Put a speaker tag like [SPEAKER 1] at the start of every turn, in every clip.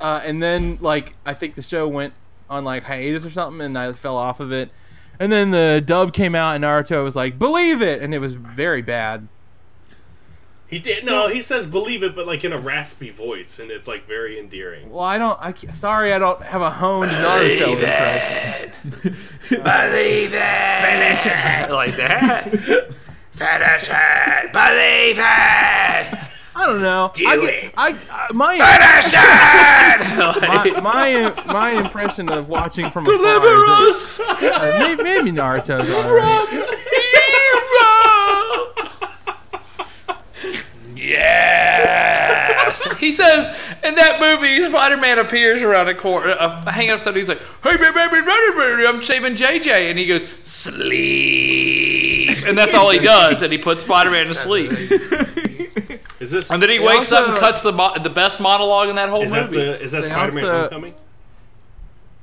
[SPEAKER 1] Uh, and then like I think the show went on like hiatus or something, and I fell off of it. And then the dub came out, and Naruto was like, "Believe it," and it was very bad.
[SPEAKER 2] He did no. He says believe it, but like in a raspy voice, and it's like very endearing.
[SPEAKER 1] Well, I don't. I ca- sorry, I don't have a honed Naruto impression.
[SPEAKER 3] Believe it! Finish it! Like that? Finish it! Believe it!
[SPEAKER 1] I don't know. I,
[SPEAKER 3] Do
[SPEAKER 1] get-
[SPEAKER 3] it.
[SPEAKER 1] I, I my,
[SPEAKER 3] Finish it!
[SPEAKER 1] my my my impression of watching from afar is that, uh, maybe, maybe Naruto's alright.
[SPEAKER 3] Yes! He says in that movie, Spider Man appears around a corner, uh, hanging up something. He's like, "Hey, baby, baby, baby, baby, I'm shaving JJ," and he goes, "Sleep," and that's all he does, and he puts Spider Man to sleep.
[SPEAKER 2] Is this
[SPEAKER 3] And then he wakes up and
[SPEAKER 1] also-
[SPEAKER 3] cuts the mo- the best monologue in that whole
[SPEAKER 2] is that
[SPEAKER 3] movie.
[SPEAKER 2] the is that
[SPEAKER 1] They
[SPEAKER 2] Spider Man
[SPEAKER 1] also-
[SPEAKER 2] Homecoming?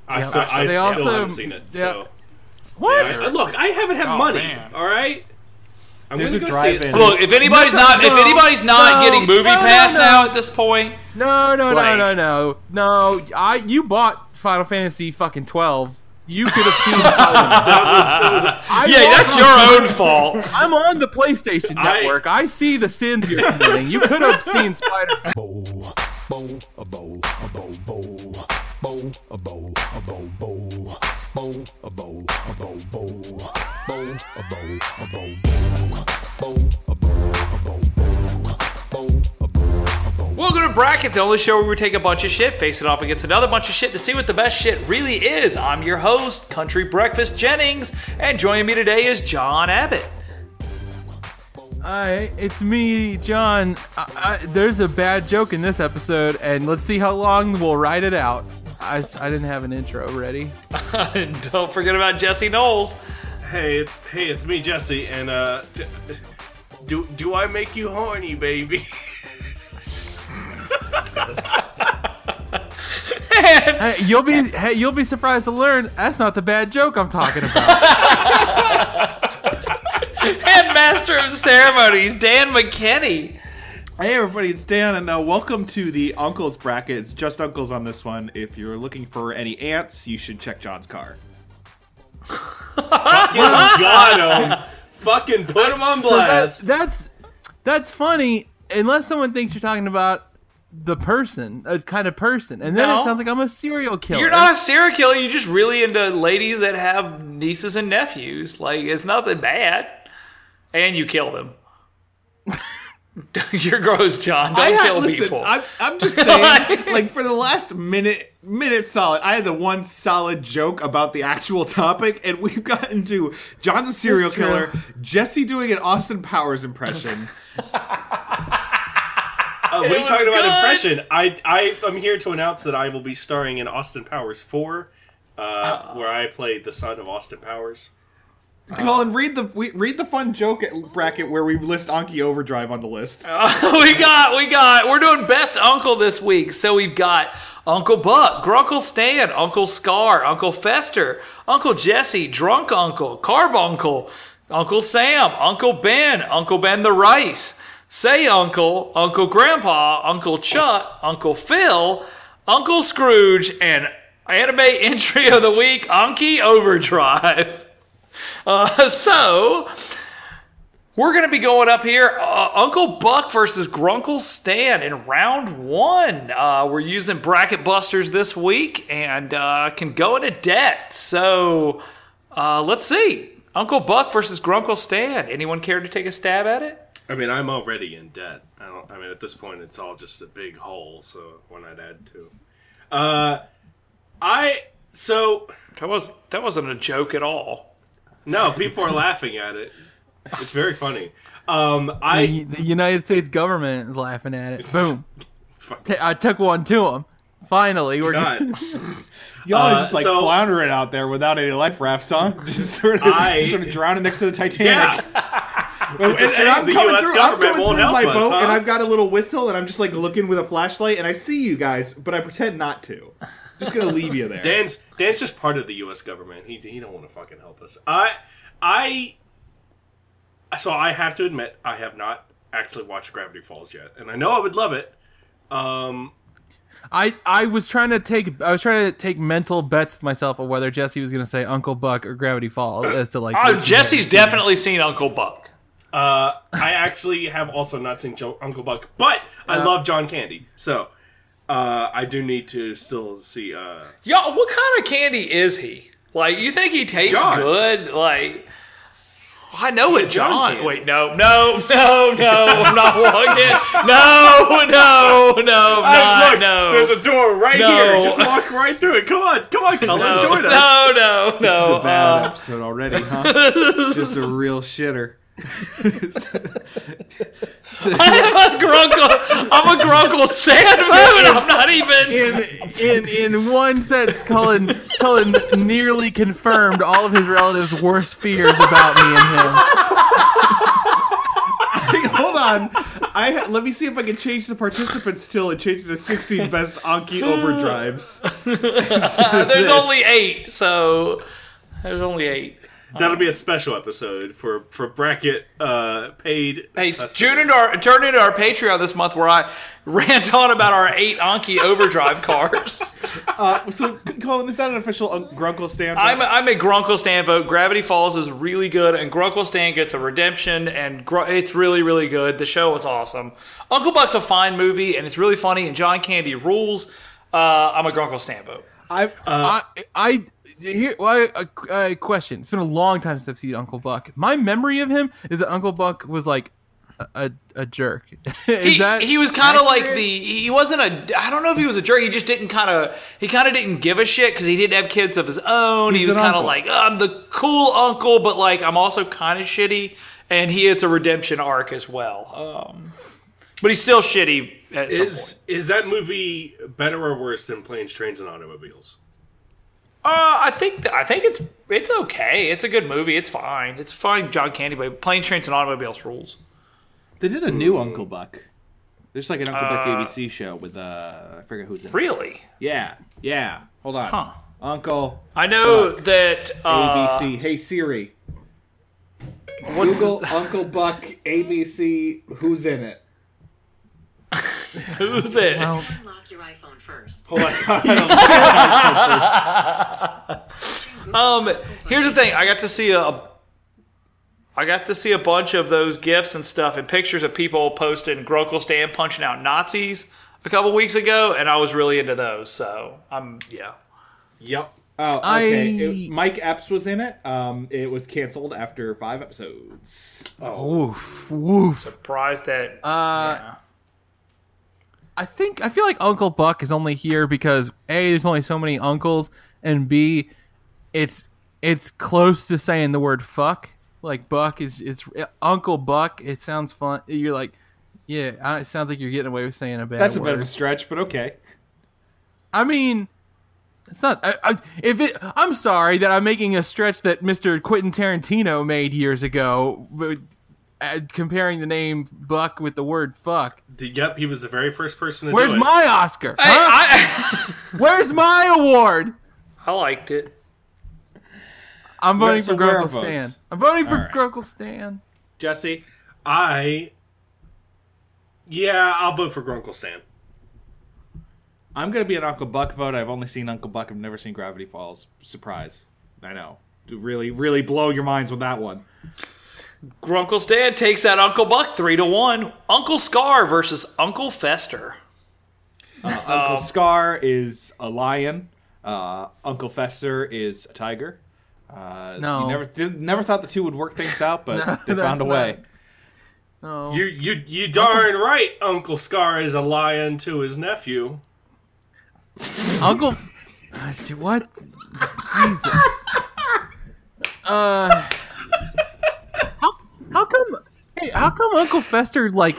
[SPEAKER 2] I, saw,
[SPEAKER 1] so
[SPEAKER 2] I
[SPEAKER 1] they
[SPEAKER 2] still
[SPEAKER 1] also-
[SPEAKER 2] haven't seen it.
[SPEAKER 1] they-
[SPEAKER 2] So
[SPEAKER 1] What?
[SPEAKER 2] I- look, I haven't had
[SPEAKER 3] Oh,
[SPEAKER 2] money.
[SPEAKER 3] man.
[SPEAKER 2] All right, I'm
[SPEAKER 1] There's
[SPEAKER 2] gonna
[SPEAKER 1] a
[SPEAKER 2] go see it.
[SPEAKER 1] drive-in.
[SPEAKER 2] soon.
[SPEAKER 3] Look, if anybody's
[SPEAKER 1] No,
[SPEAKER 3] not if
[SPEAKER 1] no,
[SPEAKER 3] anybody's not
[SPEAKER 1] no,
[SPEAKER 3] getting movie
[SPEAKER 1] no, no,
[SPEAKER 3] pass
[SPEAKER 1] no.
[SPEAKER 3] now at this point,
[SPEAKER 1] No, no,
[SPEAKER 3] Blank.
[SPEAKER 1] no, no, no, no. I you bought Final Fantasy fucking twelve. You could have seen. Spider-Man.
[SPEAKER 2] That was- that was a-
[SPEAKER 1] I'm
[SPEAKER 3] yeah,
[SPEAKER 1] on-
[SPEAKER 3] that's your own fault.
[SPEAKER 1] I'm on the PlayStation
[SPEAKER 2] I-
[SPEAKER 1] Network. I see the sins you're committing. You could have seen Spider.
[SPEAKER 4] bow, bow, a bow, a bow, bow, bow, a bow, a bow, bow, bow, a bow, a bow, bow, bow, a bow, a bow, bow, bow, a bow, a bow, bow, bow, a bow, a bow.
[SPEAKER 3] Welcome to Bracket, the only show where we take a bunch of shit, face it off against another bunch of shit to see what the best shit really is. I'm your host, Country Breakfast Jennings, and joining me today is John Abbott.
[SPEAKER 1] Hi, it's me, John. I, I, there's a bad joke in this episode, and let's see how long we'll ride it out. I, I didn't have an intro ready.
[SPEAKER 3] And Don't forget about Jesse Knowles.
[SPEAKER 2] Hey, it's hey, it's me, Jesse, and uh, d- do do I make you horny, baby?
[SPEAKER 1] Hey, you'll be hey, you'll be surprised to learn that's not the bad joke I'm talking about.
[SPEAKER 3] Headmaster of Ceremonies, Dan McKinney.
[SPEAKER 5] Hey everybody, it's Dan, and uh, welcome to the Uncles bracket. It's just Uncles on this one. If you're looking for any ants, you should check John's car.
[SPEAKER 2] Fucking got him. Fucking put him on
[SPEAKER 1] So that's,
[SPEAKER 2] blast.
[SPEAKER 1] that's that's funny unless someone thinks you're talking about the person, a kind of person, and then
[SPEAKER 3] No.
[SPEAKER 1] it sounds like I'm a serial killer.
[SPEAKER 3] You're not a serial killer, you're just really into ladies that have nieces and nephews. Like, it's nothing bad. And you kill them. you're gross, John. Don't
[SPEAKER 5] I had,
[SPEAKER 3] kill
[SPEAKER 5] listen,
[SPEAKER 3] people.
[SPEAKER 5] I'm, I'm just saying, like for the last minute, minute solid, I had the one solid joke about the actual topic, and we've gotten to John's a serial
[SPEAKER 1] That's true.
[SPEAKER 5] killer, Jesse doing an Austin Powers impression.
[SPEAKER 2] Uh, we
[SPEAKER 3] was
[SPEAKER 2] talking about
[SPEAKER 3] good.
[SPEAKER 2] impression. I I am here to announce that I will be starring in Austin Powers Four, uh, where I play the son of Austin Powers.
[SPEAKER 5] Colin, read the we, read the fun joke at- bracket where we list Anki Overdrive on the list.
[SPEAKER 2] Uh,
[SPEAKER 3] we got, we got, we're doing best uncle this week. So we've got Uncle Buck, Grunkle Stan, Uncle Scar, Uncle Fester, Uncle Jesse, Drunk Uncle, Carbuncle, Uncle Sam, Uncle Ben, Uncle Ben the Rice, Say Uncle, Uncle Grandpa, Uncle Chuck, Uncle Phil, Uncle Scrooge, and anime entry of the week, Anki Overdrive. Uh, so, we're going to be going up here. Uh, Uncle Buck versus Grunkle Stan in round one. Uh, we're using Bracket Busters this week and uh, can go into debt. So uh, let's see. Uncle Buck versus Grunkle Stan. Anyone care to take a stab at it?
[SPEAKER 2] I mean, I'm already in debt. I don't. I mean, at this point, it's all just a big hole. So when I'd add to, uh, I so
[SPEAKER 3] That was that wasn't a joke at all.
[SPEAKER 2] no people are laughing at it. It's very funny. Um, I
[SPEAKER 1] The, the United States government is laughing at it. Boom. Ta I took one to him. Finally, we're
[SPEAKER 2] God.
[SPEAKER 5] Y'all are
[SPEAKER 2] Uh,
[SPEAKER 5] just like
[SPEAKER 2] so-
[SPEAKER 5] floundering out there without any life rafts, huh? Just sort of,
[SPEAKER 2] I-
[SPEAKER 5] sort of drowning next to the Titanic.
[SPEAKER 2] Yeah.
[SPEAKER 5] And,
[SPEAKER 2] It's a shame the US government won't help
[SPEAKER 5] my
[SPEAKER 2] us,
[SPEAKER 5] boat,
[SPEAKER 2] huh?
[SPEAKER 5] and I've got a little whistle, and I'm just like looking with a flashlight, and I see you guys, but I pretend not to. Just gonna leave you there.
[SPEAKER 2] Dan's Dan's just part of the U.S. government. He he don't want to fucking help us. I I so I have to admit I have not actually watched Gravity Falls yet, and I know I would love it. Um,
[SPEAKER 1] I I was trying to take I was trying to take mental bets with myself of whether Jesse was going to say Uncle Buck or Gravity Falls as to like.
[SPEAKER 3] Oh,
[SPEAKER 1] which
[SPEAKER 3] Jesse's definitely seen Uncle Buck.
[SPEAKER 2] Uh, I actually have also not seen jo- Uncle Buck, but I love John Candy, so uh, I do need to still see. Uh,
[SPEAKER 3] Y'all, what kind of candy is he? Like, you think he tastes
[SPEAKER 2] John.
[SPEAKER 3] good? Like, I know what
[SPEAKER 2] John
[SPEAKER 3] John.
[SPEAKER 2] candy.
[SPEAKER 3] Wait, no, no, no, no. I'm not walking. No, no, no,
[SPEAKER 2] Hey,
[SPEAKER 3] I'm not.
[SPEAKER 2] look,
[SPEAKER 3] Ah, no.
[SPEAKER 2] There's a door right
[SPEAKER 3] No.
[SPEAKER 2] here. Just walk right through it. Come on, come on, Cullen,
[SPEAKER 3] no,
[SPEAKER 2] join us.
[SPEAKER 3] no, no,
[SPEAKER 5] This is
[SPEAKER 3] no.
[SPEAKER 5] a bad
[SPEAKER 3] uh,
[SPEAKER 5] episode already, huh? Just a real shitter.
[SPEAKER 3] I'm a grunkle. I'm a grunkle stand food. I'm not even.
[SPEAKER 1] in in in one sense, Cullen Cullen nearly confirmed all of his relatives' worst fears about me and him.
[SPEAKER 5] Hey, hold on. I ha- let me see if I can change the participants still and change it to 16 best Anki overdrives.
[SPEAKER 3] There's only eight, so there's only eight.
[SPEAKER 2] That'll be a special episode for for bracket uh, paid.
[SPEAKER 3] Hey,
[SPEAKER 2] customers.
[SPEAKER 3] tune into our turn into our Patreon this month where I rant on about our eight Anki overdrive cars.
[SPEAKER 5] Uh, so, Colin, is that an official un- Grunkle stand?
[SPEAKER 3] I'm a, I'm a Grunkle Stan vote. Gravity Falls is really good, and Grunkle Stan gets a redemption, and gr- it's really really good. The show is awesome. Uncle Buck's a fine movie, and it's really funny, and John Candy rules. Uh, I'm a Grunkle Stan vote.
[SPEAKER 1] I
[SPEAKER 5] Uh,
[SPEAKER 1] I I here well, I- a, a question. It's been a long time since I've seen Uncle Buck. My memory of him is that Uncle Buck was like a a, a jerk. is
[SPEAKER 3] he,
[SPEAKER 1] that
[SPEAKER 3] he was kind of like
[SPEAKER 1] accurate?
[SPEAKER 3] the he wasn't a I don't know if he was a jerk he just didn't kind of he kind of didn't give a shit because he didn't have kids of his own he
[SPEAKER 5] He's
[SPEAKER 3] was
[SPEAKER 5] an
[SPEAKER 3] kind of
[SPEAKER 5] uncle.
[SPEAKER 3] like "Oh, I'm the cool uncle but like I'm also kind of shitty and he it's a redemption arc as well um, but he's still shitty at some point.
[SPEAKER 2] is is that movie better or worse than Planes, Trains, and Automobiles?
[SPEAKER 3] Uh, I think I think it's it's okay it's a good movie it's fine it's fine John Candy but Planes Trains and Automobiles rules
[SPEAKER 6] They did a new Uncle Buck. There's like an Uncle Buck ABC show with uh, I forget who's in. it.
[SPEAKER 3] really
[SPEAKER 6] Yeah, yeah. Hold on,
[SPEAKER 3] huh
[SPEAKER 6] Uncle
[SPEAKER 3] I know that uh,
[SPEAKER 6] ABC. hey Siri, Google Uncle Buck ABC. Who's in it?
[SPEAKER 3] who's it
[SPEAKER 7] Unlock your iPhone first.
[SPEAKER 3] Um, here's the thing. I got to see a, I got to see a bunch of those gifs and stuff and pictures of people posting Grokel stand punching out Nazis a couple weeks ago, and I was really into those. So I'm yeah.
[SPEAKER 2] Yep.
[SPEAKER 6] Oh, okay.
[SPEAKER 1] I-
[SPEAKER 6] It- Mike Epps was in it. Um, it was canceled after five episodes.
[SPEAKER 1] woof woof.
[SPEAKER 3] Surprised that
[SPEAKER 1] Uh, I think I feel like Uncle Buck is only here because a there's only so many uncles, and b it's it's close to saying the word fuck. Like Buck is it's Uncle Buck. It sounds fun. You're like, yeah, I- it sounds like you're getting away with saying a bad.
[SPEAKER 5] That's a
[SPEAKER 1] word.
[SPEAKER 5] bit of a stretch, but okay.
[SPEAKER 1] I mean, it's not. I, I, if it, I'm sorry that I'm making a stretch that Mr. Quentin Tarantino made years ago, but, uh, comparing the name Buck with the word fuck.
[SPEAKER 2] D- Yep. He was the very first person to
[SPEAKER 1] Where's
[SPEAKER 2] do it.
[SPEAKER 1] my Oscar?
[SPEAKER 3] Hey,
[SPEAKER 1] huh?
[SPEAKER 3] I,
[SPEAKER 1] Where's my award?
[SPEAKER 3] I liked it.
[SPEAKER 1] I'm
[SPEAKER 6] Where-
[SPEAKER 1] voting
[SPEAKER 6] so
[SPEAKER 1] for
[SPEAKER 6] where are
[SPEAKER 1] Grunkle
[SPEAKER 6] votes?
[SPEAKER 1] Stan. I'm voting for
[SPEAKER 6] Alright.
[SPEAKER 1] Grunkle Stan.
[SPEAKER 5] Jesse?
[SPEAKER 2] I. Yeah, I'll vote for Grunkle Stan.
[SPEAKER 6] I'm gonna be an Uncle Buck vote. I've only seen Uncle Buck. I've never seen Gravity Falls. Surprise! I know. To Really, really blow your minds with that one.
[SPEAKER 3] Grunkle Stan takes out Uncle Buck three to one. Uncle Scar versus Uncle Fester.
[SPEAKER 6] Uncle Scar is a lion. Uh, Uncle Fester is a tiger. Uh,
[SPEAKER 1] No.
[SPEAKER 6] you never th- never thought the two would work things out, but
[SPEAKER 1] No,
[SPEAKER 6] they
[SPEAKER 1] that's
[SPEAKER 6] found a way.
[SPEAKER 1] No.
[SPEAKER 2] You you you darn right. Uncle Scar is a lion to his nephew.
[SPEAKER 1] Uncle. Uh, see, what? Jesus. Uh. How, how come? Hey, how come Uncle Fester like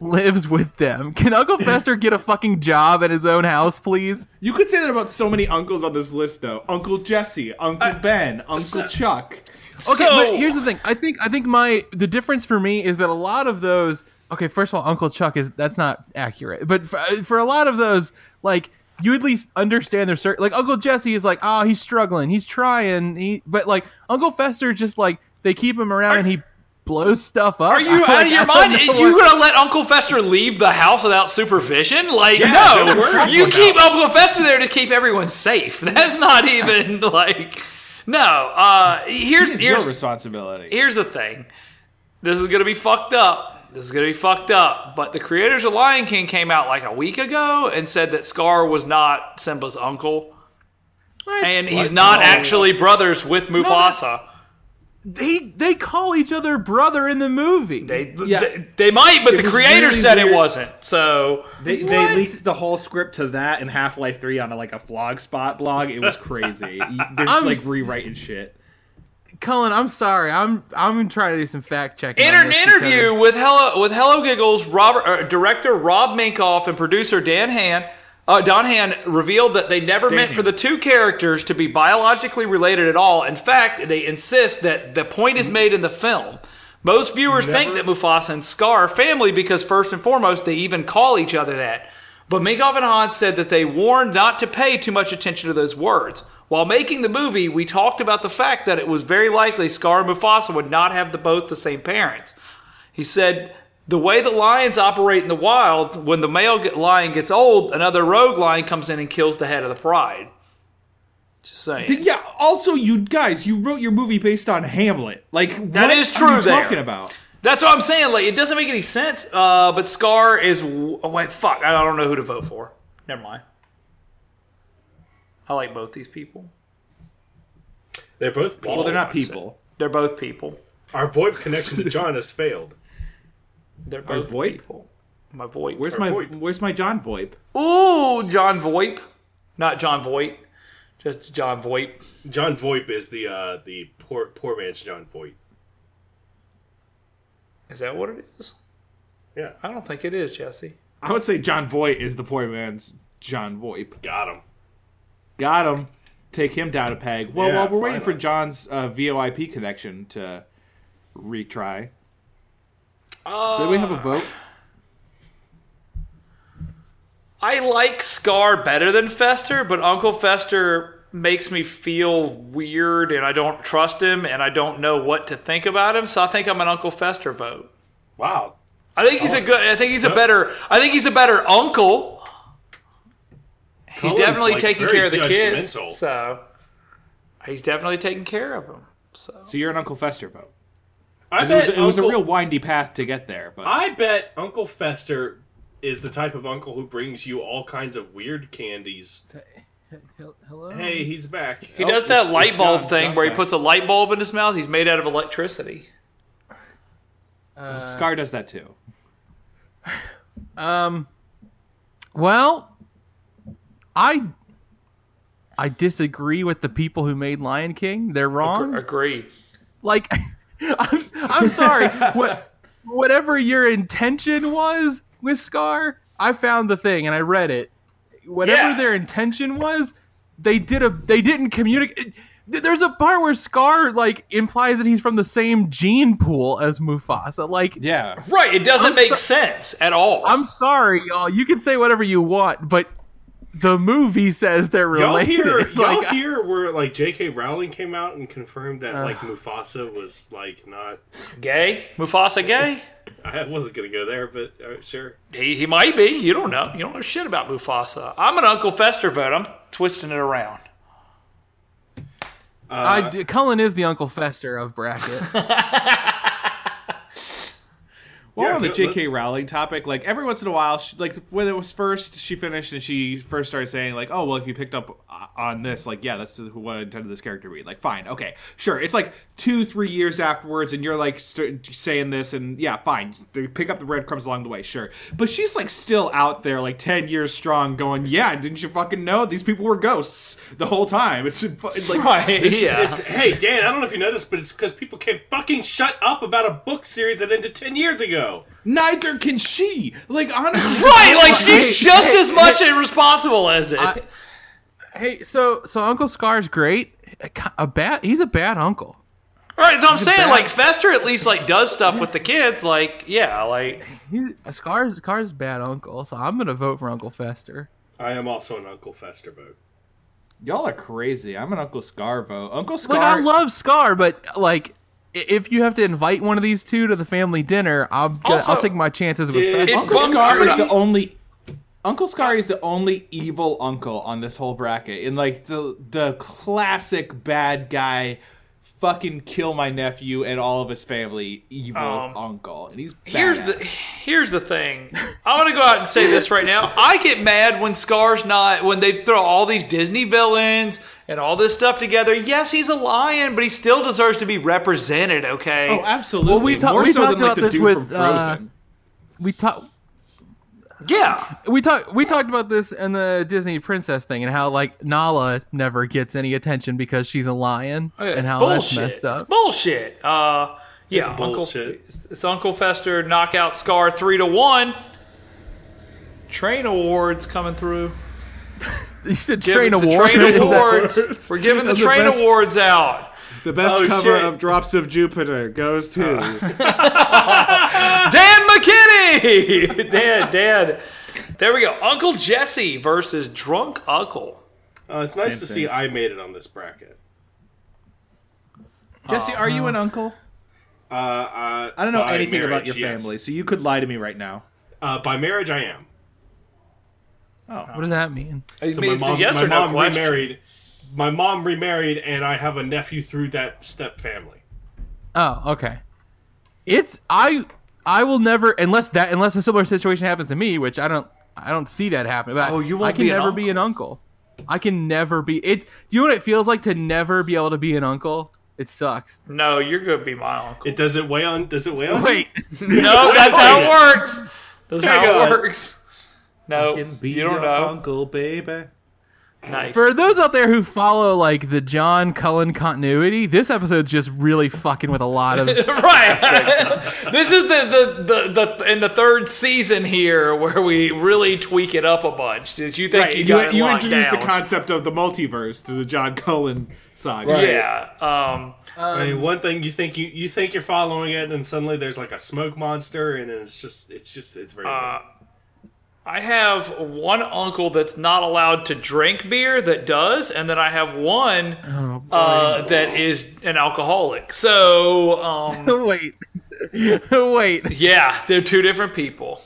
[SPEAKER 1] lives with them? Can Uncle Fester get a fucking job at his own house, please?
[SPEAKER 5] You could say that about so many uncles on this list, though. Uncle Jesse, Uncle Ben, Uncle Chuck.
[SPEAKER 1] Okay,
[SPEAKER 3] So-
[SPEAKER 1] but here's the thing. I think I think my the difference for me is that a lot of those. Okay, first of all, Uncle Chuck is that's not accurate. But for, for a lot of those, like you at least understand their certain. Like Uncle Jesse is like, oh, he's struggling, he's trying, he. But like Uncle Fester, is just like they keep him around and he blow stuff up.
[SPEAKER 3] Are you
[SPEAKER 1] Like,
[SPEAKER 3] out of your
[SPEAKER 1] I don't
[SPEAKER 3] mind?
[SPEAKER 1] know
[SPEAKER 3] Are
[SPEAKER 1] what-
[SPEAKER 3] you gonna let Uncle Fester leave the house without supervision? Like,
[SPEAKER 2] no
[SPEAKER 3] no.
[SPEAKER 2] worries.
[SPEAKER 3] You keep Uncle Fester there to keep everyone safe. That's not even like no. Uh, here's
[SPEAKER 6] It's
[SPEAKER 3] here's
[SPEAKER 6] your responsibility.
[SPEAKER 3] here's the thing. This is gonna be fucked up. This is gonna be fucked up. But the creators of Lion King came out like a week ago and said that Scar was not Simba's uncle, and he's not actually brothers with Mufasa.
[SPEAKER 1] They they call each other brother in the movie.
[SPEAKER 3] They, they, they might, but the
[SPEAKER 6] was
[SPEAKER 3] creator
[SPEAKER 6] really
[SPEAKER 3] said it
[SPEAKER 6] weird.
[SPEAKER 3] wasn't. So
[SPEAKER 6] They, they leaked the whole script to that and Half Life Three onto like a Blogspot blog. It was crazy. They're just
[SPEAKER 1] I'm
[SPEAKER 6] like
[SPEAKER 1] s-
[SPEAKER 6] rewriting shit.
[SPEAKER 1] Cullen, I'm sorry. I'm I'm trying to do some fact checking.
[SPEAKER 3] In
[SPEAKER 1] on
[SPEAKER 3] an
[SPEAKER 1] this
[SPEAKER 3] interview
[SPEAKER 1] because-
[SPEAKER 3] with Hello with Hello Giggles, Robert uh, director Rob Minkoff and producer Dan Han. Uh, Don Han revealed that they never meant for the two characters to be biologically related at all. In fact, they insist that the point is made in the film. Most viewers think that Mufasa and Scar are family because, first and foremost, they even call each other that. But Minkoff and Han said that they warned not to pay too much attention to those words. While making the movie, we talked about the fact that it was very likely Scar and Mufasa would not have the, both the same parents. He said, The way the lions operate in the wild, when the male get- lion gets old, another rogue lion comes in and kills the head of the pride. Just saying.
[SPEAKER 6] Yeah. Also, you guys, you wrote your movie based on Hamlet. Like
[SPEAKER 3] That
[SPEAKER 6] that
[SPEAKER 3] is
[SPEAKER 6] is
[SPEAKER 3] true there.
[SPEAKER 6] Talking about.
[SPEAKER 3] That's what I'm saying. Like, it doesn't make any sense. Uh, but Scar is. w- Oh, wait, fuck. I don't know who to vote for. Never mind. I like both these people.
[SPEAKER 2] They're both people.
[SPEAKER 6] Well, they're not
[SPEAKER 2] I said.
[SPEAKER 6] people.
[SPEAKER 3] They're both people.
[SPEAKER 2] Our VoIP connection to John has failed.
[SPEAKER 3] They're both
[SPEAKER 6] VoIP?
[SPEAKER 3] people. My Voight.
[SPEAKER 6] Where's my
[SPEAKER 2] Voight.
[SPEAKER 6] Where's my John Voip?
[SPEAKER 3] Ooh, John Voight. Not John Voight. Just John Voight.
[SPEAKER 2] John VoIP is the uh, the poor poor man's John Voight.
[SPEAKER 3] Is that what it is?
[SPEAKER 2] Yeah,
[SPEAKER 3] I don't think it is, Jesse.
[SPEAKER 6] I would say John Voight is the poor man's John Voip.
[SPEAKER 2] got him.
[SPEAKER 6] Got him. Take him down a peg. Well,
[SPEAKER 2] Yeah,
[SPEAKER 6] while we're waiting for
[SPEAKER 2] finally.
[SPEAKER 6] John's uh, VoIP connection to retry. so
[SPEAKER 3] Um,
[SPEAKER 6] we have a vote.
[SPEAKER 3] I like Scar better than Fester, but Uncle Fester makes me feel weird and I don't trust him and I don't know what to think about him, so I think I'm an Uncle Fester vote.
[SPEAKER 2] Wow.
[SPEAKER 3] I think he's a good I think he's a better I think he's a better uncle. He's
[SPEAKER 2] Cullen's,
[SPEAKER 3] definitely
[SPEAKER 2] like,
[SPEAKER 3] taking
[SPEAKER 2] very
[SPEAKER 3] care of the kids.
[SPEAKER 2] judgmental.
[SPEAKER 3] So he's definitely taking care of them. So
[SPEAKER 6] So you're an Uncle Fester vote.
[SPEAKER 2] I
[SPEAKER 6] It was,
[SPEAKER 2] bet
[SPEAKER 6] it was a
[SPEAKER 2] Uncle-
[SPEAKER 6] real windy path to get there, but
[SPEAKER 2] I bet Uncle Fester is the type of uncle who brings you all kinds of weird candies.
[SPEAKER 1] Hello.
[SPEAKER 2] Hey, he's back. Oh,
[SPEAKER 3] he does that
[SPEAKER 6] it's-
[SPEAKER 3] light
[SPEAKER 6] it's
[SPEAKER 3] bulb
[SPEAKER 6] John-
[SPEAKER 3] thing
[SPEAKER 6] John's
[SPEAKER 3] where he
[SPEAKER 6] back.
[SPEAKER 3] puts a light bulb in his mouth. He's made out of electricity.
[SPEAKER 6] Scar does that too.
[SPEAKER 1] Well, I I disagree with the people who made Lion King. They're wrong.
[SPEAKER 3] Agreed.
[SPEAKER 1] Like, I'm s- I'm sorry. what whatever your intention was with Scar, I found the thing and I read it. Whatever
[SPEAKER 3] Yeah.
[SPEAKER 1] their intention was, they did a they didn't communicate. There's a part where Scar like implies that he's from the same gene pool as Mufasa. Like,
[SPEAKER 6] Yeah.
[SPEAKER 3] Right, it doesn't
[SPEAKER 1] I'm
[SPEAKER 3] make
[SPEAKER 1] so-
[SPEAKER 3] sense at all.
[SPEAKER 1] I'm sorry, y'all. You can say whatever you want, but the movie says they're
[SPEAKER 2] Y'all
[SPEAKER 1] related.
[SPEAKER 2] hear, y'all
[SPEAKER 1] like,
[SPEAKER 2] hear where like J.K. Rowling came out and confirmed that like Mufasa was like not.
[SPEAKER 3] gay? Mufasa gay?
[SPEAKER 2] I wasn't gonna go there, but uh, sure.
[SPEAKER 3] he, he might be. You don't know. You don't know shit about Mufasa. I'm an Uncle Fester vote. I'm twisting it around.
[SPEAKER 1] I d- Cullen is the Uncle Fester of bracket.
[SPEAKER 6] Well,
[SPEAKER 2] Yeah,
[SPEAKER 6] on the
[SPEAKER 2] let's-
[SPEAKER 6] J.K. Rowling topic, like every once in a while, she, like when it was first, she finished and she first started saying like, "Oh, well, if you picked up uh, on this, like, yeah, that's who I intended this character to be." Like, fine, okay, sure. It's like two, three years afterwards, and you're like st- saying this, and yeah, fine, They pick up the breadcrumbs along the way, sure. But she's like still out there, like ten years strong, going, "Yeah, didn't you fucking know these people were ghosts the whole time?" It's it's like, Uh-huh.
[SPEAKER 3] yeah.
[SPEAKER 2] It's, hey Dan, I don't know if you noticed, but it's because people can't fucking shut up about a book series that ended ten years ago.
[SPEAKER 6] neither can she. Like, honestly,
[SPEAKER 3] right, like she's just as much irresponsible as it.
[SPEAKER 1] Hey, so so Uncle Scar's great. A, ki- a bad he's a bad uncle.
[SPEAKER 3] right, so I'm saying
[SPEAKER 1] bad-
[SPEAKER 3] like Fester at least like does stuff with the kids. Like yeah, like
[SPEAKER 1] He's a Scar's Scar's a bad uncle. So I'm gonna vote for Uncle Fester.
[SPEAKER 2] I am also an Uncle Fester vote.
[SPEAKER 6] Y'all are crazy. I'm an Uncle Scar vote. Uncle Scar.
[SPEAKER 1] Like I love Scar, but like i- if you have to invite one of these two to the family dinner, I'm gonna,
[SPEAKER 3] Also,
[SPEAKER 1] I'll take my chances with
[SPEAKER 2] did-
[SPEAKER 1] Fester.
[SPEAKER 3] It
[SPEAKER 6] Uncle
[SPEAKER 3] bummed
[SPEAKER 6] Scar
[SPEAKER 3] her
[SPEAKER 6] is
[SPEAKER 3] up.
[SPEAKER 6] the only. Uncle Scar is the only evil uncle on this whole bracket, and like the the classic bad guy, fucking kill my nephew and all of his family. Evil
[SPEAKER 3] Um,
[SPEAKER 6] uncle, and he's
[SPEAKER 3] Here's
[SPEAKER 6] badass.
[SPEAKER 3] the here's the thing. I'm gonna go out and say this right now. I get mad when Scar's not when they throw all these Disney villains and all this stuff together. Yes, he's a lion, but he still deserves to be represented. Okay.
[SPEAKER 6] oh absolutely.
[SPEAKER 1] we ta-
[SPEAKER 6] More
[SPEAKER 1] we
[SPEAKER 6] so
[SPEAKER 1] talked
[SPEAKER 6] than like
[SPEAKER 1] about
[SPEAKER 6] the
[SPEAKER 1] this
[SPEAKER 6] dude
[SPEAKER 1] with,
[SPEAKER 6] from Frozen.
[SPEAKER 1] we talked.
[SPEAKER 3] yeah.
[SPEAKER 1] we talked we talked about this in the Disney princess thing and how like Nala never gets any attention because she's a lion and
[SPEAKER 3] Oh, It's
[SPEAKER 1] how
[SPEAKER 3] bullshit.
[SPEAKER 1] that's messed
[SPEAKER 3] It's
[SPEAKER 1] up.
[SPEAKER 3] bullshit. Uh, yeah.
[SPEAKER 2] bullshit.
[SPEAKER 3] Uncle, it's, it's Uncle Fester knockout Scar three to one. Train awards coming through.
[SPEAKER 1] You said
[SPEAKER 3] Give
[SPEAKER 1] train
[SPEAKER 3] it the
[SPEAKER 1] award. Is
[SPEAKER 3] Train
[SPEAKER 1] that-
[SPEAKER 3] awards. We're giving the
[SPEAKER 5] Those are
[SPEAKER 3] train
[SPEAKER 5] best-
[SPEAKER 3] awards out.
[SPEAKER 5] The best
[SPEAKER 2] Oh,
[SPEAKER 5] cover
[SPEAKER 2] shit.
[SPEAKER 5] of Drops of Jupiter goes to.
[SPEAKER 6] Uh,
[SPEAKER 3] Dan McKinney. Dan, Dan. There we go. Uncle Jesse versus Drunk Uncle.
[SPEAKER 2] Uh, it's nice to see I made it on this bracket.
[SPEAKER 6] Jesse, are you an uncle?
[SPEAKER 2] Uh, uh,
[SPEAKER 6] I don't know
[SPEAKER 2] by
[SPEAKER 6] anything about
[SPEAKER 2] marriage,
[SPEAKER 6] your
[SPEAKER 2] yes.
[SPEAKER 6] family, so you could lie to me right now.
[SPEAKER 2] Uh, by marriage, I am.
[SPEAKER 1] what does that mean?
[SPEAKER 3] I
[SPEAKER 2] So
[SPEAKER 3] mean,
[SPEAKER 2] my
[SPEAKER 3] it's
[SPEAKER 2] mom,
[SPEAKER 3] a yes
[SPEAKER 2] my
[SPEAKER 3] or no
[SPEAKER 2] mom
[SPEAKER 3] question.
[SPEAKER 2] remarried. My mom remarried, and I have a nephew through that step family.
[SPEAKER 1] Oh, okay. It's I I will never unless that unless a similar situation happens to me, which I don't I don't see that happening. But
[SPEAKER 3] Oh, you won't
[SPEAKER 1] I can
[SPEAKER 3] be an
[SPEAKER 1] never be an uncle. I can never be it's you know what it feels like to never be able to be an uncle? It sucks.
[SPEAKER 3] No, you're gonna be my uncle.
[SPEAKER 2] It does it weigh on? Does it weigh on?
[SPEAKER 1] Wait.
[SPEAKER 3] No, that's how it works. That's how
[SPEAKER 2] God.
[SPEAKER 3] it works. No, you don't know.
[SPEAKER 6] uncle, baby.
[SPEAKER 3] Nice.
[SPEAKER 1] For those out there who follow like the John Cullen continuity, this episode's just really fucking with a lot of.
[SPEAKER 3] right. this is the, the the the in the third season here where we really tweak it up a bunch. Did you think
[SPEAKER 5] Right,
[SPEAKER 3] you
[SPEAKER 5] you,
[SPEAKER 3] got it
[SPEAKER 5] you
[SPEAKER 3] locked
[SPEAKER 5] introduced
[SPEAKER 3] down?
[SPEAKER 5] the concept of the multiverse to the John Cullen saga.
[SPEAKER 3] Yeah. Um,
[SPEAKER 2] I mean, one thing you think you you think you're following it, and suddenly there's like a smoke monster, and it's just it's just it's very.
[SPEAKER 3] Uh, I have one uncle that's not allowed to drink beer that does, and then I have one uh, that is an alcoholic. So, um,
[SPEAKER 1] wait, wait.
[SPEAKER 3] yeah, they're two different people.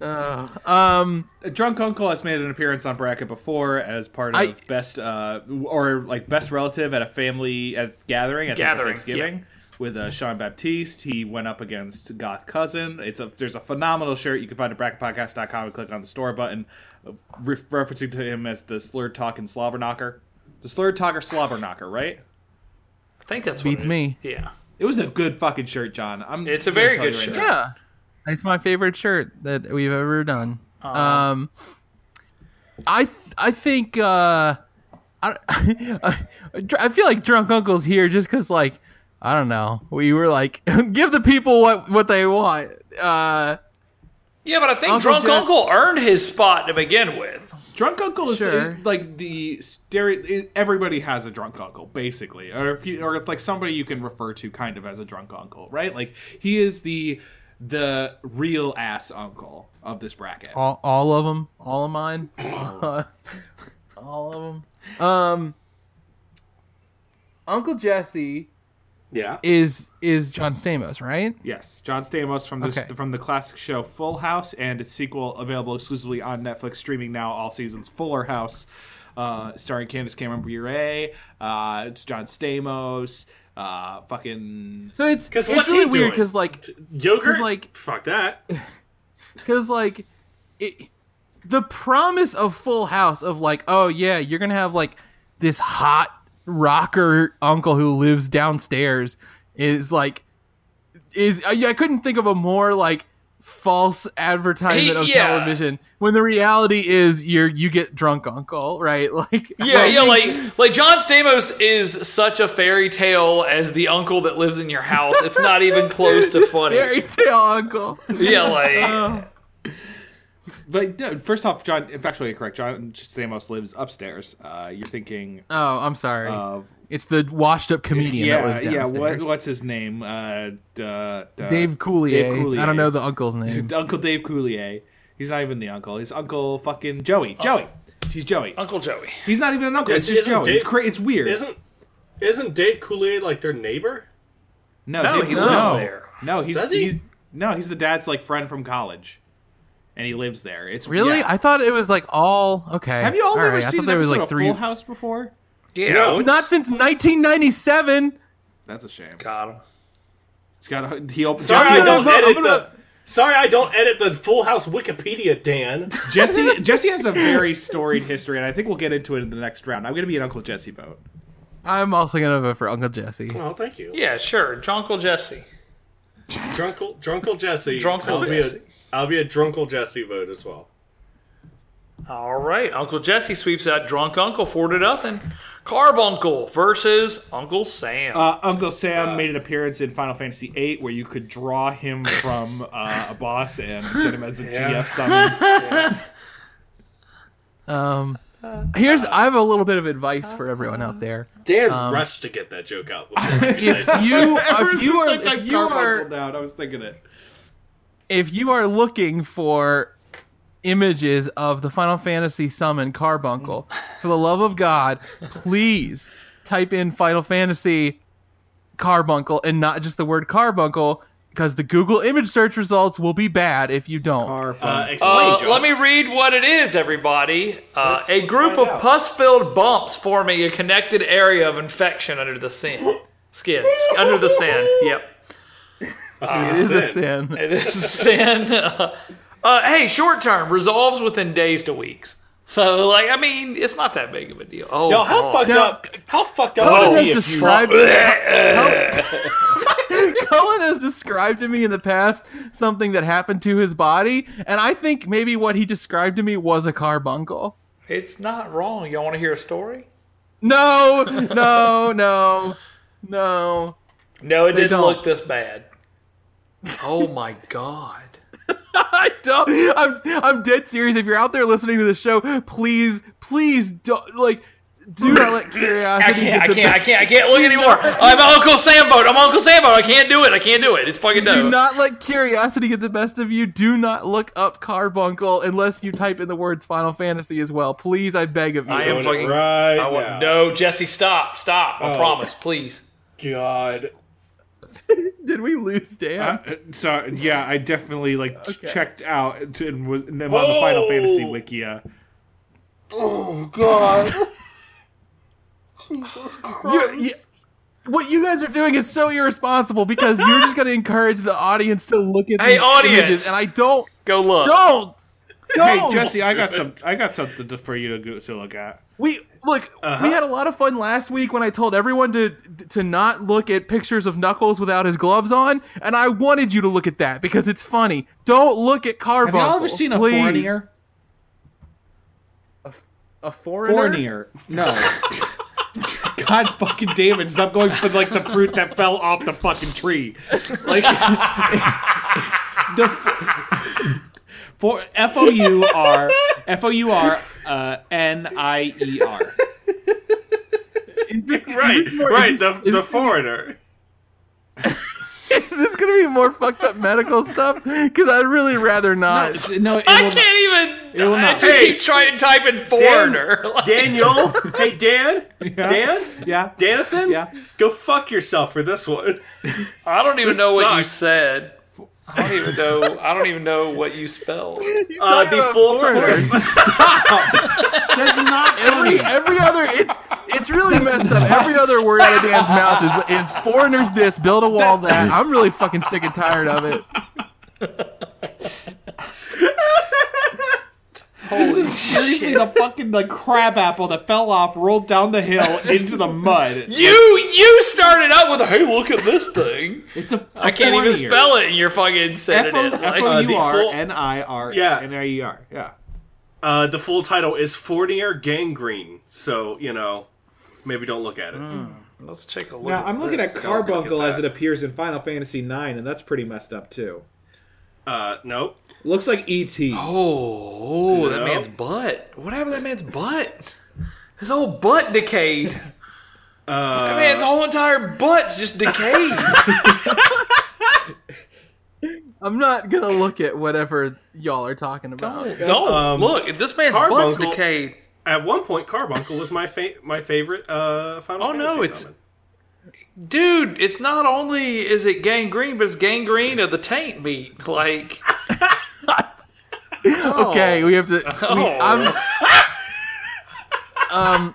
[SPEAKER 1] Uh, um,
[SPEAKER 6] A drunk uncle has made an appearance on bracket before as part of
[SPEAKER 1] I-
[SPEAKER 6] best uh, or like best relative at a family at gathering at
[SPEAKER 3] Gathering,
[SPEAKER 6] Thanksgiving with uh, Sean Baptiste. He went up against Goth Cousin. It's a there's a phenomenal shirt you can find at bracketpodcast.com and click on the store button, uh, re- referencing to him as the slurred talking slobber knocker, the slurred talker slobber knocker. Right?
[SPEAKER 3] I think that's
[SPEAKER 1] Beats
[SPEAKER 3] what it is.
[SPEAKER 1] me.
[SPEAKER 3] Yeah,
[SPEAKER 6] It was a good fucking shirt, John. I'm.
[SPEAKER 3] It's a
[SPEAKER 6] I'm gonna
[SPEAKER 3] very
[SPEAKER 6] tell you
[SPEAKER 3] good shirt.
[SPEAKER 6] now.
[SPEAKER 1] yeah, it's my favorite shirt that we've ever done. Um, I th- I think uh, I, I feel like drunk uncle's here just because like I don't know. We were like, give the people what what they want. Uh,
[SPEAKER 3] yeah, but I think
[SPEAKER 1] Uncle
[SPEAKER 3] drunk
[SPEAKER 1] Jack-
[SPEAKER 3] uncle earned his spot to begin with.
[SPEAKER 6] Drunk uncle is
[SPEAKER 1] Sure.
[SPEAKER 6] like the stereo. Everybody has a drunk uncle, basically, or if you, or if like somebody you can refer to kind of as a drunk uncle, right? Like he is the the real ass uncle of this bracket.
[SPEAKER 1] all, all of them all of mine Uh, all of them um uncle jesse
[SPEAKER 2] yeah.
[SPEAKER 1] is is john stamos right
[SPEAKER 6] Yes, John Stamos from the
[SPEAKER 1] Okay.
[SPEAKER 6] from the classic show Full House and its sequel available exclusively on Netflix, streaming now all seasons. Fuller House, uh, starring Candace Cameron Bure, uh, it's John Stamos, uh, fucking
[SPEAKER 1] so it's
[SPEAKER 2] 'Cause
[SPEAKER 1] it's
[SPEAKER 2] what's he
[SPEAKER 1] really weird
[SPEAKER 2] doing?
[SPEAKER 1] because like
[SPEAKER 2] Yogurt.
[SPEAKER 1] It's like-
[SPEAKER 2] fuck that.
[SPEAKER 1] because like it, the promise of full house of like oh yeah you're gonna have like this hot rocker uncle who lives downstairs is like is i, I couldn't think of a more like false advertisement
[SPEAKER 3] He-
[SPEAKER 1] of
[SPEAKER 3] yeah.
[SPEAKER 1] television when the reality is you're you get drunk uncle right like
[SPEAKER 3] Yeah, yeah, like like John Stamos is such a fairy tale as the uncle that lives in your house. It's not even close to funny.
[SPEAKER 1] fairy tale uncle
[SPEAKER 3] Yeah, like
[SPEAKER 6] But no, first off, John, factually correct. John Stamos lives upstairs. Uh, you're thinking
[SPEAKER 1] oh i'm sorry
[SPEAKER 6] of
[SPEAKER 1] it's the washed up comedian that
[SPEAKER 6] Um, yeah,
[SPEAKER 1] lives
[SPEAKER 6] yeah.
[SPEAKER 1] downstairs.
[SPEAKER 6] What, what's his name? Uh, duh, duh.
[SPEAKER 1] dave coulier. i don't know the uncle's name
[SPEAKER 6] Uncle Dave Coulier. He's not even the uncle. He's Uncle fucking Joey.
[SPEAKER 3] Oh.
[SPEAKER 6] Joey. He's Joey.
[SPEAKER 3] Uncle Joey.
[SPEAKER 6] He's not even an uncle.
[SPEAKER 2] Yeah,
[SPEAKER 6] it's just
[SPEAKER 2] isn't
[SPEAKER 6] Joey.
[SPEAKER 2] Dave-
[SPEAKER 6] it's, cra- it's weird.
[SPEAKER 2] Isn't isn't Dave Coulier like their neighbor?
[SPEAKER 6] No,
[SPEAKER 3] No,
[SPEAKER 6] did-
[SPEAKER 3] he lives
[SPEAKER 6] no.
[SPEAKER 3] there.
[SPEAKER 6] No, he's
[SPEAKER 2] Does he?
[SPEAKER 6] he's no, he's the dad's like friend from college, and he lives there. It's
[SPEAKER 1] Really?
[SPEAKER 6] yeah.
[SPEAKER 1] I thought it was like all okay.
[SPEAKER 6] Have you all
[SPEAKER 1] right,
[SPEAKER 6] ever
[SPEAKER 1] I
[SPEAKER 6] seen
[SPEAKER 1] thought
[SPEAKER 6] an
[SPEAKER 1] there was
[SPEAKER 6] episode
[SPEAKER 1] like
[SPEAKER 6] of
[SPEAKER 1] three.
[SPEAKER 6] Full House before?
[SPEAKER 3] Yeah, it's-
[SPEAKER 1] Not since 1997.
[SPEAKER 6] That's a shame.
[SPEAKER 3] got him.
[SPEAKER 6] It's got a, he opens.
[SPEAKER 2] Sorry,
[SPEAKER 1] Jesse,
[SPEAKER 2] I don't
[SPEAKER 1] I'm
[SPEAKER 2] edit
[SPEAKER 1] gonna-
[SPEAKER 2] the. Sorry, I don't edit the Full House Wikipedia, Dan.
[SPEAKER 6] Jesse Jesse has a very storied history, and I think we'll get into it in the next round. I'm gonna be an Uncle Jesse vote.
[SPEAKER 1] I'm also gonna vote for Uncle Jesse.
[SPEAKER 2] Oh, thank you.
[SPEAKER 3] Yeah, sure. Drunkle Jesse.
[SPEAKER 2] Drunkle, Drunkle Jesse.
[SPEAKER 3] Drunkle
[SPEAKER 2] I'll
[SPEAKER 3] Jesse.
[SPEAKER 2] Be a, I'll be a Drunkle Jesse vote as well.
[SPEAKER 3] All right, Uncle Jesse sweeps out Drunk Uncle four to nothing. Carbuncle versus Uncle Sam.
[SPEAKER 6] Uh, Uncle Sam made an appearance in Final Fantasy VIII, where you could draw him from uh, a boss and get him as a GF summon.
[SPEAKER 1] Um, here's I have a little bit of advice for everyone out there.
[SPEAKER 2] Dan rushed to get that joke out. Uh, before-
[SPEAKER 1] If you if you are
[SPEAKER 6] Since I
[SPEAKER 1] if
[SPEAKER 6] typed
[SPEAKER 1] you
[SPEAKER 6] Carbuncle
[SPEAKER 1] are
[SPEAKER 6] down, I was thinking it.
[SPEAKER 1] if you are looking for images of the Final Fantasy summon carbuncle, for the love of God, please type in Final Fantasy carbuncle and not just the word carbuncle because the Google image search results will be bad if you don't.
[SPEAKER 2] Uh, explain,
[SPEAKER 3] Uh,
[SPEAKER 2] John.
[SPEAKER 3] let me read what it is, everybody. Uh,
[SPEAKER 2] Let's-
[SPEAKER 3] a
[SPEAKER 2] let's
[SPEAKER 3] group
[SPEAKER 2] find
[SPEAKER 3] of
[SPEAKER 2] out.
[SPEAKER 3] pus-filled bumps forming a connected area of infection under the sand. Skin. S- under the sand. Yep.
[SPEAKER 1] it is a sin.
[SPEAKER 3] It is sin. Uh, hey, short term resolves within days to weeks. So, like, I mean, it's not that big of a deal. Oh,
[SPEAKER 2] Yo, how
[SPEAKER 3] God.
[SPEAKER 2] fucked up? How fucked up
[SPEAKER 1] Cohen
[SPEAKER 3] Oh,
[SPEAKER 2] would it be
[SPEAKER 1] has
[SPEAKER 2] if you?
[SPEAKER 1] described. Cohen has described to me in the past something that happened to his body, and I think maybe what he described to me was a carbuncle.
[SPEAKER 3] It's not wrong. Y'all want to hear a story?
[SPEAKER 1] No, no, no, no.
[SPEAKER 3] No, it didn't
[SPEAKER 1] don't.
[SPEAKER 3] look this bad. Oh my god.
[SPEAKER 1] I don't. I'm I'm dead serious. If you're out there listening to the show, please, please don't like. Do not let curiosity.
[SPEAKER 3] I can't,
[SPEAKER 1] get
[SPEAKER 3] I
[SPEAKER 1] the
[SPEAKER 3] can't, I
[SPEAKER 1] best-
[SPEAKER 3] can't, I can't look anymore. I'm Uncle Sambo. I'm Uncle Sambo. I can't do it. I can't do it. It's fucking
[SPEAKER 1] Do
[SPEAKER 3] done.
[SPEAKER 1] not let curiosity get the best of you. Do not look up carbuncle unless you type in the words Final Fantasy as well. Please, I beg of you.
[SPEAKER 3] I am
[SPEAKER 2] Doing it
[SPEAKER 3] fucking.
[SPEAKER 2] right
[SPEAKER 3] I want
[SPEAKER 2] now.
[SPEAKER 3] no, Oh. Jesse. Stop, stop. I promise, please.
[SPEAKER 2] God.
[SPEAKER 1] Did we lose Dan?
[SPEAKER 6] Uh, so yeah, I definitely like
[SPEAKER 1] Okay.
[SPEAKER 6] checked out and was and then on the Final
[SPEAKER 2] Oh!
[SPEAKER 6] Fantasy wikia.
[SPEAKER 2] Oh God. Jesus
[SPEAKER 1] You're-
[SPEAKER 2] Christ.
[SPEAKER 1] you- what you guys are doing is so irresponsible because you're just going to encourage the audience to look at
[SPEAKER 3] Hey,
[SPEAKER 1] these
[SPEAKER 3] audience!
[SPEAKER 1] images, and I don't,
[SPEAKER 3] Go look.
[SPEAKER 1] don't,
[SPEAKER 6] Hey
[SPEAKER 1] don't.
[SPEAKER 6] Jesse, I got some. I got something to, for you to, go, to look at.
[SPEAKER 1] we look.
[SPEAKER 6] Uh-huh.
[SPEAKER 1] We had a lot of fun last week when I told everyone to to not look at pictures of Knuckles without his gloves on, and I wanted you to look at that because it's funny. Don't look at
[SPEAKER 6] Have
[SPEAKER 1] carbuncles.
[SPEAKER 6] y'all ever seen a
[SPEAKER 1] please.
[SPEAKER 6] foreigner?
[SPEAKER 1] A foreigner?
[SPEAKER 6] Foreigner. No. God fucking damn it! Stop going for like the fruit that fell off the fucking tree. Like the f- for F O U R F O U R uh, N I E R.
[SPEAKER 2] Right, right. The, the foreigner.
[SPEAKER 1] Is this going to be more fucked up medical stuff? Because I'd really rather not.
[SPEAKER 6] It's- No, it
[SPEAKER 3] I
[SPEAKER 6] will-
[SPEAKER 3] can't even.
[SPEAKER 6] will
[SPEAKER 3] I
[SPEAKER 6] not.
[SPEAKER 3] just
[SPEAKER 2] Hey.
[SPEAKER 3] keep trying to type in foreigner. Like,
[SPEAKER 2] Daniel. hey, Dan. Dan.
[SPEAKER 6] Yeah.
[SPEAKER 2] Danathan.
[SPEAKER 6] Yeah.
[SPEAKER 2] Go fuck yourself for this one.
[SPEAKER 3] I don't even know what you
[SPEAKER 2] sucks.
[SPEAKER 3] said. I don't even know. I don't even know what you spelled.
[SPEAKER 2] Uh,
[SPEAKER 1] talking
[SPEAKER 2] the
[SPEAKER 1] about
[SPEAKER 2] full
[SPEAKER 1] foreigners.
[SPEAKER 6] That's not
[SPEAKER 1] Every, every other it's it's really messed up. Every other word out of Dan's mouth is is foreigners this, build a wall that. I'm really fucking sick and tired of it.
[SPEAKER 6] This is seriously the fucking like crab apple that fell off, rolled down the hill into the mud.
[SPEAKER 3] You you started out with hey look at this thing.
[SPEAKER 6] It's a
[SPEAKER 3] I can't even spell it, and you're fucking sending it. Like,
[SPEAKER 2] Uh, the full- Yeah.
[SPEAKER 6] F-O-U-R-N-I-R-N-I-E-R. E Yeah.
[SPEAKER 2] Uh, the full title is Fournier Gangrene, so you know, maybe don't look at it.
[SPEAKER 3] let's take a look.
[SPEAKER 6] Now, I'm looking at
[SPEAKER 2] Don't look at
[SPEAKER 6] Carbuncle as
[SPEAKER 2] that.
[SPEAKER 6] it appears in Final Fantasy IX, and that's pretty messed up, too.
[SPEAKER 2] Uh, no,
[SPEAKER 6] Looks like E E.T.
[SPEAKER 3] Oh, that
[SPEAKER 2] No.
[SPEAKER 3] man's butt. What happened to that man's butt? His whole butt decayed. that man's whole entire butt's just decayed.
[SPEAKER 1] I'm not gonna look at whatever y'all are talking about.
[SPEAKER 3] Don't
[SPEAKER 2] Um,
[SPEAKER 3] look. This man's butt's
[SPEAKER 2] Carbuncle-
[SPEAKER 3] decayed.
[SPEAKER 2] at one point Carbuncle was my fa- my favorite uh, Final
[SPEAKER 3] Oh,
[SPEAKER 2] Fantasy
[SPEAKER 3] no, it's-
[SPEAKER 2] summon.
[SPEAKER 3] dude, it's not only is it gangrene, but it's gangrene of the taint meat. Like,
[SPEAKER 1] Okay, we have to. we- I'm, um,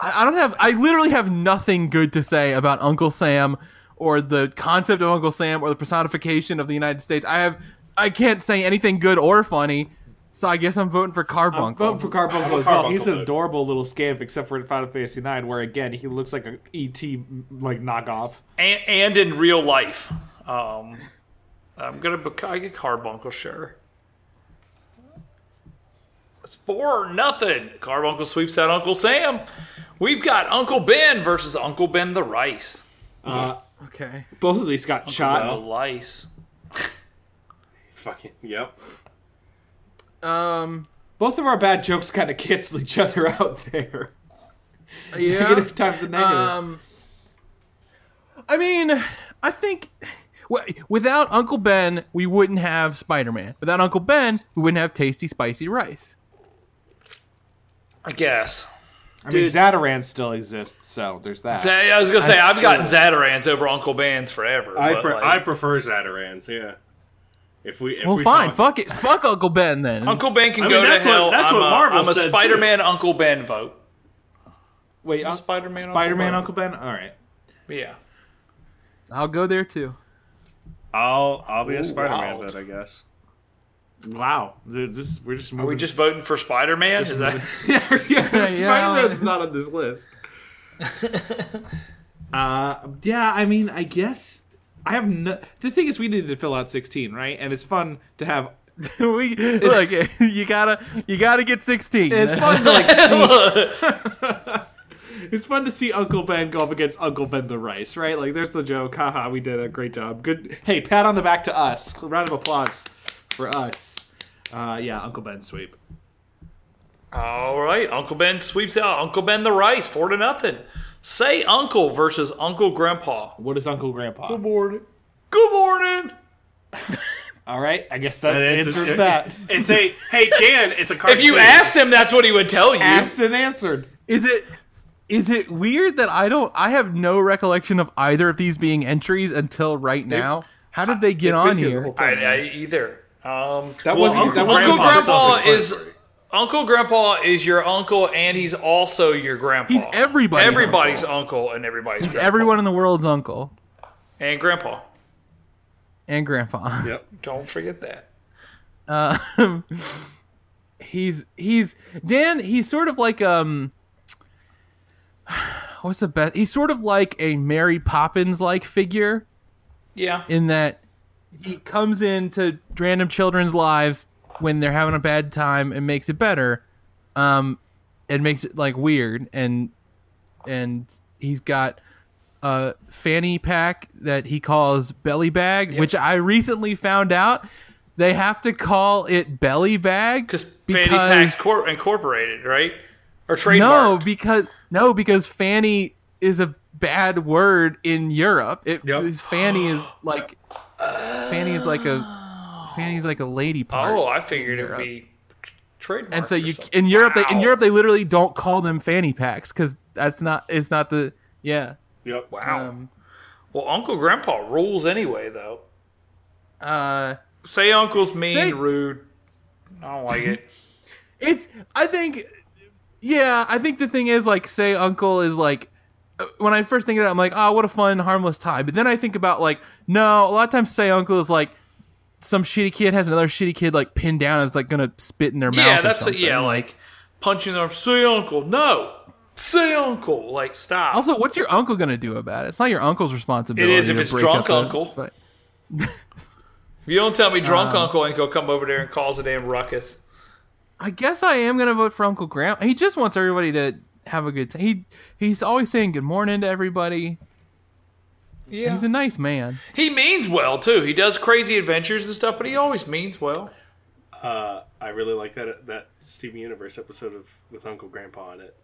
[SPEAKER 1] I, I don't have. I literally have nothing good to say about Uncle Sam or the concept of Uncle Sam or the personification of the United States. I have. I can't say anything good or funny, so I guess I'm voting for Carbuncle.
[SPEAKER 6] Vote for Carbuncle as Oh, well.
[SPEAKER 2] Carbuncle
[SPEAKER 6] He's an
[SPEAKER 2] vote.
[SPEAKER 6] adorable little scamp, except for in Final Fantasy IX, where again he looks like an ET like knockoff.
[SPEAKER 3] and, and in real life, um, I'm gonna bec- I get carbuncle sure. It's four nothing. Carbuncle sweeps out Uncle Sam. We've got Uncle Ben versus Uncle Ben the Rice.
[SPEAKER 1] okay.
[SPEAKER 6] Both of these got shot.
[SPEAKER 3] The lice.
[SPEAKER 2] Fucking yep.
[SPEAKER 1] Um.
[SPEAKER 6] Both of our bad jokes kind of cancel each other out there.
[SPEAKER 1] Yeah.
[SPEAKER 6] Negative times the negative.
[SPEAKER 1] Um, I mean, I think w- without Uncle Ben, we wouldn't have Spider Man. Without Uncle Ben, we wouldn't have tasty, spicy rice.
[SPEAKER 3] I guess.
[SPEAKER 6] I mean, Zataran still exists, so there's that.
[SPEAKER 3] Za- I was gonna say I've gotten Zatarans over Uncle Ben's forever.
[SPEAKER 2] I
[SPEAKER 3] but,
[SPEAKER 2] pre-
[SPEAKER 3] like,
[SPEAKER 2] I prefer Zatarans. Yeah. If we if
[SPEAKER 1] Well,
[SPEAKER 2] we
[SPEAKER 1] fine.
[SPEAKER 2] talk-
[SPEAKER 1] Fuck it. Fuck Uncle Ben then.
[SPEAKER 3] Uncle Ben can
[SPEAKER 2] I
[SPEAKER 3] go
[SPEAKER 2] mean, that's
[SPEAKER 3] to
[SPEAKER 2] what-
[SPEAKER 3] hell.
[SPEAKER 2] that's
[SPEAKER 3] I'm
[SPEAKER 2] what
[SPEAKER 3] a,
[SPEAKER 2] Marvel
[SPEAKER 3] I'm a
[SPEAKER 2] said, too.
[SPEAKER 3] Spider-Man Uncle Ben vote.
[SPEAKER 6] Wait,
[SPEAKER 3] I'm Spider-Man.
[SPEAKER 6] Spider-Man,
[SPEAKER 3] Uncle
[SPEAKER 6] Uncle Ben. All right.
[SPEAKER 3] Ben. Yeah.
[SPEAKER 1] I'll go there too.
[SPEAKER 2] I'll I'll be a Spider-Man
[SPEAKER 3] wild.
[SPEAKER 2] then I guess.
[SPEAKER 6] Wow, They're just- we're just moving.
[SPEAKER 3] Are we just voting for Spider-Man? Is that?
[SPEAKER 1] Yeah,
[SPEAKER 6] Spider-Man's not on this list. uh, yeah, I mean, I guess I have no. The thing is, we needed to fill out sixteen, right? And it's fun to have.
[SPEAKER 1] we look. You gotta. You gotta get sixteen.
[SPEAKER 6] It's fun to like. See, it's fun to see Uncle Ben go up against Uncle Ben the Rice, right? Like, there's the joke. Haha, we did a great job. Good. Hey, pat on the back to us. Round of applause for us. Uh, yeah, Uncle Ben sweep.
[SPEAKER 3] All right, Uncle Ben sweeps out Uncle Ben the Rice four to nothing. Say Uncle versus Uncle Grandpa.
[SPEAKER 6] What is Uncle Grandpa?
[SPEAKER 3] morning. Good morning.
[SPEAKER 6] All right, I guess that
[SPEAKER 2] And it's
[SPEAKER 6] answers
[SPEAKER 2] a-
[SPEAKER 6] that.
[SPEAKER 2] It's a hey Dan, it's a cartoon.
[SPEAKER 3] If you asked him, that's what he would tell you.
[SPEAKER 6] Asked and answered.
[SPEAKER 1] Is it? Is it weird that I don't? I have no recollection of either of these being entries until right now. How did they get on
[SPEAKER 6] Been the
[SPEAKER 1] here?
[SPEAKER 6] whole
[SPEAKER 3] I,
[SPEAKER 6] time.
[SPEAKER 3] I, either. Um,
[SPEAKER 6] that
[SPEAKER 2] well,
[SPEAKER 6] wasn't.
[SPEAKER 2] Uncle
[SPEAKER 6] that wasn't
[SPEAKER 3] Uncle
[SPEAKER 2] Grandpa's
[SPEAKER 3] Grandpa is
[SPEAKER 2] self-explanatory.
[SPEAKER 3] Uncle Grandpa is your uncle, and he's also your grandpa.
[SPEAKER 1] He's everybody's
[SPEAKER 3] everybody's uncle, and everybody's grandpa.
[SPEAKER 1] Everyone in the world's uncle
[SPEAKER 3] and grandpa.
[SPEAKER 1] and grandpa.
[SPEAKER 3] Don't forget that.
[SPEAKER 1] Um, he's he's Dan. He's sort of like um. What's the best? He's sort of like a Mary Poppins like figure
[SPEAKER 3] Yeah,
[SPEAKER 1] in that he comes into random children's lives when they're having a bad time and makes it better. Um, it makes it like weird and and he's got a fanny pack that he calls belly bag, which I recently found out they have to call it belly bag
[SPEAKER 3] because Fanny Packs Corp- Incorporated, right? Or
[SPEAKER 1] no
[SPEAKER 3] trademark?
[SPEAKER 1] because no because fanny is a bad word in Europe. It
[SPEAKER 2] Yep.
[SPEAKER 1] is fanny is like fanny is like a fanny is like a lady part.
[SPEAKER 3] Oh, I figured it'd be trademark.
[SPEAKER 1] and so
[SPEAKER 3] or
[SPEAKER 1] you
[SPEAKER 3] something.
[SPEAKER 1] in Europe they in
[SPEAKER 3] Wow.
[SPEAKER 1] Europe they literally don't call them fanny packs because that's not it's not the yeah.
[SPEAKER 2] Yep.
[SPEAKER 3] Wow.
[SPEAKER 1] Um,
[SPEAKER 3] well, Uncle Grandpa rules anyway, though.
[SPEAKER 1] uh,
[SPEAKER 3] Say Uncle's mean,
[SPEAKER 1] Say-
[SPEAKER 3] rude. I don't like it.
[SPEAKER 1] it's I think yeah I think the thing is like say uncle is like uh, when I first think of that I'm like oh what a fun harmless tie but then I think about like no a lot of times say uncle is like some shitty kid has another shitty kid like pinned down and is like gonna spit in their mouth
[SPEAKER 3] yeah,
[SPEAKER 1] or
[SPEAKER 3] that's a,
[SPEAKER 1] something.
[SPEAKER 3] yeah, like punching them. Say Uncle, no. Say Uncle, like stop.
[SPEAKER 1] also what's your uncle gonna do about it it's not your uncle's
[SPEAKER 3] it
[SPEAKER 1] responsibility
[SPEAKER 3] is if
[SPEAKER 1] to
[SPEAKER 3] it's
[SPEAKER 1] break
[SPEAKER 3] drunk
[SPEAKER 1] up a-
[SPEAKER 3] Uncle.
[SPEAKER 1] but-
[SPEAKER 3] if you don't tell me drunk
[SPEAKER 1] um,
[SPEAKER 3] Uncle ain't gonna come over there and cause a damn ruckus.
[SPEAKER 1] I guess I am gonna vote for Uncle Graham. He just wants everybody to have a good time. He he's always saying good morning to everybody.
[SPEAKER 3] Yeah,
[SPEAKER 1] He's a nice man.
[SPEAKER 3] he means well too. He does crazy adventures and stuff, but he always means well.
[SPEAKER 2] Uh, I really like that that Steven Universe episode of with Uncle Grandpa on it.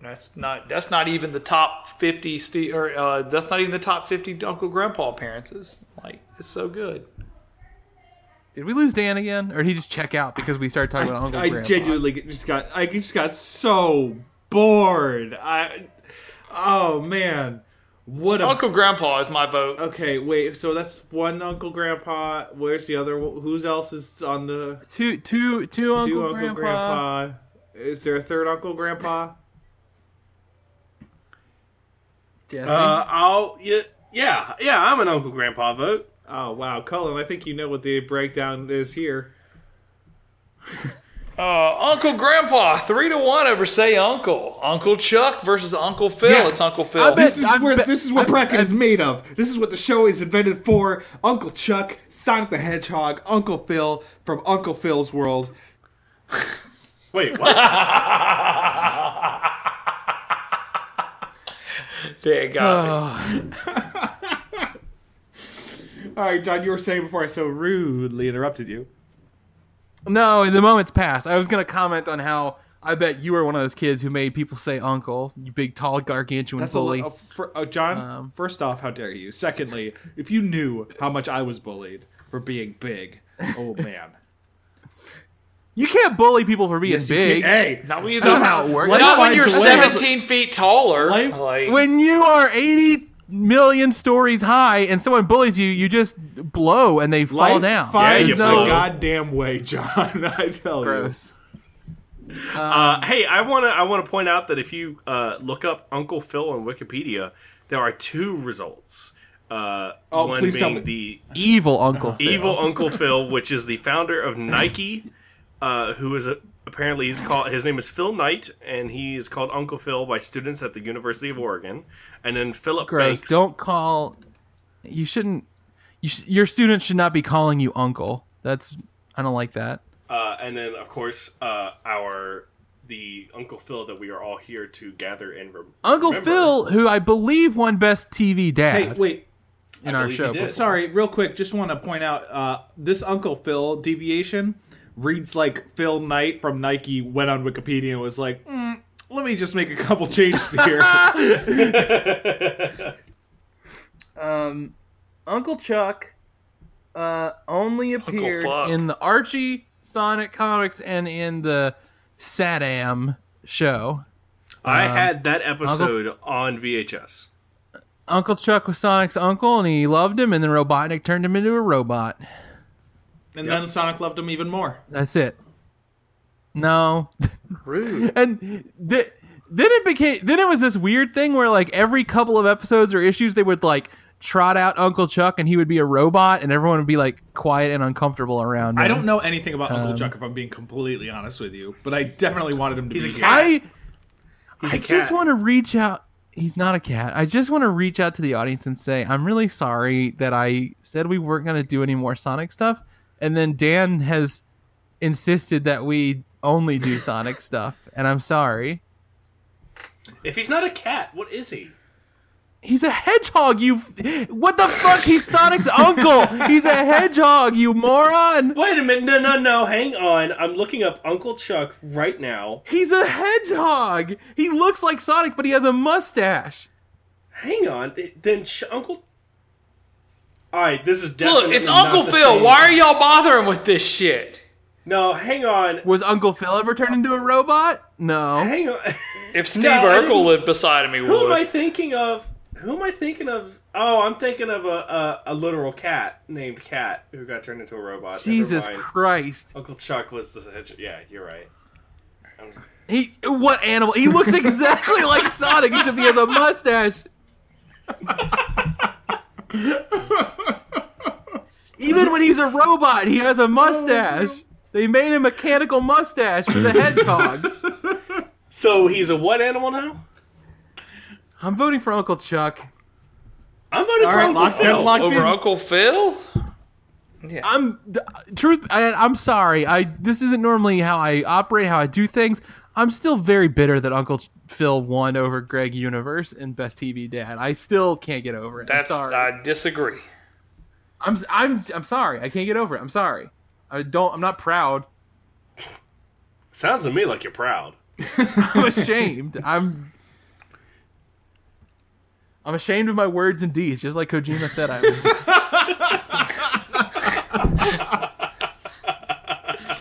[SPEAKER 3] That's not. That's not even the top fifty. Ste- or uh, that's not even the top fifty Uncle Grandpa appearances. Like it's so good.
[SPEAKER 1] Did we lose Dan again, or did he just check out because we started talking about Uncle
[SPEAKER 6] I
[SPEAKER 1] Graham?
[SPEAKER 6] genuinely just got. I just got so bored. I. Oh man, what a
[SPEAKER 3] Uncle Grandpa is my vote.
[SPEAKER 6] okay. Wait, so that's one Uncle Grandpa. Where's the other? one? Who's else is on the
[SPEAKER 1] Two, two, two Uncle,
[SPEAKER 6] two Uncle
[SPEAKER 1] Grandpa.
[SPEAKER 6] Grandpa? Is there a third Uncle Grandpa?
[SPEAKER 1] Jesse.
[SPEAKER 2] Uh, I'll yeah, yeah, yeah. I'm an Uncle Grandpa vote.
[SPEAKER 6] Oh wow, Cullen, I think you know what the breakdown is here.
[SPEAKER 3] Uh, Uncle Grandpa, three to one over say Uncle. Uncle Chuck versus Uncle Phil.
[SPEAKER 1] Yes.
[SPEAKER 3] It's Uncle
[SPEAKER 1] I
[SPEAKER 3] Phil.
[SPEAKER 1] bet-
[SPEAKER 6] This is
[SPEAKER 1] I'm
[SPEAKER 6] where
[SPEAKER 1] be-
[SPEAKER 6] this is what
[SPEAKER 1] I'm-
[SPEAKER 6] bracket is made of. This is what the show is invented for. Uncle Chuck, Sonic the Hedgehog, Uncle Phil from Uncle Phil's World.
[SPEAKER 2] Wait, what?
[SPEAKER 3] They got me.
[SPEAKER 6] All right, John, you were saying before I so rudely interrupted you.
[SPEAKER 1] no, the moment's passed. I was gonna comment on how I bet you were one of those kids who made people say uncle. You big, tall, gargantuan
[SPEAKER 6] That's a
[SPEAKER 1] bully.
[SPEAKER 6] lo- uh, fir- uh, John.
[SPEAKER 1] Um,
[SPEAKER 6] first off, how dare you? Secondly, if you knew how much I was bullied for being big, oh man.
[SPEAKER 1] you can't bully people for being big.
[SPEAKER 6] Hey,
[SPEAKER 3] Not when you-
[SPEAKER 1] Somehow it works.
[SPEAKER 6] Life
[SPEAKER 3] Not when
[SPEAKER 6] finds
[SPEAKER 3] you're
[SPEAKER 6] a way.
[SPEAKER 3] 17 feet taller.
[SPEAKER 6] Life-
[SPEAKER 3] Like,
[SPEAKER 1] when you are 80 million stories high and someone bullies you, you just blow and they fall
[SPEAKER 6] Life
[SPEAKER 1] down.
[SPEAKER 6] Finds
[SPEAKER 2] you
[SPEAKER 6] the
[SPEAKER 2] blow.
[SPEAKER 6] goddamn way, John. I tell
[SPEAKER 1] Gross.
[SPEAKER 2] Uh, hey, I wanna I wanna point out that if you uh, look up Uncle Phil on Wikipedia, there are two results. Uh,
[SPEAKER 6] Oh,
[SPEAKER 2] one
[SPEAKER 6] please tell
[SPEAKER 2] being the
[SPEAKER 1] Evil Uncle Phil.
[SPEAKER 2] evil Uncle Phil, which is the founder of Nike, uh, who is a, apparently he's called his name is Phil Knight, and he is called Uncle Phil by students at the University of Oregon. And then Philip
[SPEAKER 1] Gross.
[SPEAKER 2] Banks.
[SPEAKER 1] Don't call. You shouldn't. You sh- your students should not be calling you uncle. That's. I don't like that.
[SPEAKER 2] Uh, and then, of course, uh, our the Uncle Phil that we are all here to gather and rem-
[SPEAKER 1] Uncle
[SPEAKER 2] remember.
[SPEAKER 1] Phil, who I believe won Best TV
[SPEAKER 6] you. Hey,
[SPEAKER 1] Dad
[SPEAKER 6] wait.
[SPEAKER 1] in our
[SPEAKER 2] believe he
[SPEAKER 1] show.
[SPEAKER 2] did.
[SPEAKER 1] before.
[SPEAKER 6] Sorry, real quick, just want to point out uh, this Uncle Phil deviation reads like Phil Knight from Nike went on Wikipedia and was like, "Mm, let me just make a couple changes here.
[SPEAKER 1] Um, Uncle Chuck uh, only appeared
[SPEAKER 3] Fuck.
[SPEAKER 1] in the Archie Sonic comics and in the Sadam show.
[SPEAKER 2] I had that episode on VHS.
[SPEAKER 1] Uncle Chuck was Sonic's uncle, and he loved him, and then Robotnik turned him into a robot.
[SPEAKER 6] and then Sonic loved him even more.
[SPEAKER 1] That's it. No,
[SPEAKER 3] rude.
[SPEAKER 1] and th- then it became then it was this weird thing where like every couple of episodes or issues they would like trot out Uncle Chuck, and he would be a robot, and everyone would be like quiet and uncomfortable around. Him.
[SPEAKER 6] I don't know anything about Uncle Chuck, if I'm being completely honest with you, but I definitely wanted him to
[SPEAKER 2] He's
[SPEAKER 6] be
[SPEAKER 2] a
[SPEAKER 6] here.
[SPEAKER 2] cat.
[SPEAKER 1] I I
[SPEAKER 2] a
[SPEAKER 1] just
[SPEAKER 2] cat.
[SPEAKER 1] want to reach out. He's not a cat. I just want to reach out to the audience and say, I'm really sorry that I said we weren't going to do any more Sonic stuff. And then Dan has insisted that we only do Sonic stuff. And I'm sorry.
[SPEAKER 2] If he's not a cat, what is he?
[SPEAKER 1] He's a hedgehog, you. What the fuck? He's Sonic's uncle. He's a hedgehog, you moron.
[SPEAKER 2] Wait a minute! No, no, no! Hang on! I'm looking up Uncle Chuck right now.
[SPEAKER 1] He's a hedgehog. He looks like Sonic, but he has a mustache.
[SPEAKER 2] Hang on. Then Ch- Uncle. All right, this is definitely
[SPEAKER 3] Look, it's
[SPEAKER 2] not
[SPEAKER 3] Uncle
[SPEAKER 2] the
[SPEAKER 3] Phil.
[SPEAKER 2] same.
[SPEAKER 3] Why are y'all bothering with this shit?
[SPEAKER 2] No, hang on,
[SPEAKER 1] Was Uncle Phil ever turned into a robot? No.
[SPEAKER 2] hang on.
[SPEAKER 3] If Steve
[SPEAKER 2] I
[SPEAKER 3] Urkel
[SPEAKER 2] didn't-
[SPEAKER 3] lived beside me,
[SPEAKER 2] Who am I
[SPEAKER 3] would.
[SPEAKER 2] thinking of? Who am I thinking of? Oh, I'm thinking of a a, a literal cat named Cat who got turned into a robot. Never
[SPEAKER 1] Jesus
[SPEAKER 2] mind.
[SPEAKER 1] Christ.
[SPEAKER 2] Uncle Chuck was the hedge- yeah. You're right. I'm-
[SPEAKER 1] He what animal? He looks exactly like Sonic except he has a mustache. Even when he's a robot, he has a mustache. They made a mechanical mustache with a hedgehog.
[SPEAKER 2] So he's a what animal now?
[SPEAKER 1] I'm voting for Uncle Chuck.
[SPEAKER 2] I'm voting for
[SPEAKER 6] right,
[SPEAKER 2] Uncle
[SPEAKER 6] lock-
[SPEAKER 2] Phil.
[SPEAKER 6] that's locked
[SPEAKER 3] Over
[SPEAKER 6] in.
[SPEAKER 3] Uncle Phil?
[SPEAKER 1] I'm th- truth. I, I'm sorry. I this isn't normally how I operate, how I do things. I'm still very bitter that Uncle Phil won over Greg Universe and Best TV Dad. I still can't get over it.
[SPEAKER 3] That's
[SPEAKER 1] I'm sorry.
[SPEAKER 3] I disagree.
[SPEAKER 1] I'm I'm I'm sorry. I can't get over it. I'm sorry. I don't. I'm not proud.
[SPEAKER 2] Sounds to me like you're proud.
[SPEAKER 1] I'm ashamed. I'm. I'm ashamed of my words and deeds, just like Kojima said I was.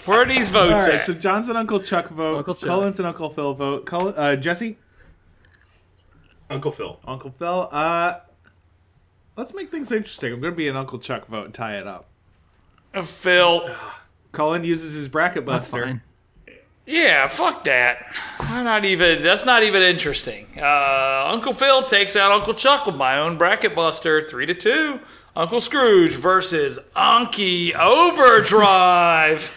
[SPEAKER 3] Where are these votes
[SPEAKER 6] All right,
[SPEAKER 3] at?
[SPEAKER 6] so John's and Uncle Chuck vote,
[SPEAKER 1] Uncle Chuck.
[SPEAKER 6] Cullen's and Uncle Phil vote, Cullen, uh, Jesse?
[SPEAKER 2] Uncle Phil.
[SPEAKER 5] Uncle Phil. Uh, let's make things interesting. I'm going to be an Uncle Chuck vote and tie it up.
[SPEAKER 3] Uh, Phil.
[SPEAKER 5] Colin uses his bracket
[SPEAKER 1] That's
[SPEAKER 5] buster.
[SPEAKER 1] fine.
[SPEAKER 3] Yeah, fuck that. I'm not even. That's not even interesting. Uh, Uncle Phil takes out Uncle Chuck with my own bracket buster, three to two. Uncle Scrooge versus Unky Overdrive.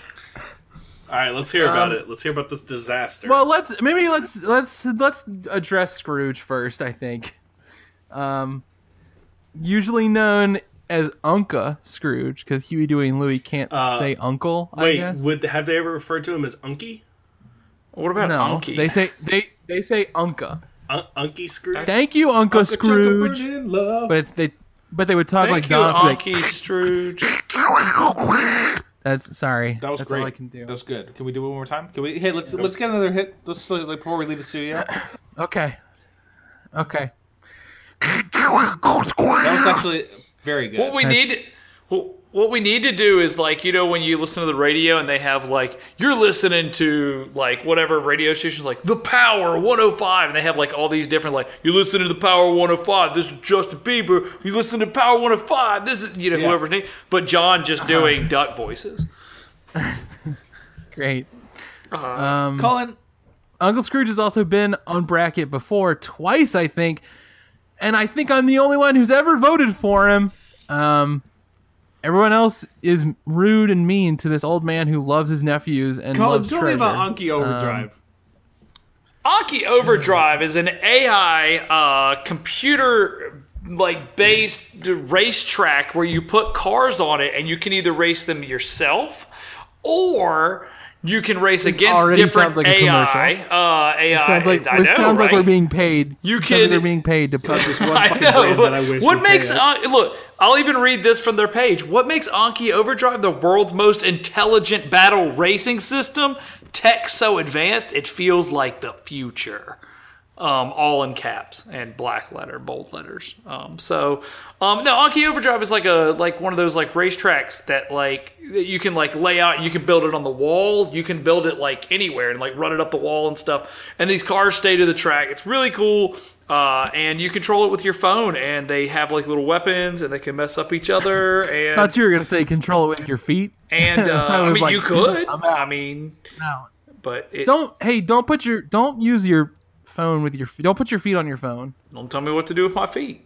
[SPEAKER 2] All right, let's hear about it. Let's hear about this disaster.
[SPEAKER 1] Well, let's maybe let's let's let's address Scrooge first. I think, um, usually known as Unca Scrooge, because Huey, Dewey, and Louie can't
[SPEAKER 6] Uh,
[SPEAKER 1] say Uncle. I
[SPEAKER 2] Wait,
[SPEAKER 1] guess.
[SPEAKER 2] would have they ever referred to him as Unky?
[SPEAKER 3] what about
[SPEAKER 1] no,
[SPEAKER 3] Unky?
[SPEAKER 1] they say they they say Unca.
[SPEAKER 2] Un- Unky Scrooge?
[SPEAKER 1] Thank you, Uncle Scrooge.
[SPEAKER 5] In love.
[SPEAKER 1] But it's they, but they would talk
[SPEAKER 3] Thank
[SPEAKER 1] like
[SPEAKER 3] you,
[SPEAKER 1] dogs. like,
[SPEAKER 3] Unky Scrooge.
[SPEAKER 1] That's sorry.
[SPEAKER 6] That was
[SPEAKER 1] That's
[SPEAKER 6] great.
[SPEAKER 1] all I can do.
[SPEAKER 6] That was good. Can we do it one more time? Can we? Hey, let's let's get another hit. Let's like before we leave the studio.
[SPEAKER 1] Okay, okay.
[SPEAKER 6] That was actually very good.
[SPEAKER 3] What we
[SPEAKER 1] That's-
[SPEAKER 3] need, wh- what we need to do is like you know when you listen to the radio and they have like you're listening to like whatever radio stations like the Power 105 and they have like all these different like you listen to the Power 105 this is Justin Bieber you listen to Power 105 this is you know whoever's name but John just doing duck voices.
[SPEAKER 1] Great.
[SPEAKER 6] Colin,
[SPEAKER 1] Uncle Scrooge has also been on bracket before twice, I think, and I think I'm the only one who's ever voted for him. Um, everyone else is rude and mean to this old man who loves his nephews and
[SPEAKER 5] Colin,
[SPEAKER 1] loves
[SPEAKER 5] tell
[SPEAKER 1] treasure.
[SPEAKER 5] me about Anki Overdrive.
[SPEAKER 3] Aki Overdrive is an AI uh, computer like based racetrack where you put cars on it and you can either race them yourself or you can race against
[SPEAKER 1] already
[SPEAKER 3] different
[SPEAKER 1] sounds like a
[SPEAKER 3] AI.
[SPEAKER 1] commercial.
[SPEAKER 3] uh, AI.
[SPEAKER 1] sounds like
[SPEAKER 3] I
[SPEAKER 1] this
[SPEAKER 3] know,
[SPEAKER 1] sounds like
[SPEAKER 3] right?
[SPEAKER 1] we're being paid.
[SPEAKER 3] You
[SPEAKER 1] Sounds like
[SPEAKER 3] can-
[SPEAKER 1] we're being paid to put this one.
[SPEAKER 3] I
[SPEAKER 5] fucking brand that I wish
[SPEAKER 3] What
[SPEAKER 5] would
[SPEAKER 3] makes
[SPEAKER 5] pay
[SPEAKER 3] An- look? I'll even read this from their page. What makes Anki Overdrive the world's most intelligent battle racing system? Tech so advanced it feels like the future. Um, all in caps and black letter, bold letters. Um, so, um, no, Anki Overdrive is like a like one of those like racetracks that like that you can like lay out. You can build it on the wall. You can build it like anywhere and like run it up the wall and stuff. And these cars stay to the track. It's really cool uh, and you control it with your phone. And they have like little weapons, and they can mess up each other.
[SPEAKER 1] Thought
[SPEAKER 3] And
[SPEAKER 1] you were gonna say control it with your feet.
[SPEAKER 3] and uh,
[SPEAKER 1] I
[SPEAKER 3] I,
[SPEAKER 1] was
[SPEAKER 3] mean,
[SPEAKER 1] like,
[SPEAKER 3] you could.
[SPEAKER 1] I'm out.
[SPEAKER 3] I mean,
[SPEAKER 1] No.
[SPEAKER 3] but it, don't
[SPEAKER 1] Don't hey, don't put your don't use your phone with your fe- don't put your feet on your phone.
[SPEAKER 3] don't tell me what to do with my feet.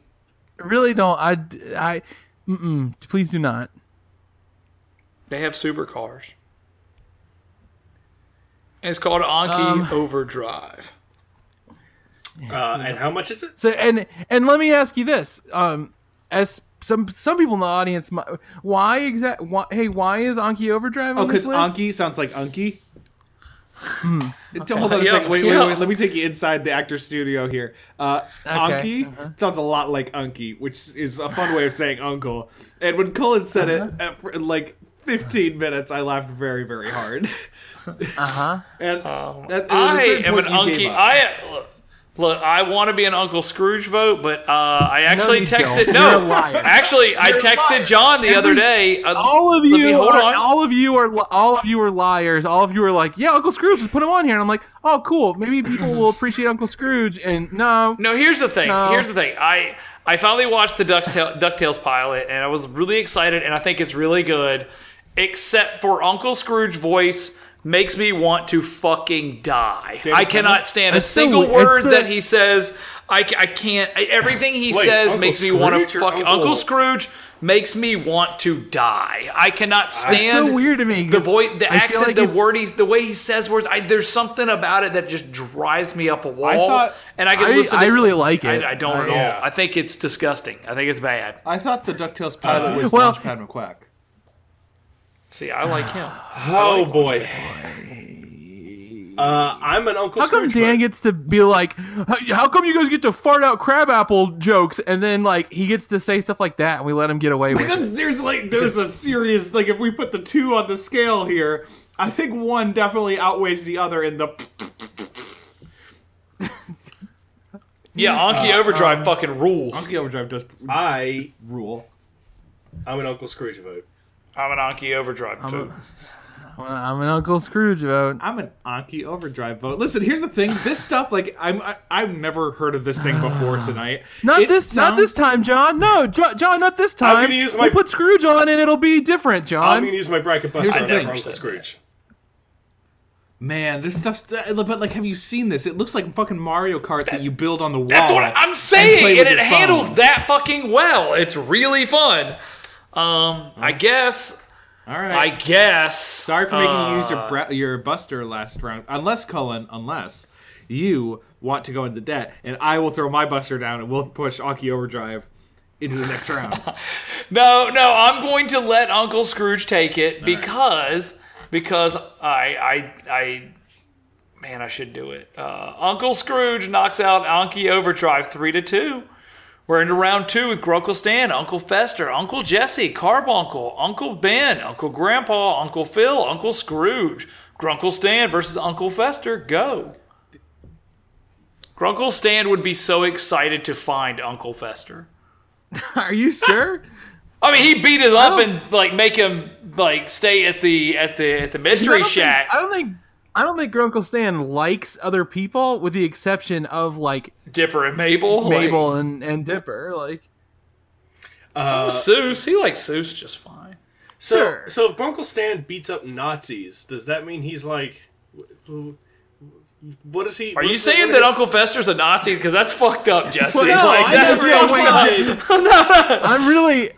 [SPEAKER 1] Really don't. I I mm-mm, please do not.
[SPEAKER 3] They have supercars. And it's called Anki
[SPEAKER 1] Um,
[SPEAKER 3] Overdrive.
[SPEAKER 2] Uh, and how much is it?
[SPEAKER 1] So and and let me ask you this: um, as some some people in the audience, mi- why exact? Why, hey, why is Anki Overdrive
[SPEAKER 3] Oh,
[SPEAKER 1] on
[SPEAKER 5] Because
[SPEAKER 1] this list?
[SPEAKER 5] Oh, Anki sounds like Unky.
[SPEAKER 1] Oh,
[SPEAKER 5] Hold on a
[SPEAKER 3] Yeah,
[SPEAKER 5] second. Wait,
[SPEAKER 3] yeah.
[SPEAKER 5] wait, wait. Let me take you inside the actor studio here. Uh,
[SPEAKER 1] Okay, uh-huh.
[SPEAKER 5] Anki sounds a lot like Unky, which is a fun way of saying uncle. And when Colin said
[SPEAKER 1] Uh-huh.
[SPEAKER 5] it at, for- in like 15 minutes, I laughed very, very hard.
[SPEAKER 1] Uh huh.
[SPEAKER 5] And that, at a
[SPEAKER 3] Oh. I
[SPEAKER 5] certain
[SPEAKER 3] am an
[SPEAKER 5] point, you
[SPEAKER 3] Unki.
[SPEAKER 5] gave up.
[SPEAKER 3] I look, look. I want to be an Uncle Scrooge vote, but uh, I actually
[SPEAKER 1] you
[SPEAKER 3] texted.
[SPEAKER 1] don't.
[SPEAKER 3] No,
[SPEAKER 1] You're a liar.
[SPEAKER 3] actually, I texted John the other day. uh,
[SPEAKER 1] All of
[SPEAKER 3] let me-
[SPEAKER 1] you,
[SPEAKER 3] hold
[SPEAKER 1] are,
[SPEAKER 3] on.
[SPEAKER 1] all of you are, li- all of you are liars. All of you are like, yeah, Uncle Scrooge, just put him on here. And I'm like, oh, cool. Maybe people will appreciate Uncle Scrooge. And no,
[SPEAKER 3] No, here's the thing.
[SPEAKER 1] No.
[SPEAKER 3] Here's the thing. I I finally watched the Ducktail, Ducktales pilot, and I was really excited, and I think it's really good. Except for Uncle Scrooge voice makes me want to fucking die. I cannot stand a
[SPEAKER 1] It's so
[SPEAKER 3] single
[SPEAKER 1] weird.
[SPEAKER 3] word
[SPEAKER 1] It's so-
[SPEAKER 3] that he says. I, ca- I can't. I- Everything he
[SPEAKER 2] Wait,
[SPEAKER 3] says
[SPEAKER 2] Uncle
[SPEAKER 3] makes me want to
[SPEAKER 2] Scrooge or
[SPEAKER 3] fuck.
[SPEAKER 2] Uncle-
[SPEAKER 3] Uncle Scrooge makes me want to die. I cannot stand.
[SPEAKER 1] so weird to me.
[SPEAKER 3] The voice, the
[SPEAKER 1] I feel
[SPEAKER 3] accent,
[SPEAKER 1] like
[SPEAKER 3] the
[SPEAKER 1] it's-
[SPEAKER 3] wordies, the way he says words. I, there's something about it that just drives me up a wall.
[SPEAKER 6] thought-
[SPEAKER 3] and I can
[SPEAKER 1] I-
[SPEAKER 3] listen.
[SPEAKER 1] I
[SPEAKER 3] to-
[SPEAKER 1] really like it.
[SPEAKER 3] I, I don't
[SPEAKER 1] I-
[SPEAKER 3] at all. I think it's disgusting. I think it's bad.
[SPEAKER 6] I thought the Ducktales pilot
[SPEAKER 3] Uh,
[SPEAKER 6] was
[SPEAKER 1] well-
[SPEAKER 6] Launchpad McQuack.
[SPEAKER 3] See, I like him.
[SPEAKER 2] Oh, boy. Uh, I'm an Uncle
[SPEAKER 1] How come
[SPEAKER 2] Scrooge.
[SPEAKER 1] Dan
[SPEAKER 2] vote.
[SPEAKER 1] gets to be like, "How- how come you guys get to fart out crab apple jokes, and then like he gets to say stuff like that, and we let him get away with it?
[SPEAKER 5] Because there's like there's a serious like if we put the two on the scale here, I think one definitely outweighs the other in the
[SPEAKER 3] Yeah, Anki Overdrive fucking rules.
[SPEAKER 6] The Overdrive does
[SPEAKER 2] I,
[SPEAKER 6] rule.
[SPEAKER 2] I'm an Uncle Scrooge vote.
[SPEAKER 3] I'm an Anki Overdrive too.
[SPEAKER 1] I'm an Uncle Scrooge vote.
[SPEAKER 6] I'm an Anki Overdrive vote. Listen, here's the thing. This stuff, like, I'm I, I've never heard of this thing before tonight.
[SPEAKER 1] Not
[SPEAKER 6] It
[SPEAKER 1] this, not
[SPEAKER 6] sounds-
[SPEAKER 1] this time, John. No, jo- John, not this time.
[SPEAKER 2] gonna use my-
[SPEAKER 1] We'll put Scrooge on, and it'll be different,
[SPEAKER 2] I'm
[SPEAKER 1] John.
[SPEAKER 2] gonna use my bracket buster.
[SPEAKER 6] the
[SPEAKER 2] I
[SPEAKER 6] thing.
[SPEAKER 2] never Uncle Scrooge.
[SPEAKER 6] Man, this stuff's. uh, But like, have you seen this? It looks like fucking Mario Kart that you build on the wall.
[SPEAKER 3] That's what I'm
[SPEAKER 6] play
[SPEAKER 3] saying, and
[SPEAKER 6] with
[SPEAKER 3] it
[SPEAKER 6] your
[SPEAKER 3] handles
[SPEAKER 6] phone.
[SPEAKER 3] that fucking well. It's really fun. Um, I guess.
[SPEAKER 6] All
[SPEAKER 3] I Uh.
[SPEAKER 6] right.
[SPEAKER 3] guess.
[SPEAKER 6] Sorry for making you use your bra- your Buster last round. Unless Cullen, unless you want to go into debt, and I will throw my Buster down, and we'll push Anki Overdrive into the next round.
[SPEAKER 3] No, no, I'm going to let Uncle Scrooge take it because because I I I man, I should do it. Uh, Uncle Scrooge knocks out Anki Overdrive three to two. We're into round two with Grunkle Stan, Uncle Fester, Uncle Jesse, Carbuncle, Uncle Ben, Uncle Grandpa, Uncle Phil, Uncle Scrooge. Grunkle Stan versus Uncle Fester. Go. Grunkle Stan would be so excited to find Uncle Fester.
[SPEAKER 1] Are you sure?
[SPEAKER 3] I mean, he beat it
[SPEAKER 1] Oh.
[SPEAKER 3] up and like make him like stay at the at the at the
[SPEAKER 1] I
[SPEAKER 3] mystery
[SPEAKER 1] don't think-
[SPEAKER 3] shack.
[SPEAKER 1] I don't think. I don't think Grunkle Stan likes other people, with the exception of like
[SPEAKER 3] Dipper and Mabel, like,
[SPEAKER 1] Mabel uh, and, and Dipper. Like,
[SPEAKER 3] Seuss. He likes Seuss just fine.
[SPEAKER 2] So,
[SPEAKER 1] Sure.
[SPEAKER 2] so if Grunkle Stan beats up Nazis, does that mean he's like, wh- wh- what is he?
[SPEAKER 3] Are you saying that Uncle Fester's a Nazi? Because that's fucked up, Jesse.
[SPEAKER 1] Well, no,
[SPEAKER 3] like,
[SPEAKER 1] I
[SPEAKER 3] that's
[SPEAKER 1] never-
[SPEAKER 3] fucked
[SPEAKER 1] wait,
[SPEAKER 3] up.
[SPEAKER 1] I'm really,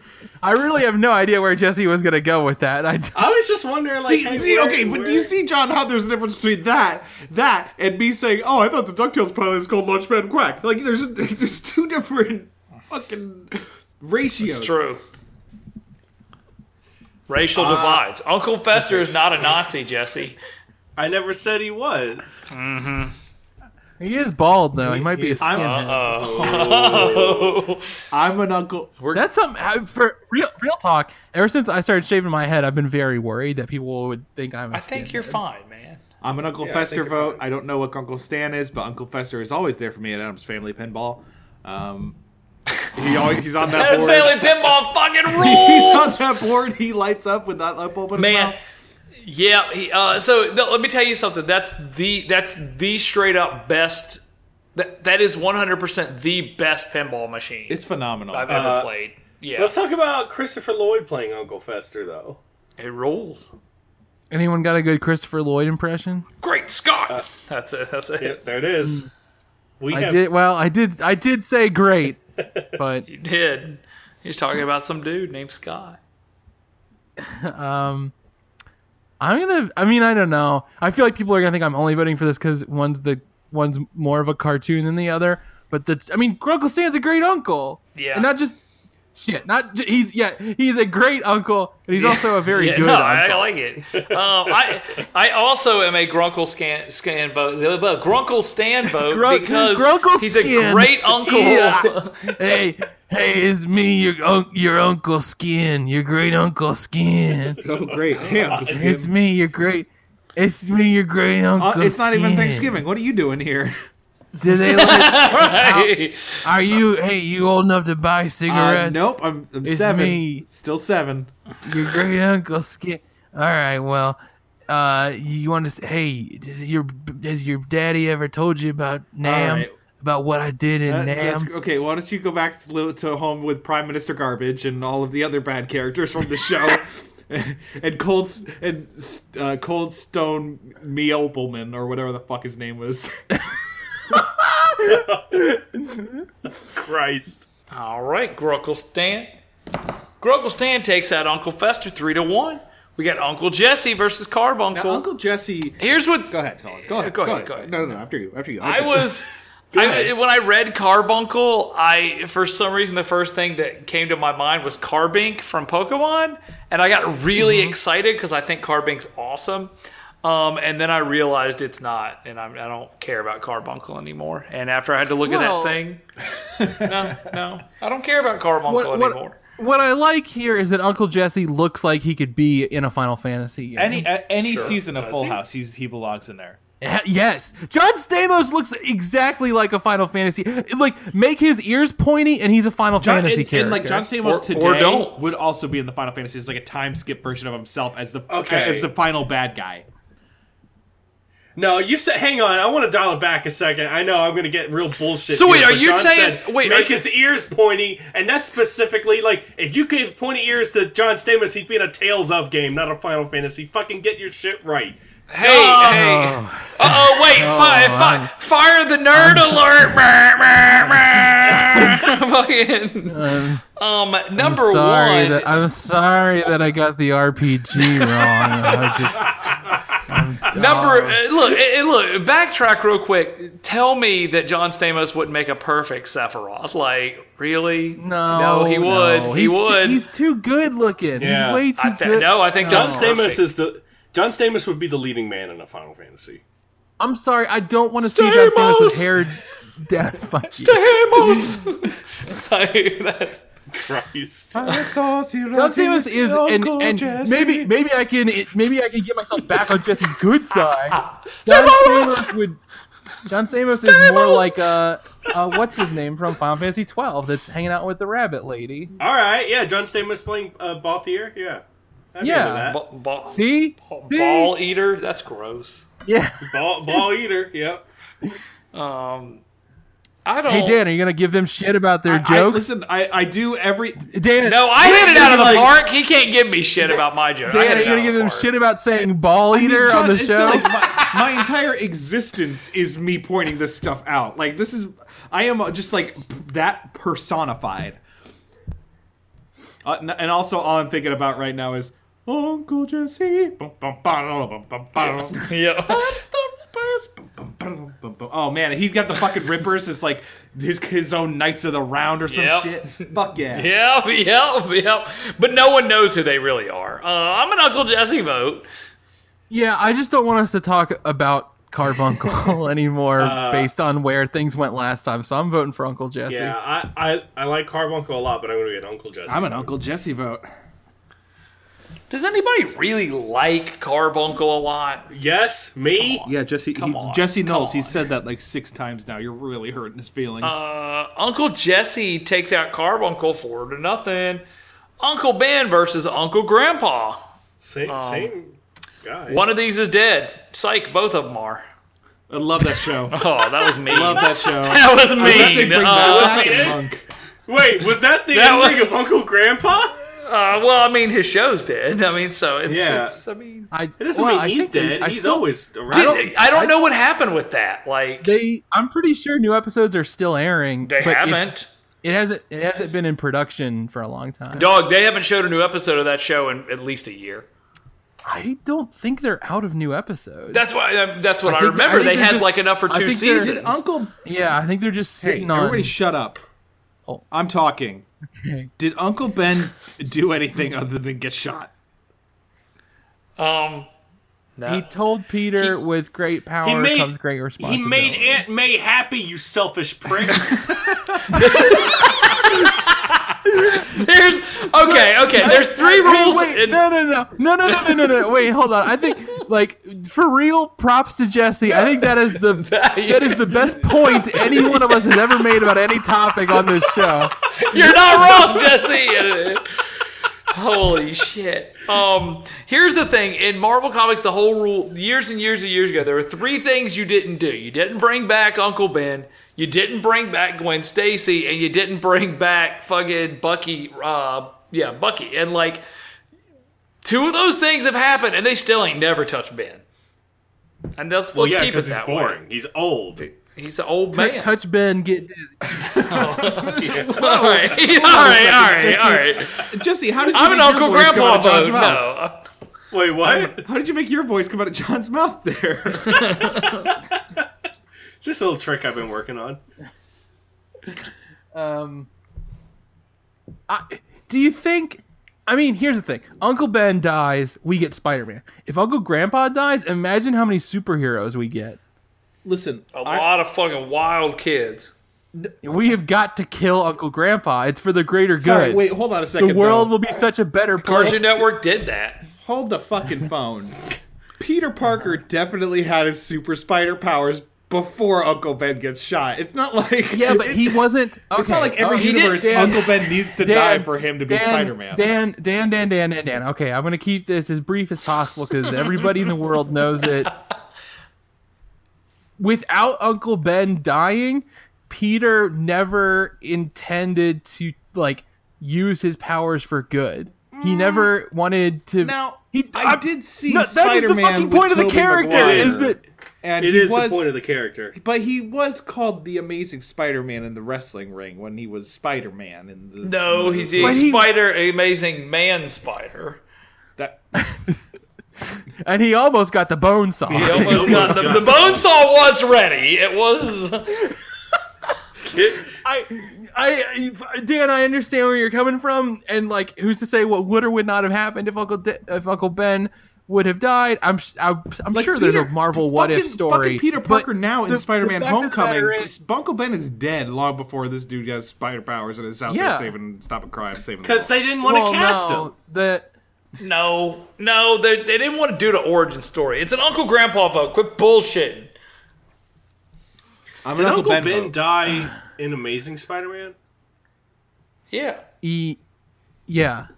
[SPEAKER 1] I really have no idea where Jesse was gonna go with that. I
[SPEAKER 2] I was just wondering, like,
[SPEAKER 6] See-
[SPEAKER 2] hey,
[SPEAKER 6] see,
[SPEAKER 2] where-
[SPEAKER 6] okay, but do you
[SPEAKER 2] where-
[SPEAKER 6] see, John, how there's a difference between that, that, and me saying, "Oh, I thought the Ducktales pilot is called Launchpad Quack." Like, there's there's two different fucking ratios.
[SPEAKER 3] It's true. Racial
[SPEAKER 1] Uh,
[SPEAKER 3] divides. Uncle Fester is not a Nazi, Jesse.
[SPEAKER 2] I never said he was.
[SPEAKER 1] He is bald though. He might be a
[SPEAKER 6] I'm-
[SPEAKER 3] Uh,
[SPEAKER 1] skinhead.
[SPEAKER 6] I'm an uncle.
[SPEAKER 1] That's something I- for real. Real talk. Ever since I started shaving my head, I've been very worried that people would think I'm. a
[SPEAKER 3] I think you're fine, man.
[SPEAKER 6] I'm an Uncle
[SPEAKER 2] I
[SPEAKER 6] Fester
[SPEAKER 2] think you're
[SPEAKER 6] vote.
[SPEAKER 2] fine.
[SPEAKER 6] I don't know what Uncle Stan is, but Uncle Fester is always there for me at Adam's Family Pinball. Um, he always he's on that
[SPEAKER 3] Adam's
[SPEAKER 6] board.
[SPEAKER 3] Family Pinball fucking rules.
[SPEAKER 6] He's on that board. He lights up with that light bulb in his
[SPEAKER 3] man
[SPEAKER 6] mouth.
[SPEAKER 3] yeah he, uh, so no, let me tell you something that's the that's the straight up best that, that is 100% the best pinball machine
[SPEAKER 6] It's phenomenal.
[SPEAKER 3] i've
[SPEAKER 2] Uh,
[SPEAKER 3] ever played yeah
[SPEAKER 2] Let's talk about Christopher Lloyd playing Uncle Fester, though.
[SPEAKER 3] it rolls
[SPEAKER 1] Anyone got a good Christopher Lloyd impression?
[SPEAKER 3] great scott
[SPEAKER 1] Uh,
[SPEAKER 3] that's it that's it
[SPEAKER 2] Yep, there it is. We
[SPEAKER 1] Hmm. I
[SPEAKER 2] have,
[SPEAKER 1] did. Well, I did. I did say great, but
[SPEAKER 3] you did he's talking about some dude named scott
[SPEAKER 1] I'm gonna. I mean, I don't know. I feel like people are gonna think I'm only voting for this because one's the one's more of a cartoon than the other. But the I mean, Grunkle Stan's a great uncle.
[SPEAKER 3] Yeah.
[SPEAKER 1] and not just shit. Not j- he's yeah. He's a great uncle, and he's also a very
[SPEAKER 3] Yeah,
[SPEAKER 1] good
[SPEAKER 3] no,
[SPEAKER 1] uncle.
[SPEAKER 3] I, I like it. Um, I I also am a Grunkle scan scan vote, uh, Grunkle Stan vote
[SPEAKER 1] Grunk-
[SPEAKER 3] because
[SPEAKER 1] Grunkle
[SPEAKER 3] he's a
[SPEAKER 1] Stan.
[SPEAKER 3] great uncle.
[SPEAKER 1] Yeah. hey, hey, it's me, your un- your uncle Skin, your great uncle Skin.
[SPEAKER 6] oh, great. Hey, Uncle Stan.
[SPEAKER 1] It's me, your great. It's me, your great uncle.
[SPEAKER 6] Uh, it's not even
[SPEAKER 1] Skin.
[SPEAKER 6] Thanksgiving. What are you doing here?
[SPEAKER 1] Do they like,
[SPEAKER 3] Right.
[SPEAKER 1] are you? Hey, you old enough to buy
[SPEAKER 6] Uh,
[SPEAKER 1] cigarettes?
[SPEAKER 6] nope, I'm, I'm
[SPEAKER 1] It's
[SPEAKER 6] seven.
[SPEAKER 1] me.
[SPEAKER 6] Still seven.
[SPEAKER 1] Your great uncle Skin. All right, well, uh, you want to? Say, hey, does your has your daddy ever told you about Nam?
[SPEAKER 6] right.
[SPEAKER 1] About what I did in
[SPEAKER 6] That-
[SPEAKER 1] Nam?
[SPEAKER 6] Uh, that's- okay, why don't you go back to, li- to home with Prime Minister Garbage and all of the other bad characters from the show, and Cold S- and S- uh, Cold Stone Meopelman or whatever the fuck his name was.
[SPEAKER 2] Christ.
[SPEAKER 3] All right, Grunkle Stan. Grunkle Stan takes out Uncle Fester three to one. We got Uncle Jesse versus Carbuncle.
[SPEAKER 6] Uncle Jesse.
[SPEAKER 3] Here's what
[SPEAKER 6] Go ahead, Colin. Go ahead.
[SPEAKER 3] Go ahead, go ahead.
[SPEAKER 6] No, no, no. After you. After you.
[SPEAKER 3] I was. I, when I read Carbuncle, I for some reason the first thing that came to my mind was Carbink from Pokemon, and I got really
[SPEAKER 6] Mm-hmm.
[SPEAKER 3] excited because I think Carbink's awesome. Um, and then I realized it's not, and I'm, I don't care about Carbuncle anymore. And after I had to look
[SPEAKER 1] Well-
[SPEAKER 3] at that thing, no, no, I don't care about Carbuncle anymore.
[SPEAKER 1] what I like here is that Uncle Jesse looks like he could be in a Final Fantasy game.
[SPEAKER 6] any uh, any
[SPEAKER 3] Sure.
[SPEAKER 6] season of
[SPEAKER 3] Does
[SPEAKER 6] Full
[SPEAKER 3] he?
[SPEAKER 6] House, he's he belongs in there.
[SPEAKER 1] Eh, Yes, John Stamos looks exactly like a Final Fantasy. Like make his ears pointy, and he's a Final
[SPEAKER 6] John,
[SPEAKER 1] Fantasy
[SPEAKER 6] and,
[SPEAKER 1] character.
[SPEAKER 6] and like John Stamos
[SPEAKER 2] Or- or
[SPEAKER 6] today
[SPEAKER 2] don't.
[SPEAKER 6] would also be in the Final Fantasy as like a time skip version of himself as the
[SPEAKER 2] Okay.
[SPEAKER 6] as the final bad guy.
[SPEAKER 2] No, you said. Hang on, I want to dial it back a second. I know I'm going to get real bullshit.
[SPEAKER 3] So wait,
[SPEAKER 2] here,
[SPEAKER 3] are
[SPEAKER 2] but
[SPEAKER 3] you
[SPEAKER 2] John
[SPEAKER 3] saying-
[SPEAKER 2] said,
[SPEAKER 3] wait,
[SPEAKER 2] Make
[SPEAKER 3] are-
[SPEAKER 2] his ears pointy, and that's specifically like if you gave pointy ears to John Stamos, he'd be in a Tales of game, not a Final Fantasy. Fucking get your shit right.
[SPEAKER 3] Hey, hey. Uh oh, wait. fi- fi-
[SPEAKER 1] I'm-
[SPEAKER 3] fire the nerd alert. Fucking. um, number
[SPEAKER 1] I'm sorry
[SPEAKER 3] one.
[SPEAKER 1] that I'm sorry that I got the RPG wrong. I just I'm-
[SPEAKER 3] Number
[SPEAKER 1] oh.
[SPEAKER 3] uh, look, uh, uh, look. Backtrack real quick. Tell me that John Stamos would make a perfect Sephiroth. Like, really?
[SPEAKER 1] No,
[SPEAKER 3] he would.
[SPEAKER 1] no.
[SPEAKER 3] He
[SPEAKER 1] He's-
[SPEAKER 3] would.
[SPEAKER 1] He's too good looking.
[SPEAKER 2] Yeah.
[SPEAKER 1] He's way too
[SPEAKER 3] I thi-
[SPEAKER 1] good.
[SPEAKER 3] no, I think
[SPEAKER 2] John
[SPEAKER 3] that's
[SPEAKER 2] Stamos
[SPEAKER 3] Oh, perfect.
[SPEAKER 2] is the John Stamos would be the leading man in a Final Fantasy.
[SPEAKER 1] I'm sorry. I don't want to see John Stamos with
[SPEAKER 3] Stamos!
[SPEAKER 1] hair. down. Fuck you.
[SPEAKER 3] Stamos. like, that's,
[SPEAKER 2] Christ.
[SPEAKER 1] John Stamos is, and, and maybe maybe I can maybe I can get myself back on Jesse's good side. John Stamos would. John Stamos is more
[SPEAKER 3] Stamos!
[SPEAKER 1] like uh, uh, what's his name from Final Fantasy twelve that's hanging out with the rabbit lady.
[SPEAKER 2] All right, yeah, John Stamos playing uh, Balthier. Yeah, I'd be
[SPEAKER 1] Yeah.
[SPEAKER 2] into that.
[SPEAKER 3] ball, ball,
[SPEAKER 1] See, See?
[SPEAKER 3] ball eater. That's gross.
[SPEAKER 1] yeah.
[SPEAKER 2] ball, ball eater. Yep.
[SPEAKER 3] Um, I don't.
[SPEAKER 1] Hey Dan, are you gonna give them shit about their
[SPEAKER 6] I,
[SPEAKER 1] jokes?
[SPEAKER 6] listen, I, I do every
[SPEAKER 1] Dan,
[SPEAKER 3] No, I hit it out of the
[SPEAKER 1] like-
[SPEAKER 3] park. He can't give me shit about my joke. I hit
[SPEAKER 1] Dan, are
[SPEAKER 3] it
[SPEAKER 1] you gonna
[SPEAKER 3] out of
[SPEAKER 1] give
[SPEAKER 3] the
[SPEAKER 1] them
[SPEAKER 3] park.
[SPEAKER 1] shit about saying ball eater
[SPEAKER 6] John,
[SPEAKER 1] on the
[SPEAKER 6] it's
[SPEAKER 1] show?
[SPEAKER 6] like my, my entire existence is me pointing this stuff out. Like this is I am just like p- that personified. Uh, n- and also, all I'm thinking about right now is Uncle Jesse. Bum, bum, ba-da-da, bum, bum, ba-da-da.
[SPEAKER 3] Um, Yeah.
[SPEAKER 6] The Rippers. Bum, bum, bum, bum, bum. Oh man, he's got the fucking Rippers. It's like his his own Knights of the Round or some
[SPEAKER 3] Yep.
[SPEAKER 6] shit. Fuck yeah.
[SPEAKER 3] Yep, yep, yep. But no one knows who they really are. Uh, I'm an Uncle Jesse vote.
[SPEAKER 1] Yeah, I just don't want us to talk about Carbuncle anymore based on where things went last time. So I'm voting for Uncle Jesse.
[SPEAKER 2] Yeah, I, I, I like Carbuncle a lot, but I'm going to get Uncle Jesse.
[SPEAKER 6] I'm an Uncle Jesse vote.
[SPEAKER 3] Does anybody really like Carbuncle a lot?
[SPEAKER 2] yes, me.
[SPEAKER 6] Yeah, Jesse. He,
[SPEAKER 3] on,
[SPEAKER 6] Jesse
[SPEAKER 3] come
[SPEAKER 6] Knowles.
[SPEAKER 3] on.
[SPEAKER 6] He's said that like six times now. You're really hurting his feelings.
[SPEAKER 3] Uh, Uncle Jesse takes out Carbuncle four to nothing. Uncle Ben versus Uncle Grandpa.
[SPEAKER 2] Same, same guy.
[SPEAKER 3] One of these is dead. Psych, both of them are.
[SPEAKER 6] I love that show.
[SPEAKER 3] Oh, that was mean.
[SPEAKER 6] love that show.
[SPEAKER 3] that was mean.
[SPEAKER 6] Nothing brings
[SPEAKER 3] Uh,
[SPEAKER 6] that
[SPEAKER 2] okay.
[SPEAKER 6] back, Monk.
[SPEAKER 2] Wait, was that the
[SPEAKER 3] That
[SPEAKER 2] ending of Uncle Grandpa?
[SPEAKER 3] uh, well, I mean, his show's dead. I mean, so it's,
[SPEAKER 2] Yeah.
[SPEAKER 3] it's I mean,
[SPEAKER 1] I,
[SPEAKER 2] It doesn't
[SPEAKER 1] well,
[SPEAKER 2] mean
[SPEAKER 1] I
[SPEAKER 2] he's
[SPEAKER 1] think they-
[SPEAKER 2] dead.
[SPEAKER 1] I
[SPEAKER 2] he's
[SPEAKER 1] still-
[SPEAKER 2] always around.
[SPEAKER 3] I don't, I don't know what happened with that. Like,
[SPEAKER 1] They, I'm pretty sure new episodes are still airing.
[SPEAKER 3] they
[SPEAKER 1] but it's-
[SPEAKER 3] haven't.
[SPEAKER 1] It hasn't. It hasn't been in production for a long time.
[SPEAKER 3] Dog, they haven't showed a new episode of that show in at least a year.
[SPEAKER 1] I don't think they're out of new episodes.
[SPEAKER 3] That's why. um, That's what I,
[SPEAKER 1] think-
[SPEAKER 3] remember.
[SPEAKER 1] I think
[SPEAKER 3] they
[SPEAKER 1] they're
[SPEAKER 3] had
[SPEAKER 1] just-
[SPEAKER 3] like enough for
[SPEAKER 1] I
[SPEAKER 3] two
[SPEAKER 1] think they're-
[SPEAKER 3] seasons.
[SPEAKER 6] Uncle.
[SPEAKER 1] yeah, I think they're just sitting on.
[SPEAKER 6] Everybody, shut up.
[SPEAKER 1] Oh.
[SPEAKER 6] I'm talking.
[SPEAKER 1] Okay.
[SPEAKER 6] Did Uncle Ben do anything other than get shot?
[SPEAKER 3] Um,
[SPEAKER 1] he told Peter, "With great power
[SPEAKER 2] He made
[SPEAKER 1] comes great
[SPEAKER 2] he
[SPEAKER 1] responsibility."
[SPEAKER 2] made Aunt May happy. You selfish prick.
[SPEAKER 3] there's okay, okay. There's three
[SPEAKER 1] Hey,
[SPEAKER 3] rules.
[SPEAKER 1] wait,
[SPEAKER 3] and-
[SPEAKER 1] no, no, no, no, no, no, no, no, no. Wait, hold on. I think, like, for real, props to Jesse. I think that is the that is the best point any one of us has ever made about any topic on this show.
[SPEAKER 3] You're not wrong, Jesse. Holy shit. Um, here's the thing. In Marvel Comics, the whole rule, years and years and years ago, there were three things you didn't do. You didn't bring back Uncle Ben, you didn't bring back Gwen Stacy, and you didn't bring back fucking Bucky. Uh, yeah, Bucky. And like, two of those things have happened, and they still ain't never touched Ben. And that's, let's keep it
[SPEAKER 2] he's
[SPEAKER 3] that way.
[SPEAKER 2] boring. He's old.
[SPEAKER 3] He's an old man.
[SPEAKER 1] Touch Ben, get dizzy.
[SPEAKER 3] all right, all right, all right, all right.
[SPEAKER 6] Jesse, how did you
[SPEAKER 3] I'm an
[SPEAKER 6] make your
[SPEAKER 3] Uncle
[SPEAKER 6] voice come
[SPEAKER 3] Grandpa
[SPEAKER 6] out of John's
[SPEAKER 3] vote. No.
[SPEAKER 6] mouth?
[SPEAKER 3] Uh,
[SPEAKER 2] Wait, what?
[SPEAKER 6] How did you make your voice come out of John's mouth there?
[SPEAKER 2] It's just a little trick I've been working on.
[SPEAKER 1] Um, I, do you think? I mean, here's the thing: Uncle Ben dies, we get Spider Man. If Uncle Grandpa dies, imagine how many superheroes we get.
[SPEAKER 6] Listen,
[SPEAKER 3] A lot of fucking wild kids.
[SPEAKER 1] We have got to kill Uncle Grandpa. It's for the greater
[SPEAKER 6] sorry,
[SPEAKER 1] good.
[SPEAKER 6] wait, hold on a second.
[SPEAKER 1] the world
[SPEAKER 6] though.
[SPEAKER 1] will be such a better place.
[SPEAKER 3] Cartoon Network did that.
[SPEAKER 6] Hold the fucking phone.
[SPEAKER 5] Peter Parker definitely had his super spider powers before Uncle Ben gets shot. It's not like
[SPEAKER 1] Yeah, but he wasn't.
[SPEAKER 5] It's not like
[SPEAKER 6] Oh,
[SPEAKER 5] every
[SPEAKER 3] he did-
[SPEAKER 5] universe
[SPEAKER 1] Oh, Dan-
[SPEAKER 5] Uncle Ben needs to die for him to be
[SPEAKER 1] Dan-
[SPEAKER 5] Spider Man.
[SPEAKER 1] Dan, Dan, Dan, Dan, Dan, Dan. Okay, I'm gonna keep this as brief as possible because everybody in the world knows it. Without Uncle Ben dying, Peter never intended to like use his powers for good. He never wanted to.
[SPEAKER 6] Now,
[SPEAKER 1] he,
[SPEAKER 6] I
[SPEAKER 1] I'm-
[SPEAKER 6] did see
[SPEAKER 1] No, that is the
[SPEAKER 6] Spider-Man
[SPEAKER 1] fucking
[SPEAKER 6] with
[SPEAKER 1] point of the
[SPEAKER 6] Tobey
[SPEAKER 1] character.
[SPEAKER 6] Maguire,
[SPEAKER 1] Is that
[SPEAKER 6] and
[SPEAKER 2] It
[SPEAKER 6] he
[SPEAKER 2] is
[SPEAKER 6] was,
[SPEAKER 2] the point of the character.
[SPEAKER 6] but he was called the Amazing Spider-Man in the wrestling ring when he was Spider-Man in the
[SPEAKER 3] No, he's the
[SPEAKER 1] But he-
[SPEAKER 3] spider, amazing man spider.
[SPEAKER 6] that,
[SPEAKER 1] and he almost got the bone saw.
[SPEAKER 3] He almost got the, the bone saw was ready. It was.
[SPEAKER 1] I, I, I- Dan, I understand where you're coming from, and like, who's to say what would or would not have happened if Uncle De- if Uncle Ben would have died? I'm s- I'm, I'm sure there's a
[SPEAKER 6] Peter-
[SPEAKER 1] Marvel what if
[SPEAKER 6] fucking-
[SPEAKER 1] story.
[SPEAKER 6] Fucking Peter
[SPEAKER 1] but
[SPEAKER 6] Parker now in
[SPEAKER 1] the- the
[SPEAKER 6] Spider-Man:
[SPEAKER 1] fact of the
[SPEAKER 6] Homecoming.
[SPEAKER 1] matter is-
[SPEAKER 6] Uncle Ben is dead long before this dude has spider powers and is out
[SPEAKER 1] Yeah.
[SPEAKER 6] there saving, stopping crime, saving. the
[SPEAKER 2] Because
[SPEAKER 6] world.
[SPEAKER 2] they didn't want to
[SPEAKER 1] well,
[SPEAKER 2] cast
[SPEAKER 1] oh, no,
[SPEAKER 2] him.
[SPEAKER 1] The
[SPEAKER 3] No, no, they, they didn't want to do the origin story. It's an Uncle Grandpa vote. Quit bullshitting.
[SPEAKER 6] I'm an
[SPEAKER 2] Did Uncle Ben,
[SPEAKER 6] vote.
[SPEAKER 2] die in Amazing Spider-Man?
[SPEAKER 3] Yeah.
[SPEAKER 1] e, yeah,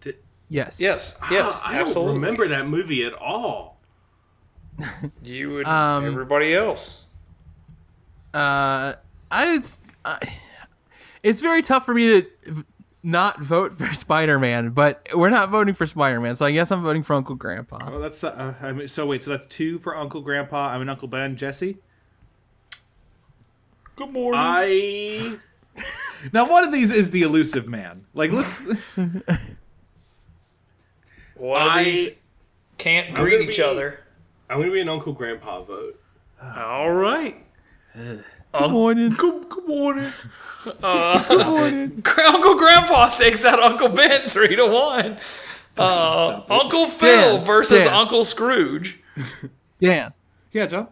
[SPEAKER 2] Did-
[SPEAKER 1] yes,
[SPEAKER 3] Yes. Yes.
[SPEAKER 2] Ah, I
[SPEAKER 3] absolutely.
[SPEAKER 2] don't remember that movie at all.
[SPEAKER 3] you and
[SPEAKER 1] Um,
[SPEAKER 3] everybody else.
[SPEAKER 1] Uh, I, it's I, it's very tough for me to not vote for Spider-Man, but we're not voting for Spider-Man, so I guess I'm voting for Uncle Grandpa.
[SPEAKER 6] Well, that's uh, I mean, so wait. So that's two for Uncle Grandpa. I'm an Uncle Ben. Jesse.
[SPEAKER 3] Good morning.
[SPEAKER 2] I
[SPEAKER 6] Now one of these is the elusive man. Like let's.
[SPEAKER 3] One of
[SPEAKER 2] I
[SPEAKER 3] these can't
[SPEAKER 2] gonna
[SPEAKER 3] greet each
[SPEAKER 2] be-
[SPEAKER 3] other.
[SPEAKER 2] I'm gonna be an Uncle Grandpa vote.
[SPEAKER 3] All right.
[SPEAKER 1] Good morning.
[SPEAKER 3] Good, good morning. Uncle Grandpa takes out Uncle Ben three to one. Uh, Uncle Phil
[SPEAKER 1] Dan,
[SPEAKER 3] versus
[SPEAKER 1] Dan.
[SPEAKER 3] Uncle Scrooge.
[SPEAKER 1] Dan.
[SPEAKER 6] yeah, John.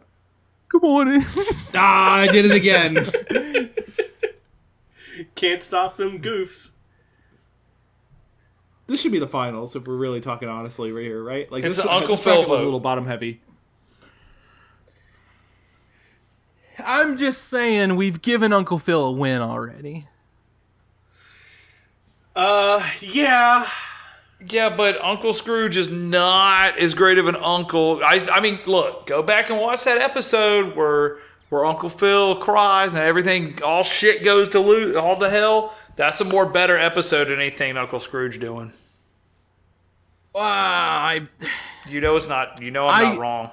[SPEAKER 1] Good morning.
[SPEAKER 6] Ah, I did it again.
[SPEAKER 2] Can't stop them goofs.
[SPEAKER 6] this should be the finals if we're really talking honestly right here, right? Like
[SPEAKER 3] It's
[SPEAKER 6] this
[SPEAKER 3] an
[SPEAKER 6] one-
[SPEAKER 3] Uncle
[SPEAKER 6] this bracket
[SPEAKER 3] Phil
[SPEAKER 6] was
[SPEAKER 3] vote.
[SPEAKER 6] a little bottom heavy.
[SPEAKER 1] I'm just saying we've given Uncle Phil a win already.
[SPEAKER 2] Uh, yeah.
[SPEAKER 3] Yeah, but Uncle Scrooge is not as great of an uncle. I, I mean, look, go back and watch that episode where where Uncle Phil cries and everything, all shit goes to loot, all the hell. That's a more better episode than anything Uncle Scrooge doing.
[SPEAKER 1] Wow, Ah, I
[SPEAKER 3] You know it's not. You know I'm
[SPEAKER 1] I-
[SPEAKER 3] not wrong.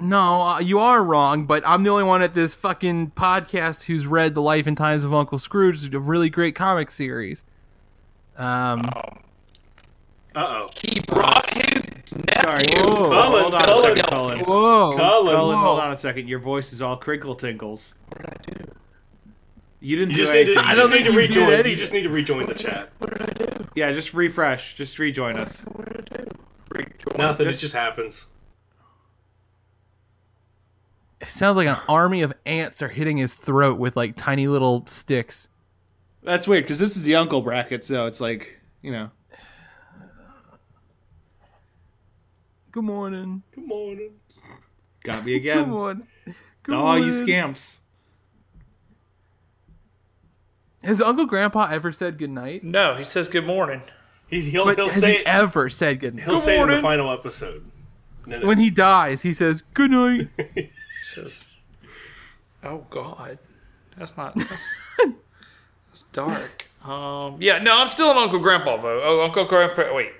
[SPEAKER 1] no, uh, you are wrong, but I'm the only one at this fucking podcast who's read The Life and Times of Uncle Scrooge, a really great comic series. Um,
[SPEAKER 2] Uh oh.
[SPEAKER 3] He brought his
[SPEAKER 6] Sorry.
[SPEAKER 1] whoa,
[SPEAKER 2] Colin,
[SPEAKER 6] Hold on a
[SPEAKER 2] Colin,
[SPEAKER 6] second, Colin.
[SPEAKER 1] whoa,
[SPEAKER 2] Colin.
[SPEAKER 6] Colin,
[SPEAKER 1] whoa.
[SPEAKER 6] hold on a second. Your voice is all crinkle tinkles. What did I do? You didn't
[SPEAKER 2] You
[SPEAKER 6] do
[SPEAKER 2] just need to,
[SPEAKER 6] anything.
[SPEAKER 2] you just
[SPEAKER 1] think
[SPEAKER 2] need to
[SPEAKER 1] you did
[SPEAKER 2] rejoin. You
[SPEAKER 1] anything.
[SPEAKER 2] just need to rejoin the chat.
[SPEAKER 6] Yeah, just refresh. Just rejoin us.
[SPEAKER 2] Nothing. It just happens.
[SPEAKER 1] It sounds like an army of ants are hitting his throat with like tiny little sticks.
[SPEAKER 6] That's weird because this is the uncle bracket, so it's like you know.
[SPEAKER 1] Good morning.
[SPEAKER 2] Good morning.
[SPEAKER 6] Got me
[SPEAKER 1] Good
[SPEAKER 6] again.
[SPEAKER 1] morning. Good
[SPEAKER 6] Oh, you
[SPEAKER 1] morning.
[SPEAKER 6] scamps.
[SPEAKER 1] Has Uncle Grandpa ever said goodnight?
[SPEAKER 3] No, he says good morning.
[SPEAKER 2] He's, he'll
[SPEAKER 1] But
[SPEAKER 2] he'll
[SPEAKER 1] has
[SPEAKER 2] say
[SPEAKER 1] he
[SPEAKER 2] it.
[SPEAKER 1] ever said goodnight?
[SPEAKER 2] he'll say it in the
[SPEAKER 3] morning.
[SPEAKER 2] final episode. No, no.
[SPEAKER 1] When he dies, he says goodnight.
[SPEAKER 3] He says, "Oh God, that's not that's, that's dark." Um, yeah, no, I'm still an Uncle Grandpa vote. Oh, Uncle Grandpa. Wait,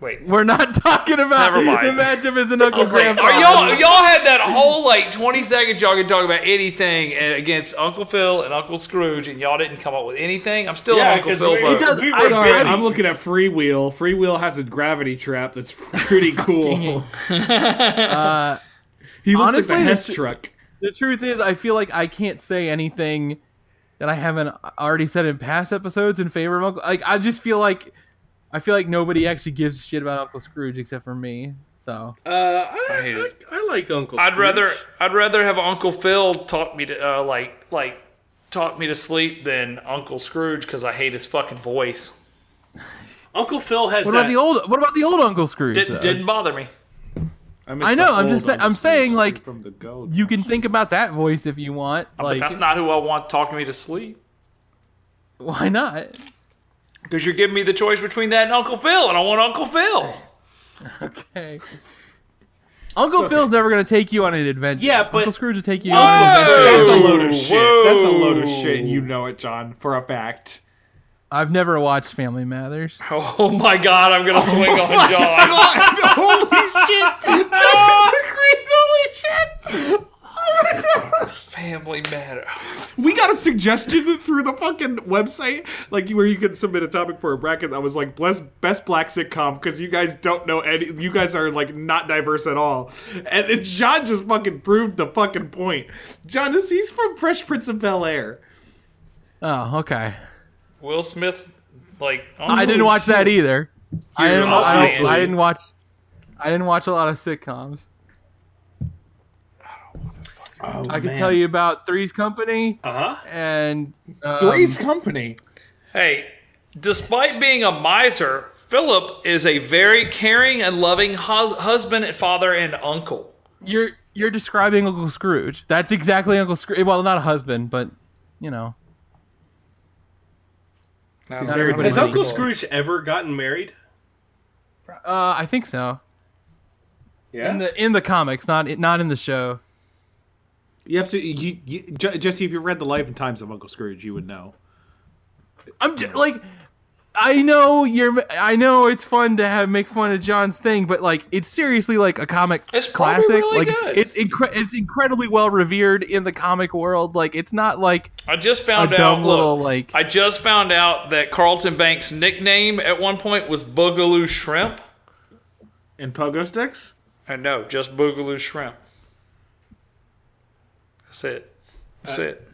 [SPEAKER 3] wait.
[SPEAKER 1] We're not talking about
[SPEAKER 3] Never mind.
[SPEAKER 1] the matchup as an Uncle
[SPEAKER 3] was like,
[SPEAKER 1] Grandpa.
[SPEAKER 3] are y'all y'all had that whole like 20 seconds y'all could talk about anything and against Uncle Phil and Uncle Scrooge and y'all didn't come up with anything. I'm still
[SPEAKER 2] Yeah,
[SPEAKER 3] an Uncle
[SPEAKER 2] 'cause
[SPEAKER 3] Phil
[SPEAKER 2] we-
[SPEAKER 3] vote.
[SPEAKER 2] he does-
[SPEAKER 1] We
[SPEAKER 2] I-
[SPEAKER 1] were
[SPEAKER 6] Sorry,
[SPEAKER 2] busy.
[SPEAKER 6] I'm looking at Freewheel. Freewheel has a gravity trap that's pretty cool. he looks
[SPEAKER 1] honestly,
[SPEAKER 6] like the Hess
[SPEAKER 1] this-
[SPEAKER 6] truck.
[SPEAKER 1] the truth is, I feel like I can't say anything that I haven't already said in past episodes in favor of Uncle. Like, I just feel like I feel like nobody actually gives a shit about Uncle Scrooge except for me. So
[SPEAKER 2] Uh, I, I,
[SPEAKER 3] hate
[SPEAKER 2] I,
[SPEAKER 3] it.
[SPEAKER 2] like Uncle.
[SPEAKER 3] I'd rather
[SPEAKER 2] Scrooge.
[SPEAKER 3] I'd rather have Uncle Phil talk me to uh, like like talk me to sleep than Uncle Scrooge because I hate his fucking voice.
[SPEAKER 2] Uncle Phil has
[SPEAKER 1] what
[SPEAKER 2] that.
[SPEAKER 1] about the old? What about the old Uncle Scrooge?
[SPEAKER 3] Didn't
[SPEAKER 1] though?
[SPEAKER 3] didn't bother me.
[SPEAKER 6] miss
[SPEAKER 1] I
[SPEAKER 6] the
[SPEAKER 1] know. I'm
[SPEAKER 6] old
[SPEAKER 1] just. Say,
[SPEAKER 6] on the
[SPEAKER 1] I'm
[SPEAKER 6] stage
[SPEAKER 1] saying
[SPEAKER 6] story
[SPEAKER 1] like
[SPEAKER 6] from the go.
[SPEAKER 1] you can think about that voice if you want. Like
[SPEAKER 3] Oh, but that's not who I want talking me to sleep.
[SPEAKER 1] why not?
[SPEAKER 3] Because you're giving me the choice between that and Uncle Phil, and I want Uncle Phil.
[SPEAKER 1] Okay. Uncle Phil's never gonna take you on an adventure.
[SPEAKER 2] Yeah, but-
[SPEAKER 1] Uncle Scrooge will take you on an adventure.
[SPEAKER 6] That's a load of shit. That's a load of shit. and You know it, John, for a fact.
[SPEAKER 1] I've never watched Family Matters.
[SPEAKER 3] Oh my God, I'm gonna swing on John. Family matter.
[SPEAKER 6] We got a suggestion through the fucking website, like where you could submit a topic for a bracket that was like best best black sitcom because you guys don't know any, you guys are like not diverse at all, and it, John just fucking proved the fucking point. John is he's from Fresh Prince of Bel Air.
[SPEAKER 1] Oh, okay.
[SPEAKER 3] Will Smith's like
[SPEAKER 1] I didn't watch that either. I didn't, I, don't-
[SPEAKER 3] obviously-
[SPEAKER 1] I didn't watch. I didn't watch a lot of sitcoms. I can tell you about Three's Company
[SPEAKER 2] Uh huh.
[SPEAKER 1] and um,
[SPEAKER 6] Three's Company.
[SPEAKER 3] Hey, despite being a miser, Philip is a very caring and loving hus- husband, father, and uncle.
[SPEAKER 1] You're you're describing Uncle Scrooge. That's exactly Uncle Scrooge. Well, not a husband, but you know,
[SPEAKER 3] He's
[SPEAKER 1] not everybody.
[SPEAKER 2] Has Uncle Scrooge ever gotten married?
[SPEAKER 1] Uh, I think so.
[SPEAKER 6] Yeah.
[SPEAKER 1] In the in the comics, not not in the show.
[SPEAKER 6] you have to you, you, Je- Jesse. If you read the life and times of Uncle Scrooge, you would know.
[SPEAKER 1] I'm just like, I know you're. I know it's fun to have make fun of John's thing, but like, it's seriously like a comic
[SPEAKER 3] It's probably
[SPEAKER 1] classic.
[SPEAKER 3] really
[SPEAKER 1] like,
[SPEAKER 3] good.
[SPEAKER 1] it's it's, incre- it's incredibly well revered in the comic world. Like, it's not like
[SPEAKER 3] I just
[SPEAKER 1] a
[SPEAKER 3] found out.
[SPEAKER 1] dumb
[SPEAKER 3] Look,
[SPEAKER 1] little like.
[SPEAKER 3] I just found out that Carlton Banks' nickname at one point was Boogaloo Shrimp.
[SPEAKER 6] And pogo sticks.
[SPEAKER 3] I know, just Boogaloo Shrimp. That's it. That's it.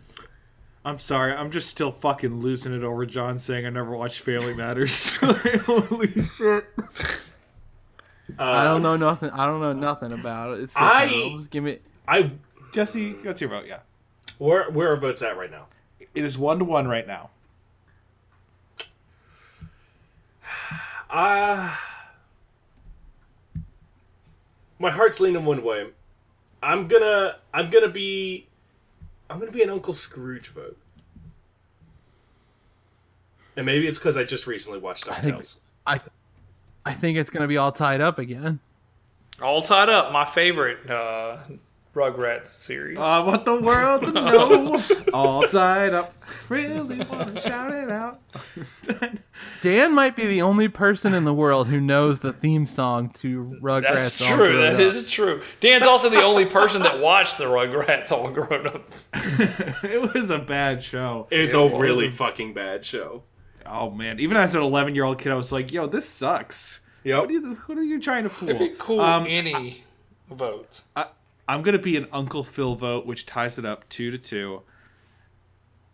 [SPEAKER 6] I'm sorry, I'm just still fucking losing it over John saying I never watched Family Matters. Holy shit.
[SPEAKER 1] I
[SPEAKER 3] um,
[SPEAKER 1] don't know nothing. I don't know nothing about it. It's like,
[SPEAKER 2] I-
[SPEAKER 1] you know, just give me.
[SPEAKER 2] I.
[SPEAKER 8] Jesse, what's your vote? Yeah,
[SPEAKER 2] Where where are votes at right now?
[SPEAKER 8] it is one to one right now.
[SPEAKER 2] Uh, my heart's leaning one way. I'm gonna I'm gonna be I'm gonna be an Uncle Scrooge vote. And maybe it's because I just recently watched
[SPEAKER 1] think-
[SPEAKER 2] DuckTales.
[SPEAKER 1] I, I think it's gonna be all tied up again.
[SPEAKER 3] All tied up. My favorite uh, Rugrats series.
[SPEAKER 6] I want Uh, the world to know. All tied up. Really want to shout it out.
[SPEAKER 1] Dan might be the only person in the world who knows the theme song to Rugrats.
[SPEAKER 3] That's
[SPEAKER 1] all
[SPEAKER 3] true.
[SPEAKER 1] grown
[SPEAKER 3] That
[SPEAKER 1] up.
[SPEAKER 3] is true. Dan's also the only person that watched the Rugrats all grown up.
[SPEAKER 6] It was a bad show.
[SPEAKER 2] It's a really fucking bad show.
[SPEAKER 6] Oh man, even as an 11 year old kid, I was like, yo, this sucks.
[SPEAKER 2] Yep.
[SPEAKER 6] What are you, what are you trying to fool?
[SPEAKER 3] Cool.
[SPEAKER 6] Um,
[SPEAKER 3] any votes?
[SPEAKER 6] I'm going to be an Uncle Phil vote, which ties it up two to two.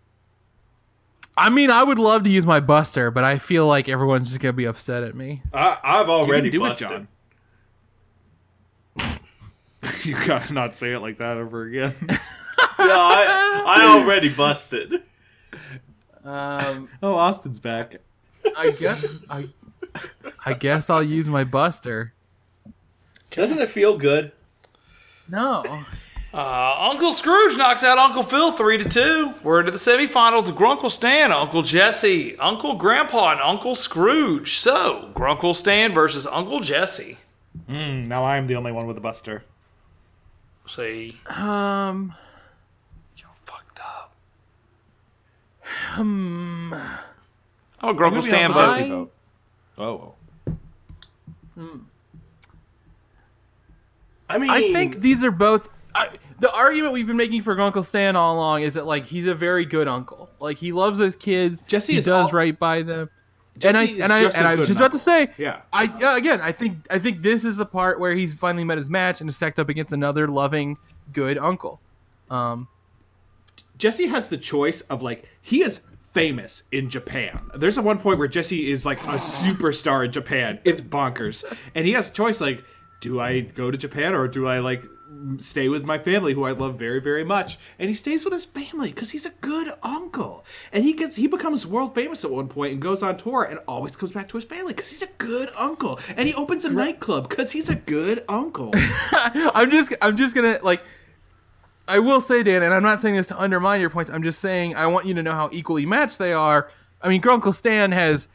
[SPEAKER 1] I mean, I would love to use my Buster, but I feel like everyone's just gonna be upset at me.
[SPEAKER 2] I, I've already
[SPEAKER 6] do it,
[SPEAKER 2] busted.
[SPEAKER 6] John. You gotta not say it like that ever again.
[SPEAKER 2] No, I, I already busted.
[SPEAKER 1] Um,
[SPEAKER 6] Oh, Austin's back.
[SPEAKER 1] I guess I, I guess I'll use my Buster.
[SPEAKER 2] Doesn't it feel good?
[SPEAKER 1] No,
[SPEAKER 3] Uh, Uncle Scrooge knocks out Uncle Phil three to two. We're into the semifinals. Grunkle Stan, Uncle Jesse, Uncle Grandpa, and Uncle Scrooge. So Grunkle Stan versus Uncle Jesse.
[SPEAKER 6] Now I'm the only one with a buster.
[SPEAKER 3] See,
[SPEAKER 1] um,
[SPEAKER 3] you fucked up. Hmm. Oh, Grunkle
[SPEAKER 6] be
[SPEAKER 3] Stan
[SPEAKER 6] Uncle
[SPEAKER 3] vote.
[SPEAKER 6] Jesse.
[SPEAKER 1] I,
[SPEAKER 6] vote. Oh.
[SPEAKER 2] I mean,
[SPEAKER 1] I think these are both. I, the argument we've been making for Uncle Stan all along is that like he's a very good uncle. Like he loves his kids.
[SPEAKER 6] Jesse
[SPEAKER 1] he
[SPEAKER 6] is
[SPEAKER 1] does
[SPEAKER 6] all-
[SPEAKER 1] right by them. and I
[SPEAKER 6] Jesse is
[SPEAKER 1] and I
[SPEAKER 6] just
[SPEAKER 1] and
[SPEAKER 6] as
[SPEAKER 1] I was
[SPEAKER 6] good
[SPEAKER 1] just
[SPEAKER 6] an
[SPEAKER 1] about to say,
[SPEAKER 6] Yeah.
[SPEAKER 1] I uh, again, I think I think this is the part where he's finally met his match and is stacked up against another loving, good uncle. Um,
[SPEAKER 6] Jesse has the choice of like he is famous in Japan. There's a one point where Jesse is like a superstar in Japan. It's bonkers. And he has a choice like do I go to Japan or do I like stay with my family who I love very very much? And he stays with his family cuz he's a good uncle. And he gets he becomes world famous at one point and goes on tour and always comes back to his family cuz he's a good uncle. And he opens a nightclub cuz he's a good uncle.
[SPEAKER 1] I'm just I'm just gonna like I will say, Dan, and I'm not saying this to undermine your points. I'm just saying I want you to know how equally matched they are. I mean, Grunkle Stan has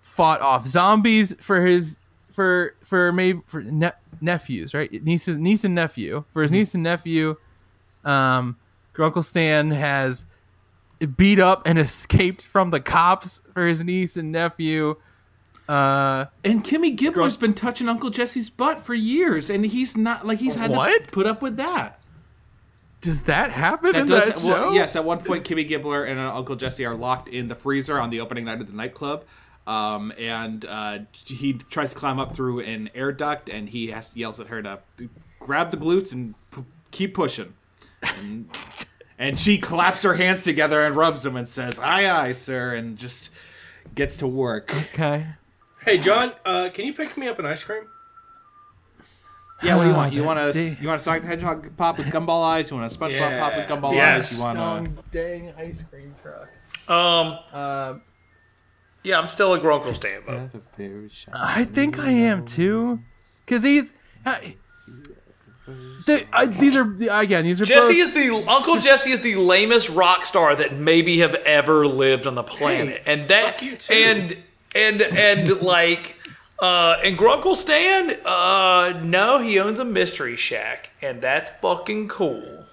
[SPEAKER 1] fought off zombies for his for for maybe for ne- nephews, right? Niece niece and nephew for his
[SPEAKER 6] Mm-hmm.
[SPEAKER 1] niece and nephew. Um, Grunkle Stan has beat up and escaped from the cops for his niece and nephew. Uh,
[SPEAKER 6] And Kimmy Gibbler's been touching Uncle Jesse's butt for years, and he's not like he's had
[SPEAKER 1] What?
[SPEAKER 6] to put up with that.
[SPEAKER 1] does that happen in
[SPEAKER 6] does-
[SPEAKER 1] that show?
[SPEAKER 6] well, yes, at one point, Kimmy Gibbler and uh, Uncle Jesse are locked in the freezer on the opening night of the nightclub. Um, and uh, he tries to climb up through an air duct, and he has, yells at her to grab the glutes and p- keep pushing. And, and she claps her hands together and rubs them and says, Aye, aye, sir, and just gets to work.
[SPEAKER 1] Okay.
[SPEAKER 2] Hey, John, uh, can you pick me up an ice cream?
[SPEAKER 6] Yeah, what do you want?
[SPEAKER 1] Ah,
[SPEAKER 6] You
[SPEAKER 1] that
[SPEAKER 6] want a
[SPEAKER 1] day.
[SPEAKER 6] you want a Sonic the Hedgehog pop with gumball eyes? You want a SpongeBob
[SPEAKER 2] Yeah.
[SPEAKER 6] pop with gumball
[SPEAKER 2] Yes.
[SPEAKER 6] eyes? You want a
[SPEAKER 1] Um, dang ice cream truck.
[SPEAKER 3] Um,
[SPEAKER 1] Um,
[SPEAKER 3] yeah, I'm still a Grunkle Stan, though.
[SPEAKER 1] I think I am too, because he's. I, they, I, these are again. These are
[SPEAKER 3] Jesse
[SPEAKER 1] both-
[SPEAKER 3] is the Uncle Jesse is the lamest rock star that maybe have ever lived on the planet, and that
[SPEAKER 2] you too.
[SPEAKER 3] and and and like uh, and Grunkle Stan, uh, no, he owns a mystery shack, and that's fucking cool.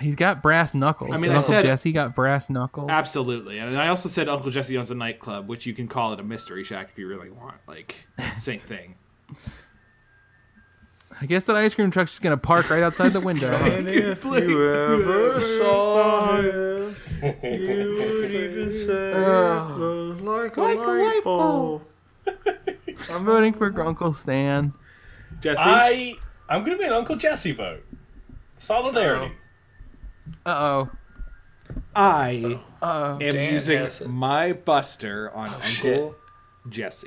[SPEAKER 1] He's got brass knuckles. I
[SPEAKER 6] mean,
[SPEAKER 1] mean,
[SPEAKER 6] I
[SPEAKER 1] Uncle
[SPEAKER 6] said-
[SPEAKER 1] Jesse got brass knuckles.
[SPEAKER 6] Absolutely, and I also said Uncle Jesse owns a nightclub, which you can call it a mystery shack if you really want. Like, same thing.
[SPEAKER 1] I guess that ice cream truck's just gonna park right outside the window. huh? I'm voting for Grunkle Stan.
[SPEAKER 6] Jesse,
[SPEAKER 2] I I'm gonna be an Uncle Jesse vote. Solidarity.
[SPEAKER 1] Uh oh.
[SPEAKER 6] I
[SPEAKER 1] Uh
[SPEAKER 6] am
[SPEAKER 3] Dan
[SPEAKER 6] using
[SPEAKER 3] has it.
[SPEAKER 6] my Buster on Uncle
[SPEAKER 3] shit.
[SPEAKER 6] Jesse.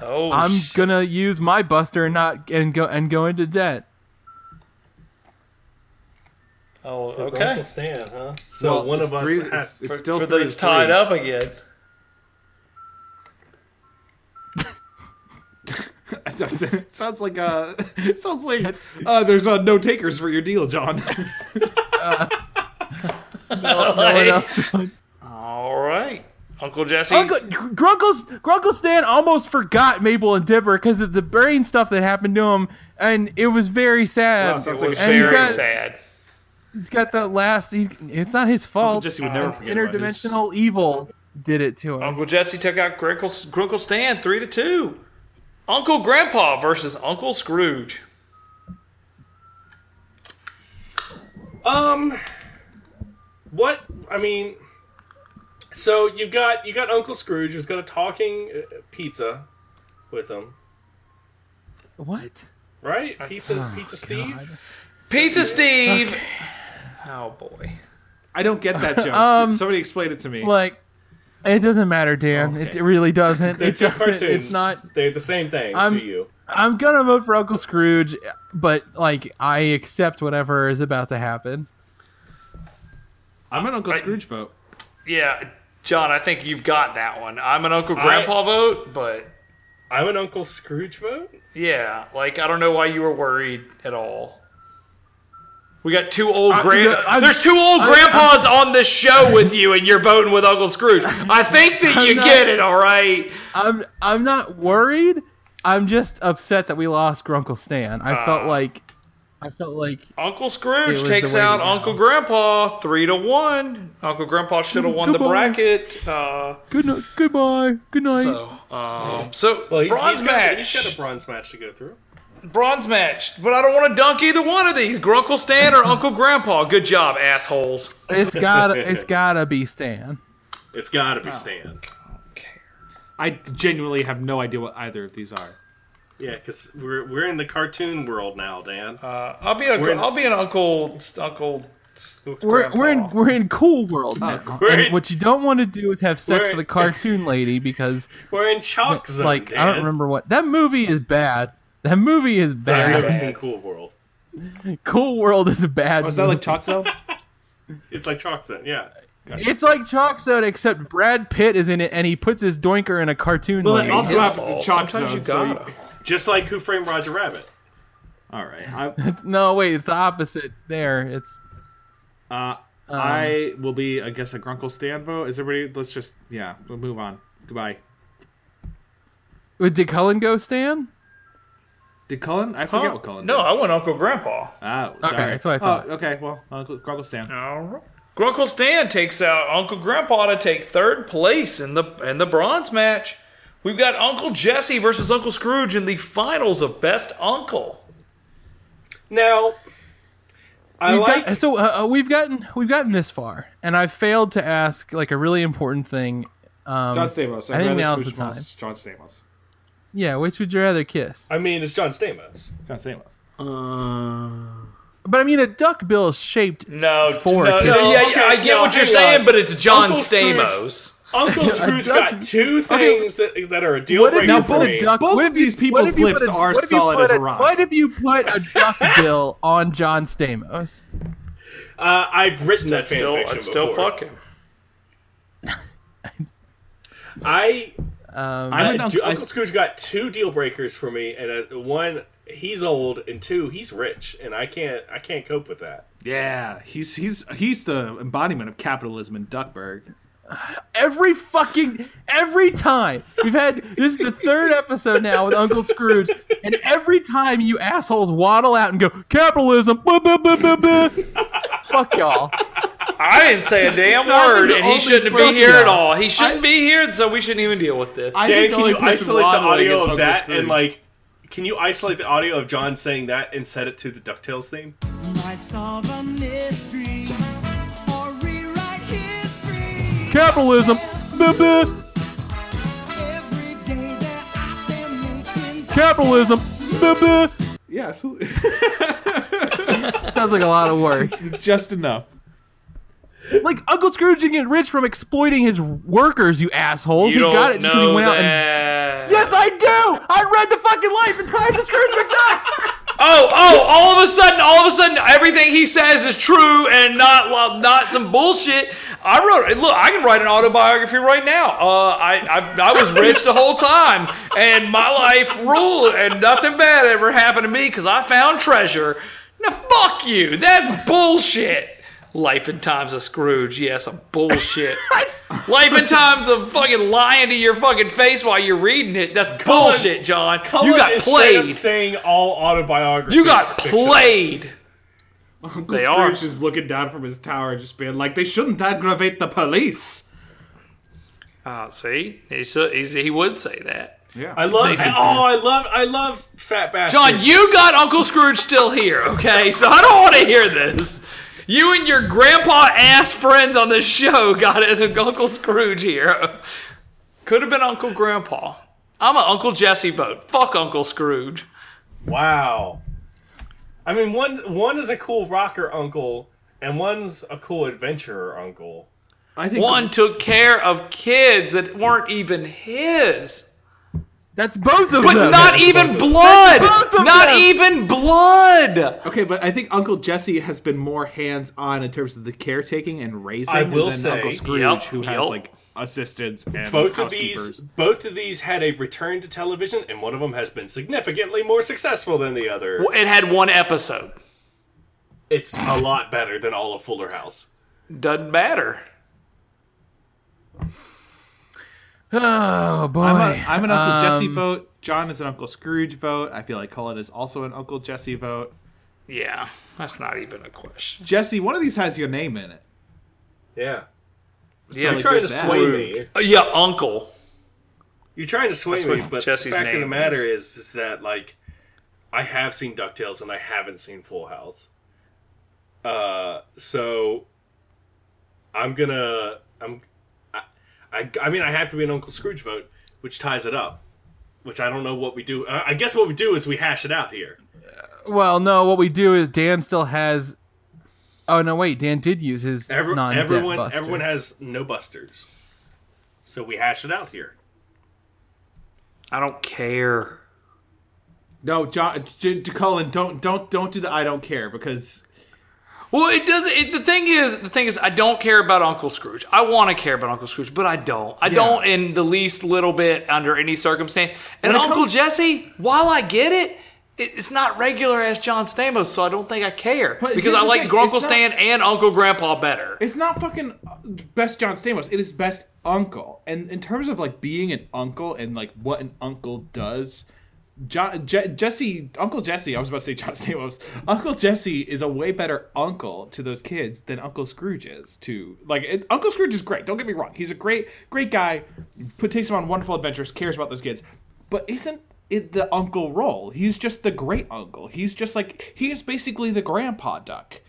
[SPEAKER 3] Oh,
[SPEAKER 1] I'm
[SPEAKER 3] sh-
[SPEAKER 1] gonna use my Buster and not and go and go into debt.
[SPEAKER 3] oh, okay.
[SPEAKER 2] Stan, huh? So
[SPEAKER 6] Well,
[SPEAKER 2] one
[SPEAKER 6] it's
[SPEAKER 2] of us
[SPEAKER 6] three-
[SPEAKER 2] has.
[SPEAKER 6] it's- it's still
[SPEAKER 3] For
[SPEAKER 6] three
[SPEAKER 3] those
[SPEAKER 6] to
[SPEAKER 3] tied
[SPEAKER 6] three.
[SPEAKER 3] up again.
[SPEAKER 6] It sounds like uh, it sounds like uh, there's uh, no takers for your deal, John.
[SPEAKER 3] All right, Uncle Jesse.
[SPEAKER 1] Uncle Grunkle's Grunkle Stan almost forgot Mabel and Dipper because of the brain stuff that happened to him, and it was very sad.
[SPEAKER 2] Wow,
[SPEAKER 3] it
[SPEAKER 2] sounds
[SPEAKER 3] was
[SPEAKER 2] like-
[SPEAKER 1] and he's
[SPEAKER 3] very
[SPEAKER 1] got-
[SPEAKER 3] sad.
[SPEAKER 1] He's got that last. He's, it's not his fault. Uh,
[SPEAKER 6] Jesse would never forget about his- Oh.
[SPEAKER 1] Interdimensional evil did it to him.
[SPEAKER 3] Uncle Jesse took out Grunkle, Grunkle Stan three to two. Uncle Grandpa versus Uncle Scrooge.
[SPEAKER 2] Um, what I mean. So you've got you got Uncle Scrooge who's got a talking uh, pizza with him,
[SPEAKER 1] What?
[SPEAKER 2] right? Pizza Pizza Steve.
[SPEAKER 3] Pizza Steve. Oh boy.
[SPEAKER 6] I don't get that joke.
[SPEAKER 1] Um,
[SPEAKER 6] Somebody explain it to me.
[SPEAKER 1] Like, it doesn't matter, Dan. It,
[SPEAKER 6] Oh, Okay.
[SPEAKER 1] it really doesn't.
[SPEAKER 2] They're
[SPEAKER 1] it
[SPEAKER 2] two
[SPEAKER 1] doesn't.
[SPEAKER 2] cartoons.
[SPEAKER 1] It's not.
[SPEAKER 2] They're the same thing
[SPEAKER 1] I'm-
[SPEAKER 2] to you.
[SPEAKER 1] I'm gonna vote for Uncle Scrooge, but like, I accept whatever is about to happen.
[SPEAKER 6] I'm an Uncle Scrooge vote.
[SPEAKER 3] Yeah, John, I think you've got that one. I'm an Uncle Grandpa vote, but
[SPEAKER 2] I'm an Uncle Scrooge vote.
[SPEAKER 3] yeah, like I don't know why you were worried at all. We got two old
[SPEAKER 1] I-
[SPEAKER 3] grand.
[SPEAKER 1] yeah, I'm-
[SPEAKER 3] There's two old
[SPEAKER 1] I'm-
[SPEAKER 3] grandpas on this show with you, and you're voting with Uncle Scrooge. I think that
[SPEAKER 1] I'm
[SPEAKER 3] you
[SPEAKER 1] not-
[SPEAKER 3] get it, all right.
[SPEAKER 1] I'm I'm not worried. I'm just upset that we lost Grunkle Stan. I felt
[SPEAKER 6] Ah.
[SPEAKER 1] like I felt like
[SPEAKER 3] Uncle
[SPEAKER 1] It
[SPEAKER 3] Scrooge
[SPEAKER 1] was
[SPEAKER 3] takes
[SPEAKER 1] the way
[SPEAKER 3] out
[SPEAKER 1] to go.
[SPEAKER 3] Uncle Grandpa three to one. Uncle Grandpa should have won the
[SPEAKER 1] Mm, Goodbye.
[SPEAKER 3] bracket. Uh,
[SPEAKER 1] good night, goodbye, good night.
[SPEAKER 3] so, um, so
[SPEAKER 2] He's-
[SPEAKER 3] bronze
[SPEAKER 2] he's got-
[SPEAKER 3] match,
[SPEAKER 2] he's got a bronze match to go through.
[SPEAKER 3] bronze match. But I don't want to dunk either one of these, Grunkle Stan or Uncle Grandpa. Good job, assholes.
[SPEAKER 1] it's gotta it's gotta be Stan.
[SPEAKER 2] It's gotta be Stan.
[SPEAKER 6] I genuinely have no idea what either of these are.
[SPEAKER 2] Yeah, because we're we're in the cartoon world now, Dan.
[SPEAKER 3] Uh, I'll be a,
[SPEAKER 2] We're in-
[SPEAKER 3] I'll be an Uncle Uncle
[SPEAKER 1] We're, we're in we're in cool world now.
[SPEAKER 2] We're
[SPEAKER 1] And
[SPEAKER 2] in-
[SPEAKER 1] what you don't want to do is have sex
[SPEAKER 2] We're-
[SPEAKER 1] with a cartoon lady because
[SPEAKER 2] We're in chalk
[SPEAKER 1] it's
[SPEAKER 2] zone.
[SPEAKER 1] like I
[SPEAKER 2] Dan.
[SPEAKER 1] don't remember what that movie is bad. That movie is
[SPEAKER 2] I've never
[SPEAKER 1] bad.
[SPEAKER 2] seen Cool World.
[SPEAKER 1] Cool World Oh, is a bad.
[SPEAKER 6] Was Oh, that like
[SPEAKER 1] movie.
[SPEAKER 6] Choxo?
[SPEAKER 2] It's like chalk zone. Yeah.
[SPEAKER 1] It's like Chalk Zone except Brad Pitt is in it and he puts his doinker in a cartoon
[SPEAKER 5] Well, it
[SPEAKER 1] lady.
[SPEAKER 5] also
[SPEAKER 6] His
[SPEAKER 5] happens in
[SPEAKER 6] fault.
[SPEAKER 5] Chalk
[SPEAKER 6] Sometimes
[SPEAKER 5] Zone.
[SPEAKER 6] you
[SPEAKER 5] so
[SPEAKER 6] gotta.
[SPEAKER 2] Just like Who Framed Roger Rabbit.
[SPEAKER 5] all right, I,
[SPEAKER 1] Um, no, wait, it's the opposite. There, it's
[SPEAKER 5] uh, I will be, I guess, a Grunkle Stan vote. Is everybody? Let's just, yeah, we'll move on. Goodbye.
[SPEAKER 1] would did Cullen go Stan?
[SPEAKER 5] Did Cullen? I forget what Cullen.
[SPEAKER 3] No,
[SPEAKER 5] did.
[SPEAKER 3] I want Uncle Grandpa.
[SPEAKER 5] Oh, sorry.
[SPEAKER 1] Okay, that's what I thought. Um,
[SPEAKER 5] Oh, okay, well, uh, Grunkle Stan.
[SPEAKER 3] All right. Grunkle Stan takes out Uncle Grandpa to take third place in the in the bronze match. We've got Uncle Jesse versus Uncle Scrooge in the finals of Best Uncle.
[SPEAKER 2] Now, I
[SPEAKER 1] We've
[SPEAKER 2] like.
[SPEAKER 1] got, so uh, uh, we've gotten we've gotten this far, and I failed to ask like a really important thing. Um,
[SPEAKER 5] John Stamos. I'd
[SPEAKER 1] I think
[SPEAKER 5] rather
[SPEAKER 1] now's the
[SPEAKER 5] smooch him
[SPEAKER 1] time.
[SPEAKER 5] as John Stamos.
[SPEAKER 1] yeah, which would you rather kiss?
[SPEAKER 2] I mean, it's John Stamos.
[SPEAKER 5] John Stamos.
[SPEAKER 1] But I mean, a duckbill is shaped.
[SPEAKER 3] No,
[SPEAKER 1] Four
[SPEAKER 3] no,
[SPEAKER 1] kids.
[SPEAKER 3] no,
[SPEAKER 1] No,
[SPEAKER 3] yeah,
[SPEAKER 2] okay,
[SPEAKER 3] yeah, I get
[SPEAKER 2] no,
[SPEAKER 3] what you're
[SPEAKER 2] hang
[SPEAKER 3] saying,
[SPEAKER 2] on.
[SPEAKER 3] but it's John
[SPEAKER 2] Uncle Scrooge-
[SPEAKER 3] Stamos.
[SPEAKER 2] Uncle Scrooge
[SPEAKER 1] duck-
[SPEAKER 2] got two things that, that are a deal
[SPEAKER 1] What if
[SPEAKER 2] breaker
[SPEAKER 1] you
[SPEAKER 2] for
[SPEAKER 1] put
[SPEAKER 2] me.
[SPEAKER 1] a duck?
[SPEAKER 5] Both
[SPEAKER 1] what
[SPEAKER 5] of
[SPEAKER 1] if you-
[SPEAKER 5] these
[SPEAKER 1] what
[SPEAKER 5] people's
[SPEAKER 1] if you
[SPEAKER 5] lips
[SPEAKER 1] put a-
[SPEAKER 5] are
[SPEAKER 1] what if you
[SPEAKER 5] solid
[SPEAKER 1] put
[SPEAKER 5] as a rock.
[SPEAKER 1] What if you put a duckbill on John Stamos?
[SPEAKER 2] Uh, I've written that fan
[SPEAKER 3] Still,
[SPEAKER 2] fiction
[SPEAKER 3] it's still
[SPEAKER 2] before.
[SPEAKER 3] fucking.
[SPEAKER 2] I,
[SPEAKER 1] Um,
[SPEAKER 2] I,
[SPEAKER 5] an
[SPEAKER 2] do,
[SPEAKER 5] uncle-
[SPEAKER 2] Uncle Scrooge got two deal breakers for me, and uh, one he's old, and two he's rich, and I can't I can't cope with that.
[SPEAKER 5] Yeah, he's he's he's the embodiment of capitalism in Duckburg.
[SPEAKER 1] every fucking every time we've had this is the third episode now with Uncle Scrooge, and every time you assholes waddle out and go capitalism, buh, buh, buh, buh, buh." fuck y'all.
[SPEAKER 3] I didn't say a damn
[SPEAKER 1] I'm
[SPEAKER 3] word,
[SPEAKER 1] the
[SPEAKER 3] and he
[SPEAKER 1] only
[SPEAKER 3] shouldn't be
[SPEAKER 1] person-
[SPEAKER 3] here at all. He shouldn't be here, so we shouldn't even deal with this.
[SPEAKER 5] I
[SPEAKER 2] Dan,
[SPEAKER 5] think the
[SPEAKER 2] can
[SPEAKER 5] only
[SPEAKER 2] you
[SPEAKER 5] person
[SPEAKER 2] isolate the
[SPEAKER 5] waddling is
[SPEAKER 2] audio
[SPEAKER 5] Uncle
[SPEAKER 2] of that
[SPEAKER 5] Scrooge.
[SPEAKER 2] and like, can you isolate the audio of John saying that and set it to the Ducktales theme?
[SPEAKER 9] might solve a mystery or rewrite history.
[SPEAKER 1] Capitalism, buh, buh.
[SPEAKER 9] Every day they're out there making
[SPEAKER 1] capitalism. buh, buh.
[SPEAKER 5] Yeah, absolutely.
[SPEAKER 1] Sounds like a lot of work.
[SPEAKER 5] just enough.
[SPEAKER 1] Like Uncle Scrooge didn't get rich from exploiting his workers, you assholes.
[SPEAKER 3] you
[SPEAKER 1] he
[SPEAKER 3] don't
[SPEAKER 1] got it
[SPEAKER 3] know
[SPEAKER 1] just because he went out and.
[SPEAKER 3] that.
[SPEAKER 1] Yes, I do. I read the fucking life and times of Scrooge McDuck.
[SPEAKER 3] Oh, oh! All of a sudden, all of a sudden, everything he says is true and not lo- not some bullshit. I wrote. Look, I can write an autobiography right now. Uh, I, I I was rich the whole time, and my life ruled, and nothing bad ever happened to me because I found treasure. Now, fuck you. That's bullshit. Life and times of Scrooge. Yeah, some bullshit. Life and times of fucking lying to your fucking face while you're reading it. That's bullshit, John. you
[SPEAKER 2] Cullen
[SPEAKER 3] got
[SPEAKER 2] is straight up
[SPEAKER 3] played.
[SPEAKER 2] saying all autobiographies.
[SPEAKER 3] You got
[SPEAKER 2] are fictional.
[SPEAKER 3] played.
[SPEAKER 5] Uncle
[SPEAKER 3] They are.
[SPEAKER 5] Scrooge is looking down from his tower, just being like, "They shouldn't aggravate the police."
[SPEAKER 3] Uh, see, he, so, he's, he would say that.
[SPEAKER 2] I love.
[SPEAKER 3] It's easy.
[SPEAKER 2] Oh, I love. I love Fat Bastard.
[SPEAKER 3] John, you got Uncle Scrooge still here, okay? So I don't want to hear this. You and your grandpa ass friends on this show got it. Uncle Scrooge here. Could have been Uncle Grandpa. I'm an Uncle Jesse vote. Fuck Uncle Scrooge.
[SPEAKER 2] Wow. I mean, one one is a cool rocker uncle, and one's a cool adventurer uncle.
[SPEAKER 5] I think
[SPEAKER 3] One took care of kids that weren't even his,
[SPEAKER 1] That's both of
[SPEAKER 3] but
[SPEAKER 1] them.
[SPEAKER 3] not even blood.
[SPEAKER 1] both of
[SPEAKER 3] Not
[SPEAKER 1] them.
[SPEAKER 3] even blood.
[SPEAKER 5] Okay, but I think Uncle Jesse has been more hands-on in terms of the caretaking and raising
[SPEAKER 2] I will
[SPEAKER 5] than
[SPEAKER 2] say-
[SPEAKER 5] Uncle Scrooge,
[SPEAKER 3] Yep,
[SPEAKER 5] who has
[SPEAKER 3] yep.
[SPEAKER 5] like assistants and
[SPEAKER 2] Both of
[SPEAKER 5] housekeepers.
[SPEAKER 2] these, both of these had a return to television, and one of them has been significantly more successful than the other.
[SPEAKER 3] It had one episode.
[SPEAKER 2] It's a lot better than all of Fuller House.
[SPEAKER 3] Doesn't matter.
[SPEAKER 1] Oh boy.
[SPEAKER 5] I'm, a, I'm an Uncle Jesse vote. John is an Uncle Scrooge vote. I feel like Cullen is also an Uncle Jesse vote.
[SPEAKER 3] Yeah, that's not even a question.
[SPEAKER 5] Jesse, one of these has your name in it.
[SPEAKER 2] Yeah,
[SPEAKER 3] yeah,
[SPEAKER 2] you're trying to
[SPEAKER 5] that.
[SPEAKER 2] sway me.
[SPEAKER 3] Uh, yeah, Uncle.
[SPEAKER 2] You're trying to sway
[SPEAKER 3] what
[SPEAKER 2] me, but
[SPEAKER 3] Jesse's
[SPEAKER 2] the fact of the
[SPEAKER 3] name
[SPEAKER 2] matter is, is that like I have seen Ducktales and I haven't seen Full House. Uh, so I'm gonna I'm I, I I mean I have to be an Uncle Scrooge vote, which ties it up. Which I don't know what we do. Uh, I guess what we do is we hash it out here.
[SPEAKER 1] Well, no, what we do is Dan still has Oh no, wait. Dan did use his
[SPEAKER 2] Every,
[SPEAKER 1] non-debt
[SPEAKER 2] everyone,
[SPEAKER 1] buster.
[SPEAKER 2] everyone has no busters, so we hash it out here.
[SPEAKER 3] I don't care.
[SPEAKER 6] No, John, J- J- Colin, don't don't don't do the I don't care because
[SPEAKER 3] Well, it doesn't. It, the thing is, the thing is, I don't care about Uncle Scrooge. I want to care about Uncle Scrooge, but I don't. I don't in the least little bit under any circumstance. And
[SPEAKER 6] When it
[SPEAKER 3] Uncle
[SPEAKER 6] comes-
[SPEAKER 3] Jesse, while I get it, it, it's not regular as John Stamos, so I don't think I care
[SPEAKER 6] But
[SPEAKER 3] because
[SPEAKER 6] here's
[SPEAKER 3] I
[SPEAKER 6] the
[SPEAKER 3] like
[SPEAKER 6] thing,
[SPEAKER 3] Grunkle
[SPEAKER 6] it's not-
[SPEAKER 3] Stan and Uncle Grandpa better.
[SPEAKER 6] it's not fucking uh, best John Stamos. It is best uncle. And in terms of like being an uncle and like what an uncle does, John Je- Jesse, Uncle Jesse, I was about to say John Stamos. Uncle Jesse is a way better uncle to those kids than Uncle Scrooge is to like it, Uncle Scrooge is great. Don't get me wrong. He's a great great guy. Put takes them on wonderful adventures. Cares about those kids, but isn't it the uncle role? He's just the great uncle. He's just like he is basically the grandpa duck.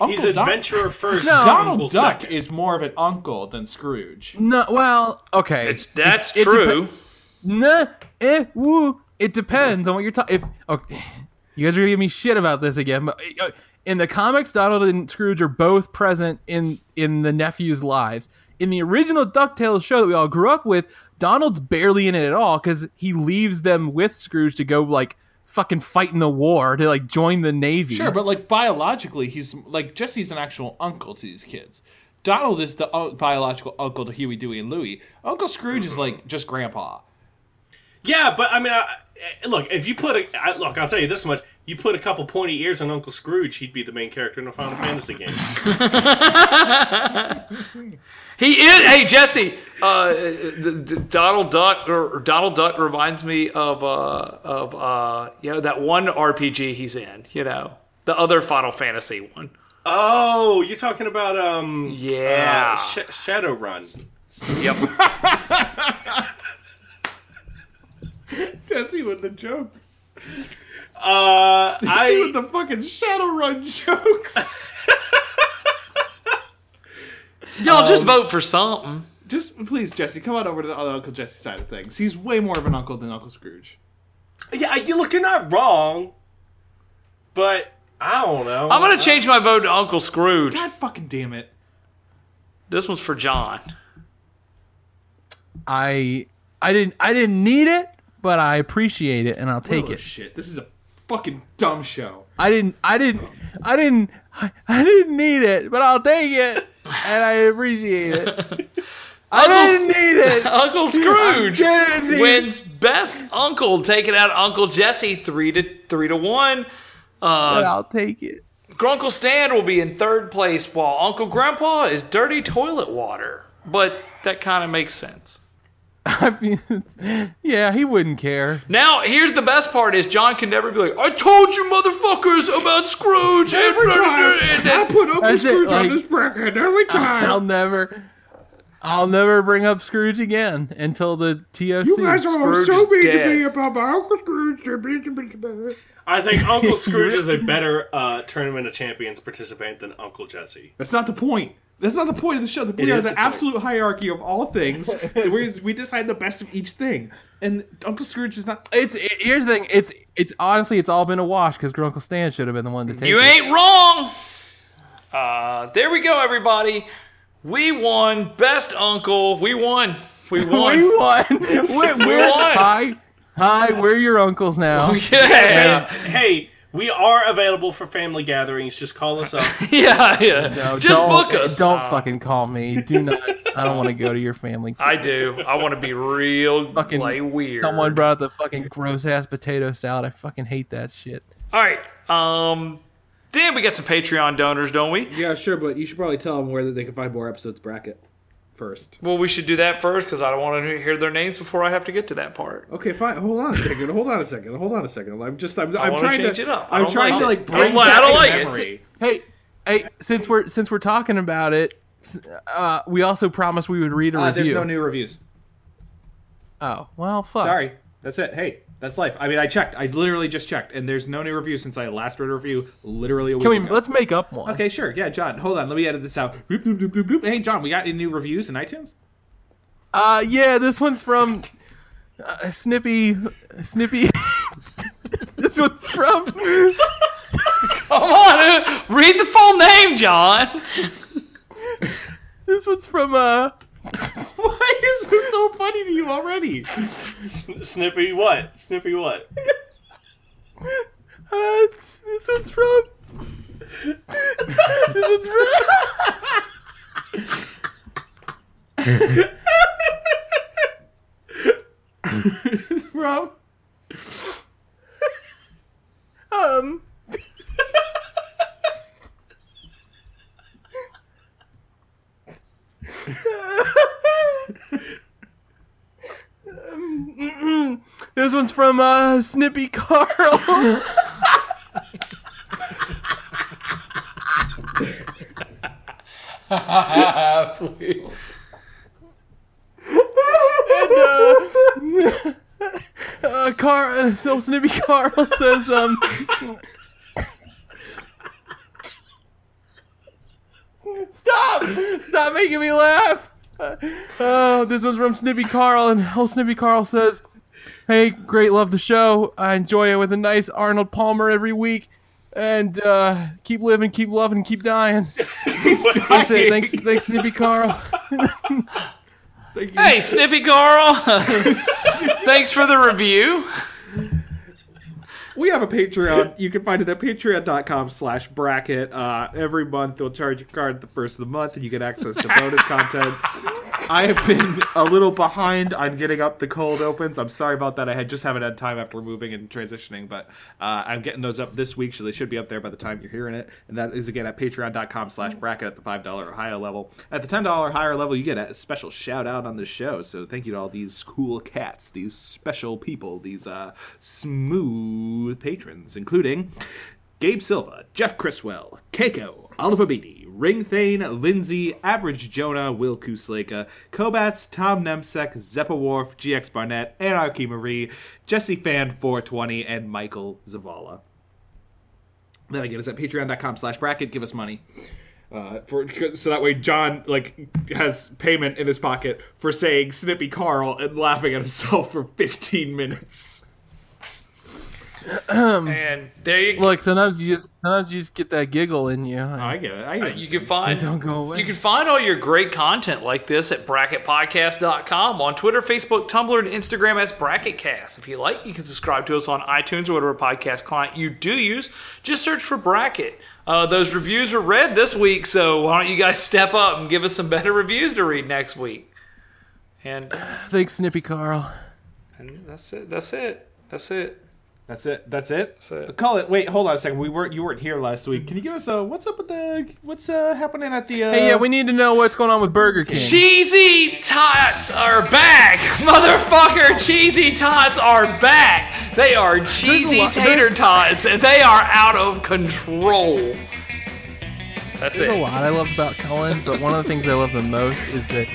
[SPEAKER 6] Uncle
[SPEAKER 2] He's
[SPEAKER 3] Oh,
[SPEAKER 6] Doc-
[SPEAKER 2] adventurer first.
[SPEAKER 6] Donald
[SPEAKER 2] Uncle
[SPEAKER 6] Duck
[SPEAKER 2] second.
[SPEAKER 6] is more of an uncle than Scrooge.
[SPEAKER 1] No, well, okay.
[SPEAKER 3] It's that's
[SPEAKER 1] it depe-
[SPEAKER 3] true.
[SPEAKER 1] Nah, eh, woo. It depends on what you're talking. If okay, you guys are gonna give me shit about this again, but uh, in the comics, Donald and Scrooge are both present in in the nephews' lives. In the original Ducktales show that we all grew up with, Donald's barely in it at all because he leaves them with Scrooge to go like fucking fight in the war to like join the navy.
[SPEAKER 6] Sure, but like biologically, he's like Jesse's an actual uncle to these kids. Donald is the un- biological uncle to Huey, Dewey, and Louie. Uncle Scrooge is like just grandpa.
[SPEAKER 2] Yeah, but I mean, I, I- look, if you put a I, look, I'll tell you this much: you put a couple pointy ears on Uncle Scrooge, he'd be the main character in a Final Fantasy game.
[SPEAKER 3] He is. Hey Jesse, uh, the, the Donald Duck or or Donald Duck reminds me of uh, of uh, you know that one RPG he's in. You know the other Final Fantasy one.
[SPEAKER 2] Oh, you're talking about um,
[SPEAKER 3] Yeah.
[SPEAKER 2] uh, Sh- Shadowrun.
[SPEAKER 3] Yep.
[SPEAKER 6] Jesse with the jokes.
[SPEAKER 2] Uh, I
[SPEAKER 6] the fucking Shadowrun jokes.
[SPEAKER 3] Y'all just vote for something.
[SPEAKER 6] just please, Jesse, come on over to the other Uncle Jesse side of things. He's way more of an uncle than Uncle Scrooge.
[SPEAKER 2] yeah, you look, you're not wrong, but I don't know.
[SPEAKER 3] I'm gonna change my vote to Uncle Scrooge.
[SPEAKER 6] God fucking damn it.
[SPEAKER 3] This one's for John.
[SPEAKER 1] I I didn't I didn't need it, but I appreciate it and I'll take
[SPEAKER 6] Oh,
[SPEAKER 1] it.
[SPEAKER 6] shit. This is a fucking dumb show.
[SPEAKER 1] I didn't. I didn't. I didn't. I, I didn't need it, but I'll take it, and I appreciate it. I didn't need it.
[SPEAKER 3] Uncle Scrooge
[SPEAKER 1] didn't need-
[SPEAKER 3] wins best uncle, taking out Uncle Jesse three to three to one.
[SPEAKER 1] But I'll take it.
[SPEAKER 3] Grunkle Stan will be in third place while Uncle Grandpa is dirty toilet water. But that kind of makes sense.
[SPEAKER 1] I mean, it's- yeah, he wouldn't care.
[SPEAKER 3] Now, here's the best part is John can never be like, I told you motherfuckers about Scrooge. and- and- and- and-
[SPEAKER 6] put Uncle
[SPEAKER 1] That's it, Scrooge on like- Uh, this
[SPEAKER 6] bracket every time.
[SPEAKER 1] I'll never. I'll never bring up Scrooge again until the TOC.
[SPEAKER 3] Scrooge so is mean to dead. me
[SPEAKER 6] about my Uncle Scrooge.
[SPEAKER 2] I think Uncle Scrooge is a better uh, tournament of champions participant than Uncle Jesse.
[SPEAKER 6] That's not the point. That's not the point of the show. The we are
[SPEAKER 2] is
[SPEAKER 6] the,
[SPEAKER 2] the point.
[SPEAKER 6] absolute hierarchy of all things. we we decide the best of each thing. And Uncle Scrooge is not.
[SPEAKER 1] It's it, here's the thing. It's it's honestly it's all been a wash because Grunkle Stan should have been the one to take
[SPEAKER 3] You
[SPEAKER 1] it.
[SPEAKER 3] ain't wrong. Uh, there we go, everybody. We won. Best uncle. We won. We won.
[SPEAKER 1] We won. We're, we're-
[SPEAKER 3] won.
[SPEAKER 1] Hi, hi. We're your uncles now.
[SPEAKER 3] Yeah.
[SPEAKER 2] Hey, we are available for family gatherings. Just call us up.
[SPEAKER 3] Yeah, yeah.
[SPEAKER 1] No,
[SPEAKER 3] Just
[SPEAKER 1] don't-
[SPEAKER 3] book us.
[SPEAKER 1] Don't fucking call me. Do not. I don't want to go to your family.
[SPEAKER 3] I do. I want to be real
[SPEAKER 1] Fucking
[SPEAKER 3] like weird.
[SPEAKER 1] Someone brought up the fucking gross ass potato salad. I fucking hate that shit.
[SPEAKER 3] All right. Um, then we got some Patreon donors, don't we?
[SPEAKER 10] Yeah, sure, but you should probably tell them where they can find more episodes bracket first.
[SPEAKER 3] Well, we should do that first because I don't want to hear their names before I have to get to that part.
[SPEAKER 10] Okay, fine. Hold on a second. Hold on a second. Hold on a second. I'm just. I'm, I'm
[SPEAKER 3] wanna
[SPEAKER 10] trying
[SPEAKER 3] change
[SPEAKER 10] to.
[SPEAKER 3] it up. I
[SPEAKER 10] I'm
[SPEAKER 3] don't
[SPEAKER 10] trying
[SPEAKER 3] like
[SPEAKER 10] to like
[SPEAKER 3] it. I don't
[SPEAKER 10] bring
[SPEAKER 3] like- I
[SPEAKER 10] back
[SPEAKER 3] don't
[SPEAKER 10] the
[SPEAKER 3] like it.
[SPEAKER 10] memory.
[SPEAKER 1] Hey, hey. Since we're since we're talking about it, s- uh, we also promised we would read a
[SPEAKER 10] Uh,
[SPEAKER 1] review.
[SPEAKER 10] there's no new reviews.
[SPEAKER 1] oh well, fuck.
[SPEAKER 10] Sorry. That's it. Hey, that's life. I mean, I checked. I literally just checked, and there's no new review since I last read a review literally a week
[SPEAKER 1] Can we?
[SPEAKER 10] ago.
[SPEAKER 1] Let's make up one.
[SPEAKER 10] Okay, sure. Yeah, John. Hold on. Let me edit this out. Boop, boop, boop, boop, boop. Hey, John, we got any new reviews in iTunes?
[SPEAKER 1] Uh, yeah. This one's from uh, Snippy. Snippy. this one's from.
[SPEAKER 3] Come on, uh, read the full name, John.
[SPEAKER 1] This one's from uh
[SPEAKER 6] Why is this so funny to you already?
[SPEAKER 2] Sn- Snippy what? Snippy what?
[SPEAKER 1] Uh, this one's from. this one's from.
[SPEAKER 6] Rob?
[SPEAKER 1] Um. Um, this one's from uh, Snippy Carl. uh, Car- uh, so Snippy Carl says, um, stop, stop making me laugh. Uh, oh, this one's from Snippy Carl, and old Snippy Carl says, "Hey, great, love the show. I enjoy it with a nice Arnold Palmer every week." And uh, keep living, keep loving, keep dying. That's it. Thanks, thanks, Snippy Carl.
[SPEAKER 3] Hey, Snippy Carl. Thanks for the review.
[SPEAKER 6] We have a Patreon. You can find it at patreon.com slash bracket. Uh, every month they'll charge your card the first of the month and you get access to bonus content. I have been a little behind on getting up the cold opens. I'm sorry about that. I had just haven't had time after moving and transitioning, but uh, I'm getting those up this week, so they should be up there by the time you're hearing it. And that is again at patreon.com slash bracket at the $5 or higher level. At the $10 or higher level, you get a special shout out on the show. So thank you to all these cool cats, these special people, these uh, smooth patrons, including Gabe Silva, Jeff Criswell, Keiko, Oliver Beatty, Ringthane, Lindsay, Average Jonah, Will Kusleka, Kobats, Tom Nemsek, Zeppa Wharf, GX Barnett, Anarchy Marie, Jesse Fan 420, and Michael Zavala. Then again, it's at patreon.com slash bracket. Give us money. Uh, for, so that way John like has payment in his pocket for saying Snippy Carl and laughing at himself for 15 minutes.
[SPEAKER 3] And there you go.
[SPEAKER 1] Look, sometimes you just sometimes you just get that giggle in you. and
[SPEAKER 6] I get it. I get it.
[SPEAKER 3] Uh, You can find
[SPEAKER 1] don't go away.
[SPEAKER 3] You can find all your great content like this at bracketpodcast.com on Twitter, Facebook, Tumblr, and Instagram as bracketcast. If you like, you can subscribe to us on iTunes or whatever podcast client you do use. Just search for bracket. Uh, those reviews are read this week, so why don't you guys step up and give us some better reviews to read next week? And,
[SPEAKER 1] Thanks, Snippy Carl.
[SPEAKER 3] and that's it. That's it. That's it.
[SPEAKER 6] That's it. That's it. Uh,
[SPEAKER 3] it.
[SPEAKER 6] Call it. Wait, hold on a second. We weren't. You weren't here last week. Can you give us a what's up with the what's uh, happening at the? Uh,
[SPEAKER 1] Hey, yeah, we need to know what's going on with Burger King.
[SPEAKER 3] Cheesy tots are back, motherfucker! Cheesy tots are back. They are cheesy
[SPEAKER 1] lot-
[SPEAKER 3] tater tots, and they are out of control. That's
[SPEAKER 1] There's a
[SPEAKER 3] it.
[SPEAKER 1] lot I love about Cullen, but one of the things I love the most is that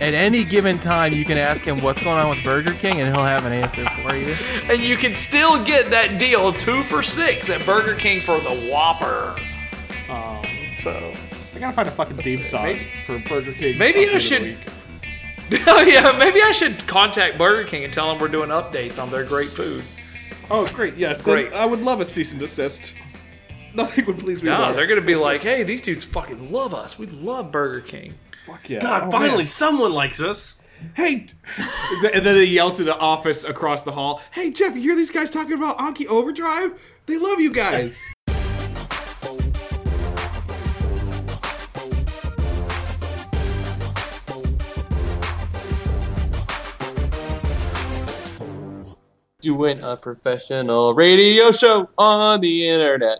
[SPEAKER 1] at any given time you can ask him what's going on with Burger King and he'll have an answer for you.
[SPEAKER 3] And you can still get that deal two for six at Burger King for the Whopper.
[SPEAKER 6] Um,
[SPEAKER 3] So
[SPEAKER 6] I gotta find a fucking theme song
[SPEAKER 3] Maybe-
[SPEAKER 6] for Burger King.
[SPEAKER 3] maybe I
[SPEAKER 6] Update of the
[SPEAKER 3] should-
[SPEAKER 6] week.
[SPEAKER 3] oh yeah, maybe I should contact Burger King and tell them we're doing updates on their great food.
[SPEAKER 6] Oh, great. Yes,
[SPEAKER 3] Great.
[SPEAKER 6] great. I would love a cease and desist. Nothing would please me
[SPEAKER 3] No,
[SPEAKER 6] more.
[SPEAKER 3] they're gonna be like, hey, these dudes fucking love us. We love Burger King.
[SPEAKER 6] Fuck yeah.
[SPEAKER 2] God,
[SPEAKER 6] Oh,
[SPEAKER 2] finally
[SPEAKER 6] man.
[SPEAKER 2] someone likes us.
[SPEAKER 6] Hey, and then they yell to the office across the hall. Hey, Jeff, you hear these guys talking about Anki Overdrive? They love you guys.
[SPEAKER 11] doing a professional radio show on the internet.